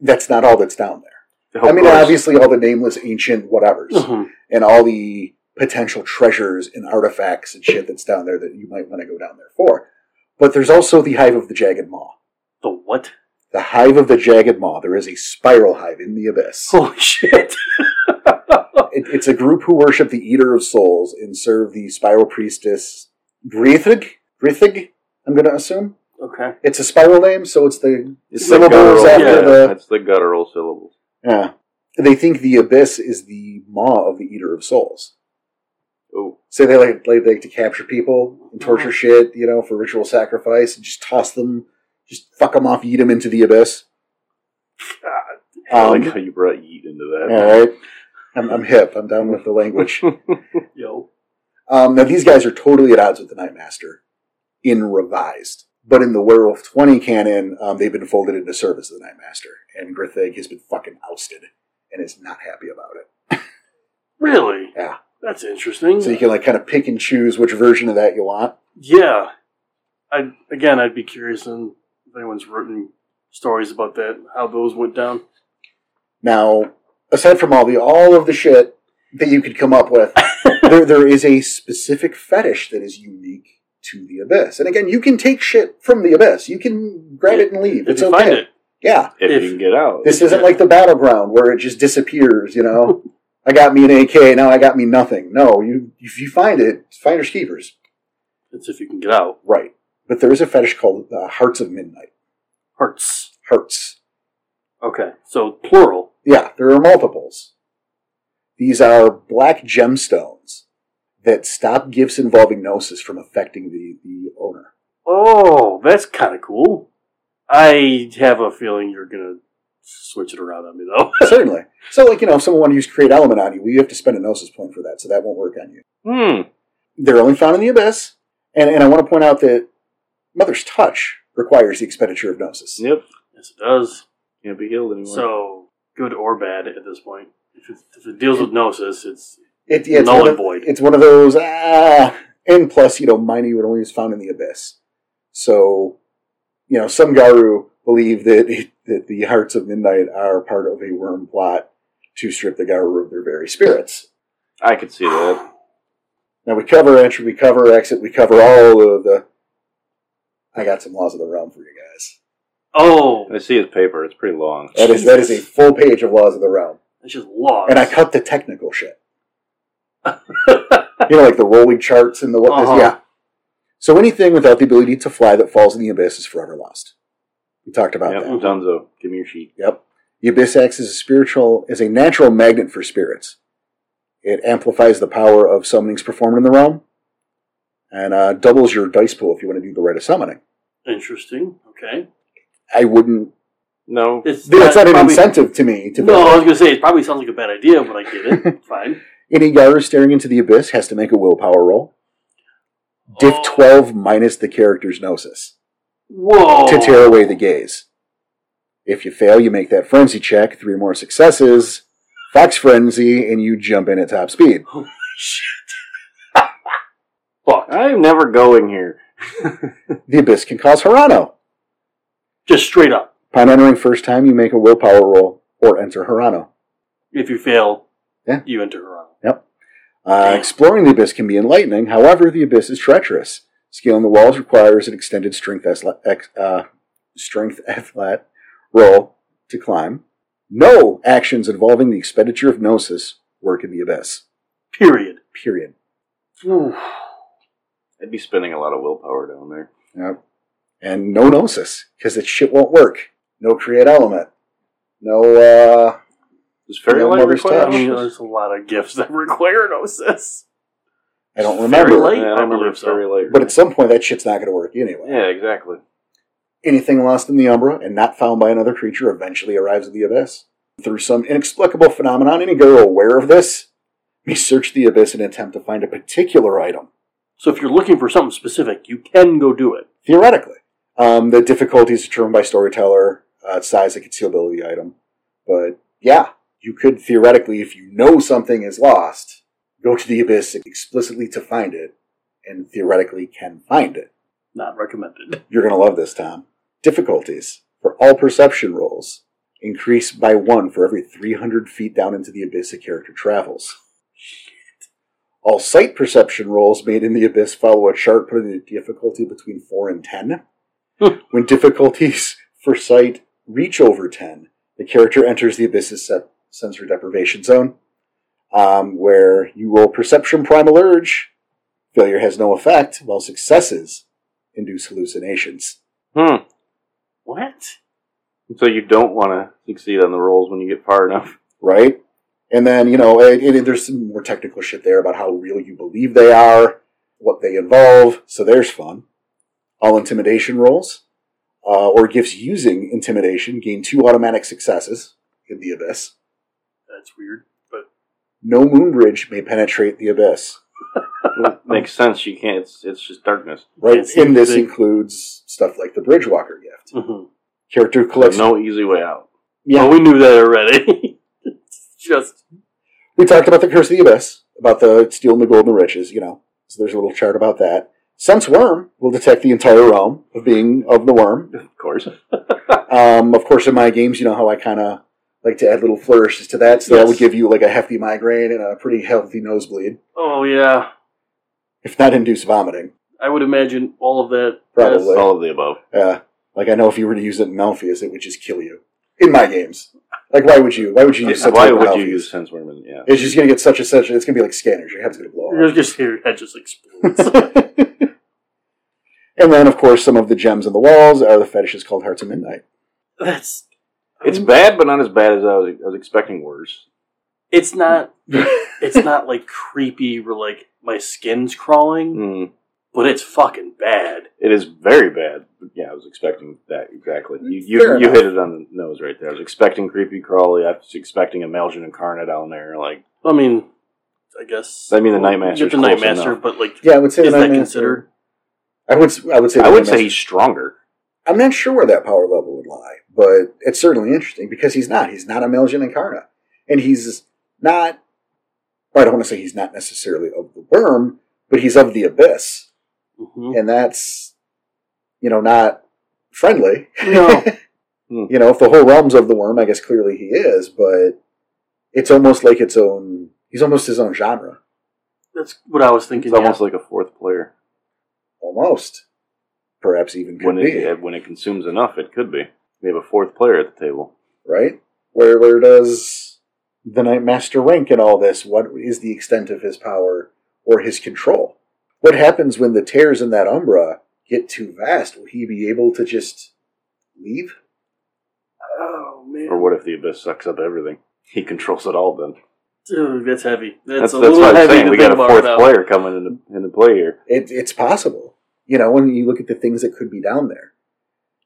Speaker 1: That's not all that's down there. I mean,
Speaker 3: course.
Speaker 1: obviously, all the nameless ancient whatevers
Speaker 2: Mhm.
Speaker 1: and all the potential treasures and artifacts and shit that's down there that you might want to go down there for. But there's also the Hive of the Jagged Maw.
Speaker 2: the what?
Speaker 1: The Hive of the Jagged Maw. There is a spiral hive in the abyss.
Speaker 2: Holy shit!
Speaker 1: It, it's a group who worship the Eater of Souls and serve the spiral priestess Grithig. Grithig, I'm going to assume.
Speaker 2: okay.
Speaker 1: It's a spiral name, so it's the
Speaker 3: It's the
Speaker 1: syllables
Speaker 3: guttural,
Speaker 1: after
Speaker 3: yeah,
Speaker 1: the.
Speaker 3: that's the guttural syllables.
Speaker 1: Yeah. They think the abyss is the maw of the eater of souls.
Speaker 3: Oh,
Speaker 1: So they like, like, like to capture people and torture shit, you know, for ritual sacrifice and just toss them, just fuck them off, eat them into the abyss.
Speaker 2: God.
Speaker 3: I
Speaker 1: Um,
Speaker 3: like how you brought yeet into that.
Speaker 1: all right. I'm, I'm hip. I'm down with the language.
Speaker 2: Yo.
Speaker 1: Um, now, these guys are totally at odds with the Night Master in Revised. But in the Werewolf 20 canon, um, they've been folded into service of the Night Master. And Grithig has been fucking ousted and is not happy about it.
Speaker 2: Really?
Speaker 1: Yeah.
Speaker 2: That's interesting.
Speaker 1: So you can like kind of pick and choose which version of that you want.
Speaker 2: yeah. I again, I'd be curious in if anyone's written stories about that, how those went down.
Speaker 1: Now, aside from all the all of the shit that you could come up with, there there is a specific fetish that is unique to the abyss. And again, you can take shit from the abyss. You can grab it and leave.
Speaker 2: If
Speaker 1: It's
Speaker 2: you
Speaker 1: okay.
Speaker 2: find it,
Speaker 1: Yeah.
Speaker 3: If,
Speaker 2: If-
Speaker 3: you can get out.
Speaker 1: This isn't like the battleground where it just disappears, you know. I got me an AK, now I got me nothing. No, you if you find it, finders keepers.
Speaker 2: it's if you can get out.
Speaker 1: Right. But there is a fetish called uh, Hearts of Midnight.
Speaker 2: Hearts.
Speaker 1: Hearts.
Speaker 2: Okay. So plural.
Speaker 1: Yeah, there are multiples. These are black gemstones that stop gifts involving gnosis from affecting the, the owner.
Speaker 2: Oh, that's kind of cool. I have a feeling you're gonna switch it around on me though.
Speaker 1: Certainly. So, like, you know, if someone wanted to use create element on you, well, you have to spend a gnosis point for that, so that won't work on you.
Speaker 3: Hmm.
Speaker 1: They're only found in the abyss, and, and I want to point out that Mother's Touch requires the expenditure of gnosis.
Speaker 3: Yep.
Speaker 2: yes, it does.
Speaker 3: Can't be healed anymore.
Speaker 2: So good or bad at this point. If it, if it deals with gnosis, it's
Speaker 1: It, yeah, it's,
Speaker 2: Null
Speaker 1: one
Speaker 2: and
Speaker 1: of,
Speaker 2: void.
Speaker 1: it's one of those, ah. And plus, you know, Miney would only is found in the abyss. So, you know, some Garu believe that, that the Hearts of Midnight are part of a worm plot to strip the Garu of their very spirits.
Speaker 3: I could see that.
Speaker 1: Now, we cover entry, we cover exit, we cover all of the. I got some laws of the realm for you guys.
Speaker 2: oh,
Speaker 3: I see his paper. It's pretty long.
Speaker 1: That is that is a full page of laws of the realm,
Speaker 2: it's just lost.
Speaker 1: and I cut the technical shit. you know, like the rolling charts and the what.
Speaker 2: Uh-huh.
Speaker 1: Yeah. So anything without the ability to fly that falls in the abyss is forever lost. We talked about
Speaker 3: Yep.
Speaker 1: that.
Speaker 3: Dunzo, give me your sheet.
Speaker 1: Yep. The abyss acts as a spiritual, as a natural magnet for spirits. It amplifies the power of summonings performed in the realm, and uh, doubles your dice pool if you want to do the rite of summoning.
Speaker 2: Interesting. Okay.
Speaker 1: I wouldn't.
Speaker 3: No.
Speaker 2: It's
Speaker 1: That's not an
Speaker 2: probably-
Speaker 1: incentive to me to.
Speaker 2: No, I was gonna say it probably sounds like a bad idea, but I get it. Fine.
Speaker 1: Any Yaru staring into the abyss has to make a willpower roll. Diff
Speaker 2: Oh.
Speaker 1: twelve minus the character's gnosis.
Speaker 2: Whoa.
Speaker 1: to tear away the gaze. If you fail, you make that frenzy check, three more successes, Fox Frenzy, and you jump in at top speed.
Speaker 2: Shit.
Speaker 3: I am never going here.
Speaker 1: The Abyss can cause Hirano.
Speaker 2: Just straight up.
Speaker 1: Upon entering first time, you make a willpower roll or enter Hirano.
Speaker 2: If you fail,
Speaker 1: Yeah.
Speaker 2: you enter Hirano.
Speaker 1: Uh, exploring the abyss can be enlightening. However, the abyss is treacherous. Scaling the walls requires an extended strength athle- ex- uh, strength athlete roll to climb. No actions involving the expenditure of gnosis work in the abyss.
Speaker 2: Period.
Speaker 1: Period.
Speaker 3: I'd be spending a lot of willpower down there.
Speaker 1: Yep. And no gnosis because that shit won't work. No create element. No. uh...
Speaker 3: Does fairy
Speaker 1: No
Speaker 3: light
Speaker 1: mother's
Speaker 3: require
Speaker 2: I mean, there's
Speaker 3: gnosis?
Speaker 2: a lot of gifts that require gnosis.
Speaker 1: I don't
Speaker 2: Fairy
Speaker 1: remember.
Speaker 2: light?
Speaker 3: Yeah, I
Speaker 2: I
Speaker 3: don't remember
Speaker 2: believe
Speaker 3: if
Speaker 2: so.
Speaker 3: fairy light.
Speaker 1: But at some point, that shit's not going to work anyway.
Speaker 3: yeah, exactly.
Speaker 1: Anything lost in the Umbra and not found by another creature eventually arrives at the Abyss. Through some inexplicable phenomenon, any girl aware of this may search the Abyss and attempt to find a particular item,
Speaker 2: So if you're looking for something specific, you can go do it.
Speaker 1: theoretically. Um, the difficulty is determined by storyteller, uh, size, and concealability of the item. But yeah, you could theoretically, if you know something is lost, go to the Abyss explicitly to find it, and theoretically can find it.
Speaker 2: Not recommended.
Speaker 1: You're going to love this, Tom. Difficulties for all perception rolls increase by one for every 300 feet down into the abyss a character travels. All sight perception rolls made in the abyss follow a chart putting the difficulty between 4 and 10.
Speaker 2: Hmm.
Speaker 1: when difficulties for sight reach over 10, the character enters the abyss's se- sensory deprivation zone, um, where you roll perception primal urge. Failure has no effect, while successes induce hallucinations.
Speaker 3: Hmm.
Speaker 2: What?
Speaker 3: So you don't want to succeed on the rolls when you get far enough.
Speaker 1: right? And then, you know, and, and there's some more technical shit there about how real you believe they are, what they involve. So there's fun. All intimidation rolls uh, or gifts using intimidation gain two automatic successes in the abyss.
Speaker 2: That's weird. But
Speaker 1: No moon bridge may penetrate the abyss,
Speaker 3: Makes sense. You can't. It's, it's just darkness.
Speaker 1: right?
Speaker 2: Yes,
Speaker 1: And this
Speaker 2: they-
Speaker 1: includes stuff like the Bridgewalker gift.
Speaker 2: Mhm.
Speaker 1: Character collects.
Speaker 3: There's no easy way out.
Speaker 1: Yeah.
Speaker 2: Well, we knew that already. It's Just
Speaker 1: we talked about the curse of the abyss, about the stealing the gold and the riches, you know. So there's a little chart about that. Sense worm will detect the entire realm of being of the worm.
Speaker 3: Of course.
Speaker 1: Um, of course, in my games, you know how I kind of like to add little flourishes to that, so that
Speaker 2: Yes.
Speaker 1: would give you like a hefty migraine and a pretty healthy nosebleed,
Speaker 2: oh yeah.
Speaker 1: if not induce vomiting.
Speaker 2: I would imagine all of that.
Speaker 1: Probably.
Speaker 2: Yes.
Speaker 3: All of the above.
Speaker 1: Uh, like I know if you were to use it in Malpheus, it would just kill you. In my games, like why would you? Why would you use something
Speaker 3: Why
Speaker 1: in
Speaker 3: would you
Speaker 1: Malpheus?
Speaker 3: use sense worm? Yeah.
Speaker 1: It's just gonna get such a such. It's gonna be like scanners. Your head's gonna blow off.
Speaker 2: You're just your head just explodes.
Speaker 1: and then, of course, some of the gems on the walls are the fetishes called Hearts of Midnight.
Speaker 2: That's
Speaker 3: It's bad, but not as bad as I was, I was expecting. Worse.
Speaker 2: it's not it's not like creepy or like my skin's crawling,
Speaker 3: Mm.
Speaker 2: but it's fucking bad.
Speaker 3: It is very bad. Yeah, I was expecting that exactly. You
Speaker 1: Fair
Speaker 3: you, you
Speaker 1: enough.
Speaker 3: hit it on the nose right there. I was expecting creepy crawly. I was expecting a Malgian incarnate on there. Like
Speaker 2: I mean, I guess
Speaker 3: I mean, the
Speaker 2: Well,
Speaker 3: Night
Speaker 2: you get
Speaker 3: Master's
Speaker 2: the Night
Speaker 3: close
Speaker 2: Master,
Speaker 3: enough.
Speaker 2: but like
Speaker 1: yeah, I would say
Speaker 2: is
Speaker 1: the Night
Speaker 2: that
Speaker 1: Master-
Speaker 2: considered?
Speaker 1: I would. s- I would say. the
Speaker 3: I would
Speaker 1: Night
Speaker 3: say
Speaker 1: Master-
Speaker 3: he's stronger.
Speaker 1: I'm not sure where that power level would lie, but it's certainly interesting because he's not. He's not a Melgian Incarna. And he's not, well, I don't want to say he's not necessarily of the worm, but he's of the abyss.
Speaker 2: Mhm.
Speaker 1: And that's, you know, not friendly.
Speaker 2: No.
Speaker 1: You know, if the whole realm's of the worm, I guess clearly he is, but it's almost like its own, he's almost his own genre.
Speaker 2: That's what I was thinking.
Speaker 3: It's
Speaker 2: yeah.
Speaker 3: almost like a fourth player.
Speaker 1: Almost. Perhaps even could
Speaker 3: When
Speaker 1: be.
Speaker 3: it when it consumes enough, it could be. We have a fourth player at the table.
Speaker 1: right? Where where does the Night Master rank in all this? What is the extent of his power or his control? What happens when the tears in that Umbra get too vast? Will he be able to just leave?
Speaker 2: oh man,
Speaker 3: Or what if the abyss sucks up everything? He controls it all. Then
Speaker 2: Dude, that's heavy. That's,
Speaker 3: that's
Speaker 2: a
Speaker 3: that's
Speaker 2: little
Speaker 3: what I'm
Speaker 2: heavy
Speaker 3: saying.
Speaker 2: to
Speaker 3: We
Speaker 2: think
Speaker 3: got a
Speaker 2: about
Speaker 3: fourth
Speaker 2: now.
Speaker 3: player coming into into play here.
Speaker 1: It, it's possible, you know. When you look at the things that could be down there,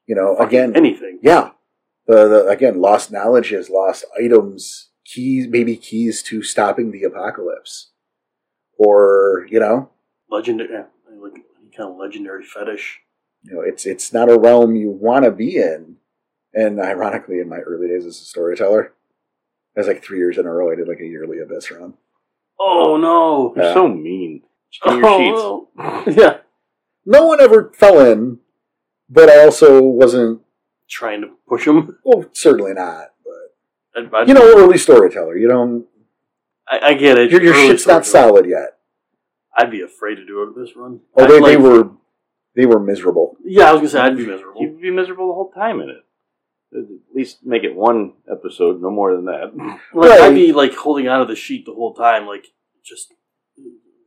Speaker 1: you know, again,
Speaker 2: Anything.
Speaker 1: yeah, the, the again lost knowledge is lost items, keys, maybe keys to stopping the apocalypse, or you know,
Speaker 2: Legendary, yeah, like any kind of legendary fetish.
Speaker 1: you know it's it's not a realm you want to be in and ironically in my early days as a storyteller i was like three years in a row i did like a yearly abyss run
Speaker 2: Oh no.
Speaker 3: You're
Speaker 1: Yeah.
Speaker 3: so mean. Just give me your sheets.
Speaker 2: Oh, no. yeah.
Speaker 1: no one ever fell in but i also wasn't
Speaker 2: Trying to push him.
Speaker 1: well certainly not but
Speaker 2: I, I-
Speaker 1: You know, early storyteller. You don't.
Speaker 2: I, I get it.
Speaker 1: Your, your
Speaker 2: Early
Speaker 1: shit's not
Speaker 2: storytelling.
Speaker 1: solid yet.
Speaker 2: I'd be afraid to do it this run.
Speaker 1: Oh, they,
Speaker 2: I'd
Speaker 1: they
Speaker 2: like-
Speaker 1: were they were miserable.
Speaker 2: Yeah, I was gonna say I'd be miserable.
Speaker 3: You'd be miserable the whole time in it. At least make it one episode, no more than that.
Speaker 2: Like
Speaker 1: Right.
Speaker 2: I'd be like holding onto the sheet the whole time. Like just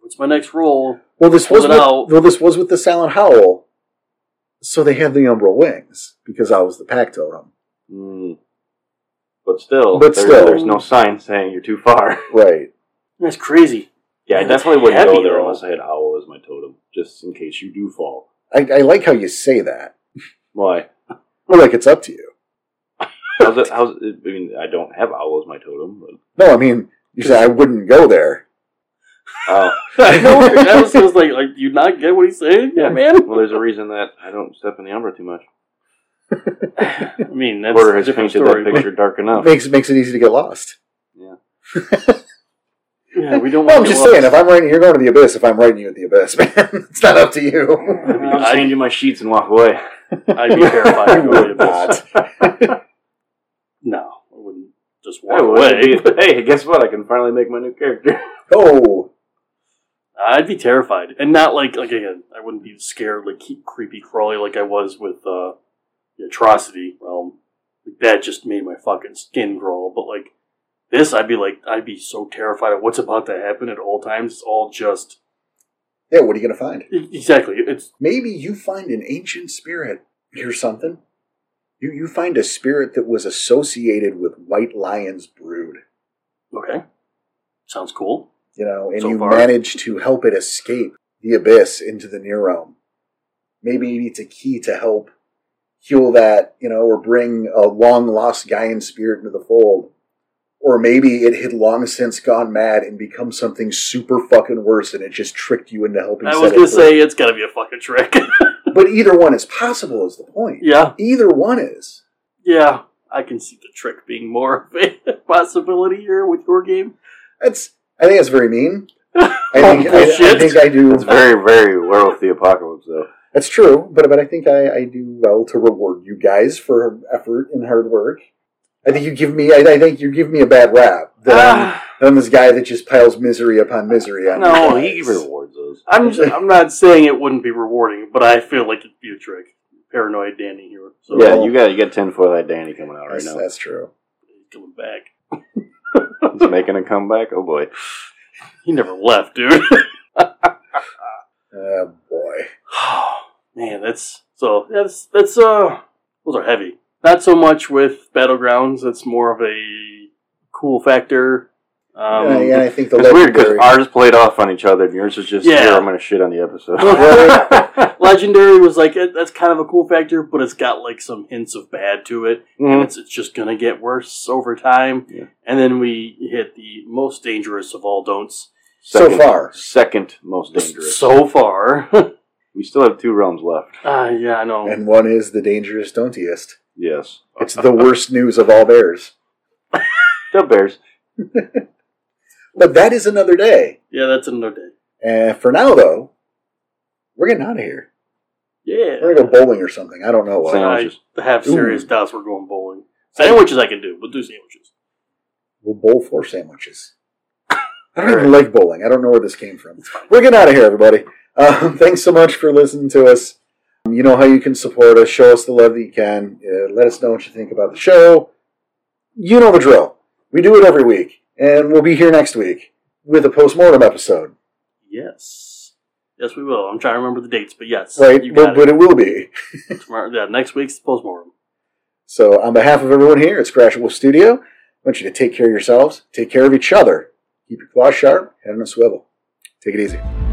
Speaker 2: what's my next roll?
Speaker 1: Well, this
Speaker 2: Hold
Speaker 1: was
Speaker 2: it
Speaker 1: with,
Speaker 2: out.
Speaker 1: well, this was with the Silent Howl. So they had the Umbral wings because I was the pack totem,
Speaker 3: Mm. But still,
Speaker 1: But
Speaker 3: there-
Speaker 1: still.
Speaker 3: there's no sign saying you're too far.
Speaker 1: right?
Speaker 2: That's crazy.
Speaker 3: Yeah, I
Speaker 2: Man, that's
Speaker 3: definitely wouldn't
Speaker 2: heavy,
Speaker 3: go there
Speaker 2: though.
Speaker 3: unless I had owl as my totem, just in case you do fall.
Speaker 1: I, I like how you say that.
Speaker 3: Why?
Speaker 1: Or like it's up to you.
Speaker 3: How's it? How's it? I mean, I don't have owl as my totem, but
Speaker 1: No, I mean you say I wouldn't go there.
Speaker 3: oh,
Speaker 2: I know. I was just like, like, do you not get what he's saying? Yeah, man.
Speaker 3: well, there's a reason that I don't step in the umbra too much.
Speaker 2: I mean, that's
Speaker 3: Porter
Speaker 2: a
Speaker 3: has
Speaker 2: different
Speaker 3: painted
Speaker 2: story.
Speaker 3: that picture dark enough.
Speaker 1: makes makes it easy to get lost.
Speaker 2: but- Yeah, we don't.
Speaker 1: Well, I'm
Speaker 2: want to
Speaker 1: just
Speaker 2: go
Speaker 1: saying,
Speaker 2: up-
Speaker 1: if I'm writing, you're going to the abyss. If I'm writing you at the abyss, man, it's not up to you.
Speaker 3: I'll
Speaker 2: I'd-
Speaker 3: just hand you my sheets and walk away.
Speaker 2: I'd be terrified to
Speaker 1: You
Speaker 2: go to the
Speaker 1: would
Speaker 2: abyss.
Speaker 1: not.
Speaker 2: No, I wouldn't just
Speaker 3: I
Speaker 2: walk away.
Speaker 3: would. Hey, guess what? I can finally make my new character.
Speaker 1: Oh,
Speaker 2: I'd be terrified, and not like like again. I wouldn't be scared like keep creepy crawly like I was with uh, the atrocity realm. Like that just made my fucking skin crawl. But like this, I'd be like I'd be so terrified of what's about to happen at all times. It's all just
Speaker 1: yeah. What are you going to find?
Speaker 2: e- exactly. It's
Speaker 1: maybe you find an ancient spirit or something. You you find a spirit that was associated with White Lion's brood,
Speaker 2: okay. Sounds cool.
Speaker 1: you know, and
Speaker 2: So
Speaker 1: you
Speaker 2: far.
Speaker 1: manage to help it escape the abyss into the near realm. Maybe it's a key to help heal that, you know, or bring a long lost Gaian spirit into the fold. Or maybe it had long since gone mad and become something super fucking worse, and it just tricked you into helping.
Speaker 2: I
Speaker 1: set
Speaker 2: was
Speaker 1: it
Speaker 2: gonna
Speaker 1: free.
Speaker 2: say it's gotta be a fucking trick.
Speaker 1: but either one is possible. Is the point?
Speaker 2: yeah,
Speaker 1: Either one is.
Speaker 2: yeah. I can see the trick being more of a possibility here with your game.
Speaker 1: That's I think that's very mean. I think, I, I
Speaker 2: bullshit.
Speaker 1: think I do.
Speaker 3: It's very, very werewolf the apocalypse, though.
Speaker 1: That's true, but but I think I, I do well to reward you guys for effort and hard work. I think you give me I, I think you give me a bad rap. That I'm,
Speaker 2: Ah.
Speaker 1: that I'm this guy that just piles misery upon misery on
Speaker 2: No,
Speaker 1: you
Speaker 3: Oh,
Speaker 1: guys.
Speaker 3: he rewards those.
Speaker 2: I'm just, I'm not saying it wouldn't be rewarding, but I feel like it'd be a trick. Paranoid Danny here. So
Speaker 3: Yeah, you got you got ten for that Danny coming out right
Speaker 1: That's,
Speaker 3: now.
Speaker 1: that's true.
Speaker 2: coming back.
Speaker 3: He's making a comeback. Oh boy.
Speaker 2: He never left, dude.
Speaker 1: Oh boy.
Speaker 2: Man, that's so that's that's uh those are heavy. Not so much with battlegrounds. That's more of a cool factor. Um,
Speaker 1: and, I, and I think the
Speaker 3: it's weird because
Speaker 1: legendary.
Speaker 3: ours played off on each other, and yours is just
Speaker 2: Yeah.
Speaker 3: here. I'm gonna shit on the episode.
Speaker 2: Right. Legendary was like eh, that's kind of a cool factor, but it's got like some hints of bad to it. and
Speaker 3: Mhm.
Speaker 2: it's, it's just going to get worse over time.
Speaker 3: Yeah.
Speaker 2: And then we hit the most dangerous of all don'ts
Speaker 1: So far.
Speaker 3: second most dangerous.
Speaker 2: so far.
Speaker 3: we still have two realms left.
Speaker 2: Ah, yeah, I know.
Speaker 1: and one is the dangerous don'tiest.
Speaker 3: Yes,
Speaker 1: It's the worst news of all bears.
Speaker 3: Dub Bears.
Speaker 1: But that is another day.
Speaker 2: yeah, that's another day.
Speaker 1: And for now though, we're getting out of here.
Speaker 2: Yeah.
Speaker 1: We're gonna go bowling or something. I don't know what.
Speaker 2: I
Speaker 3: Sandwiches.
Speaker 2: have serious
Speaker 1: Ooh.
Speaker 2: doubts we're going bowling. Sandwiches I can do, but do sandwiches.
Speaker 1: We'll bowl for sandwiches. I don't even like bowling. I don't know where this came from. We're getting out of here, everybody. Um, thanks so much for listening to us. Um, you know how you can support us. Show us the love that you can. Uh, let us know what you think about the show. You know the drill. We do it every week, and we'll be here next week with a postmortem episode.
Speaker 2: Yes. Yes, we will. I'm trying to remember the dates, but yes.
Speaker 1: Right,
Speaker 2: You
Speaker 1: but,
Speaker 2: got
Speaker 1: but it will be.
Speaker 2: it. Tomorrow, yeah, next week's postmortem.
Speaker 1: So, on behalf of everyone here at Scratch Wolf Studio, I want you to take care of yourselves, take care of each other, keep your claws sharp, head on a swivel. Take it easy.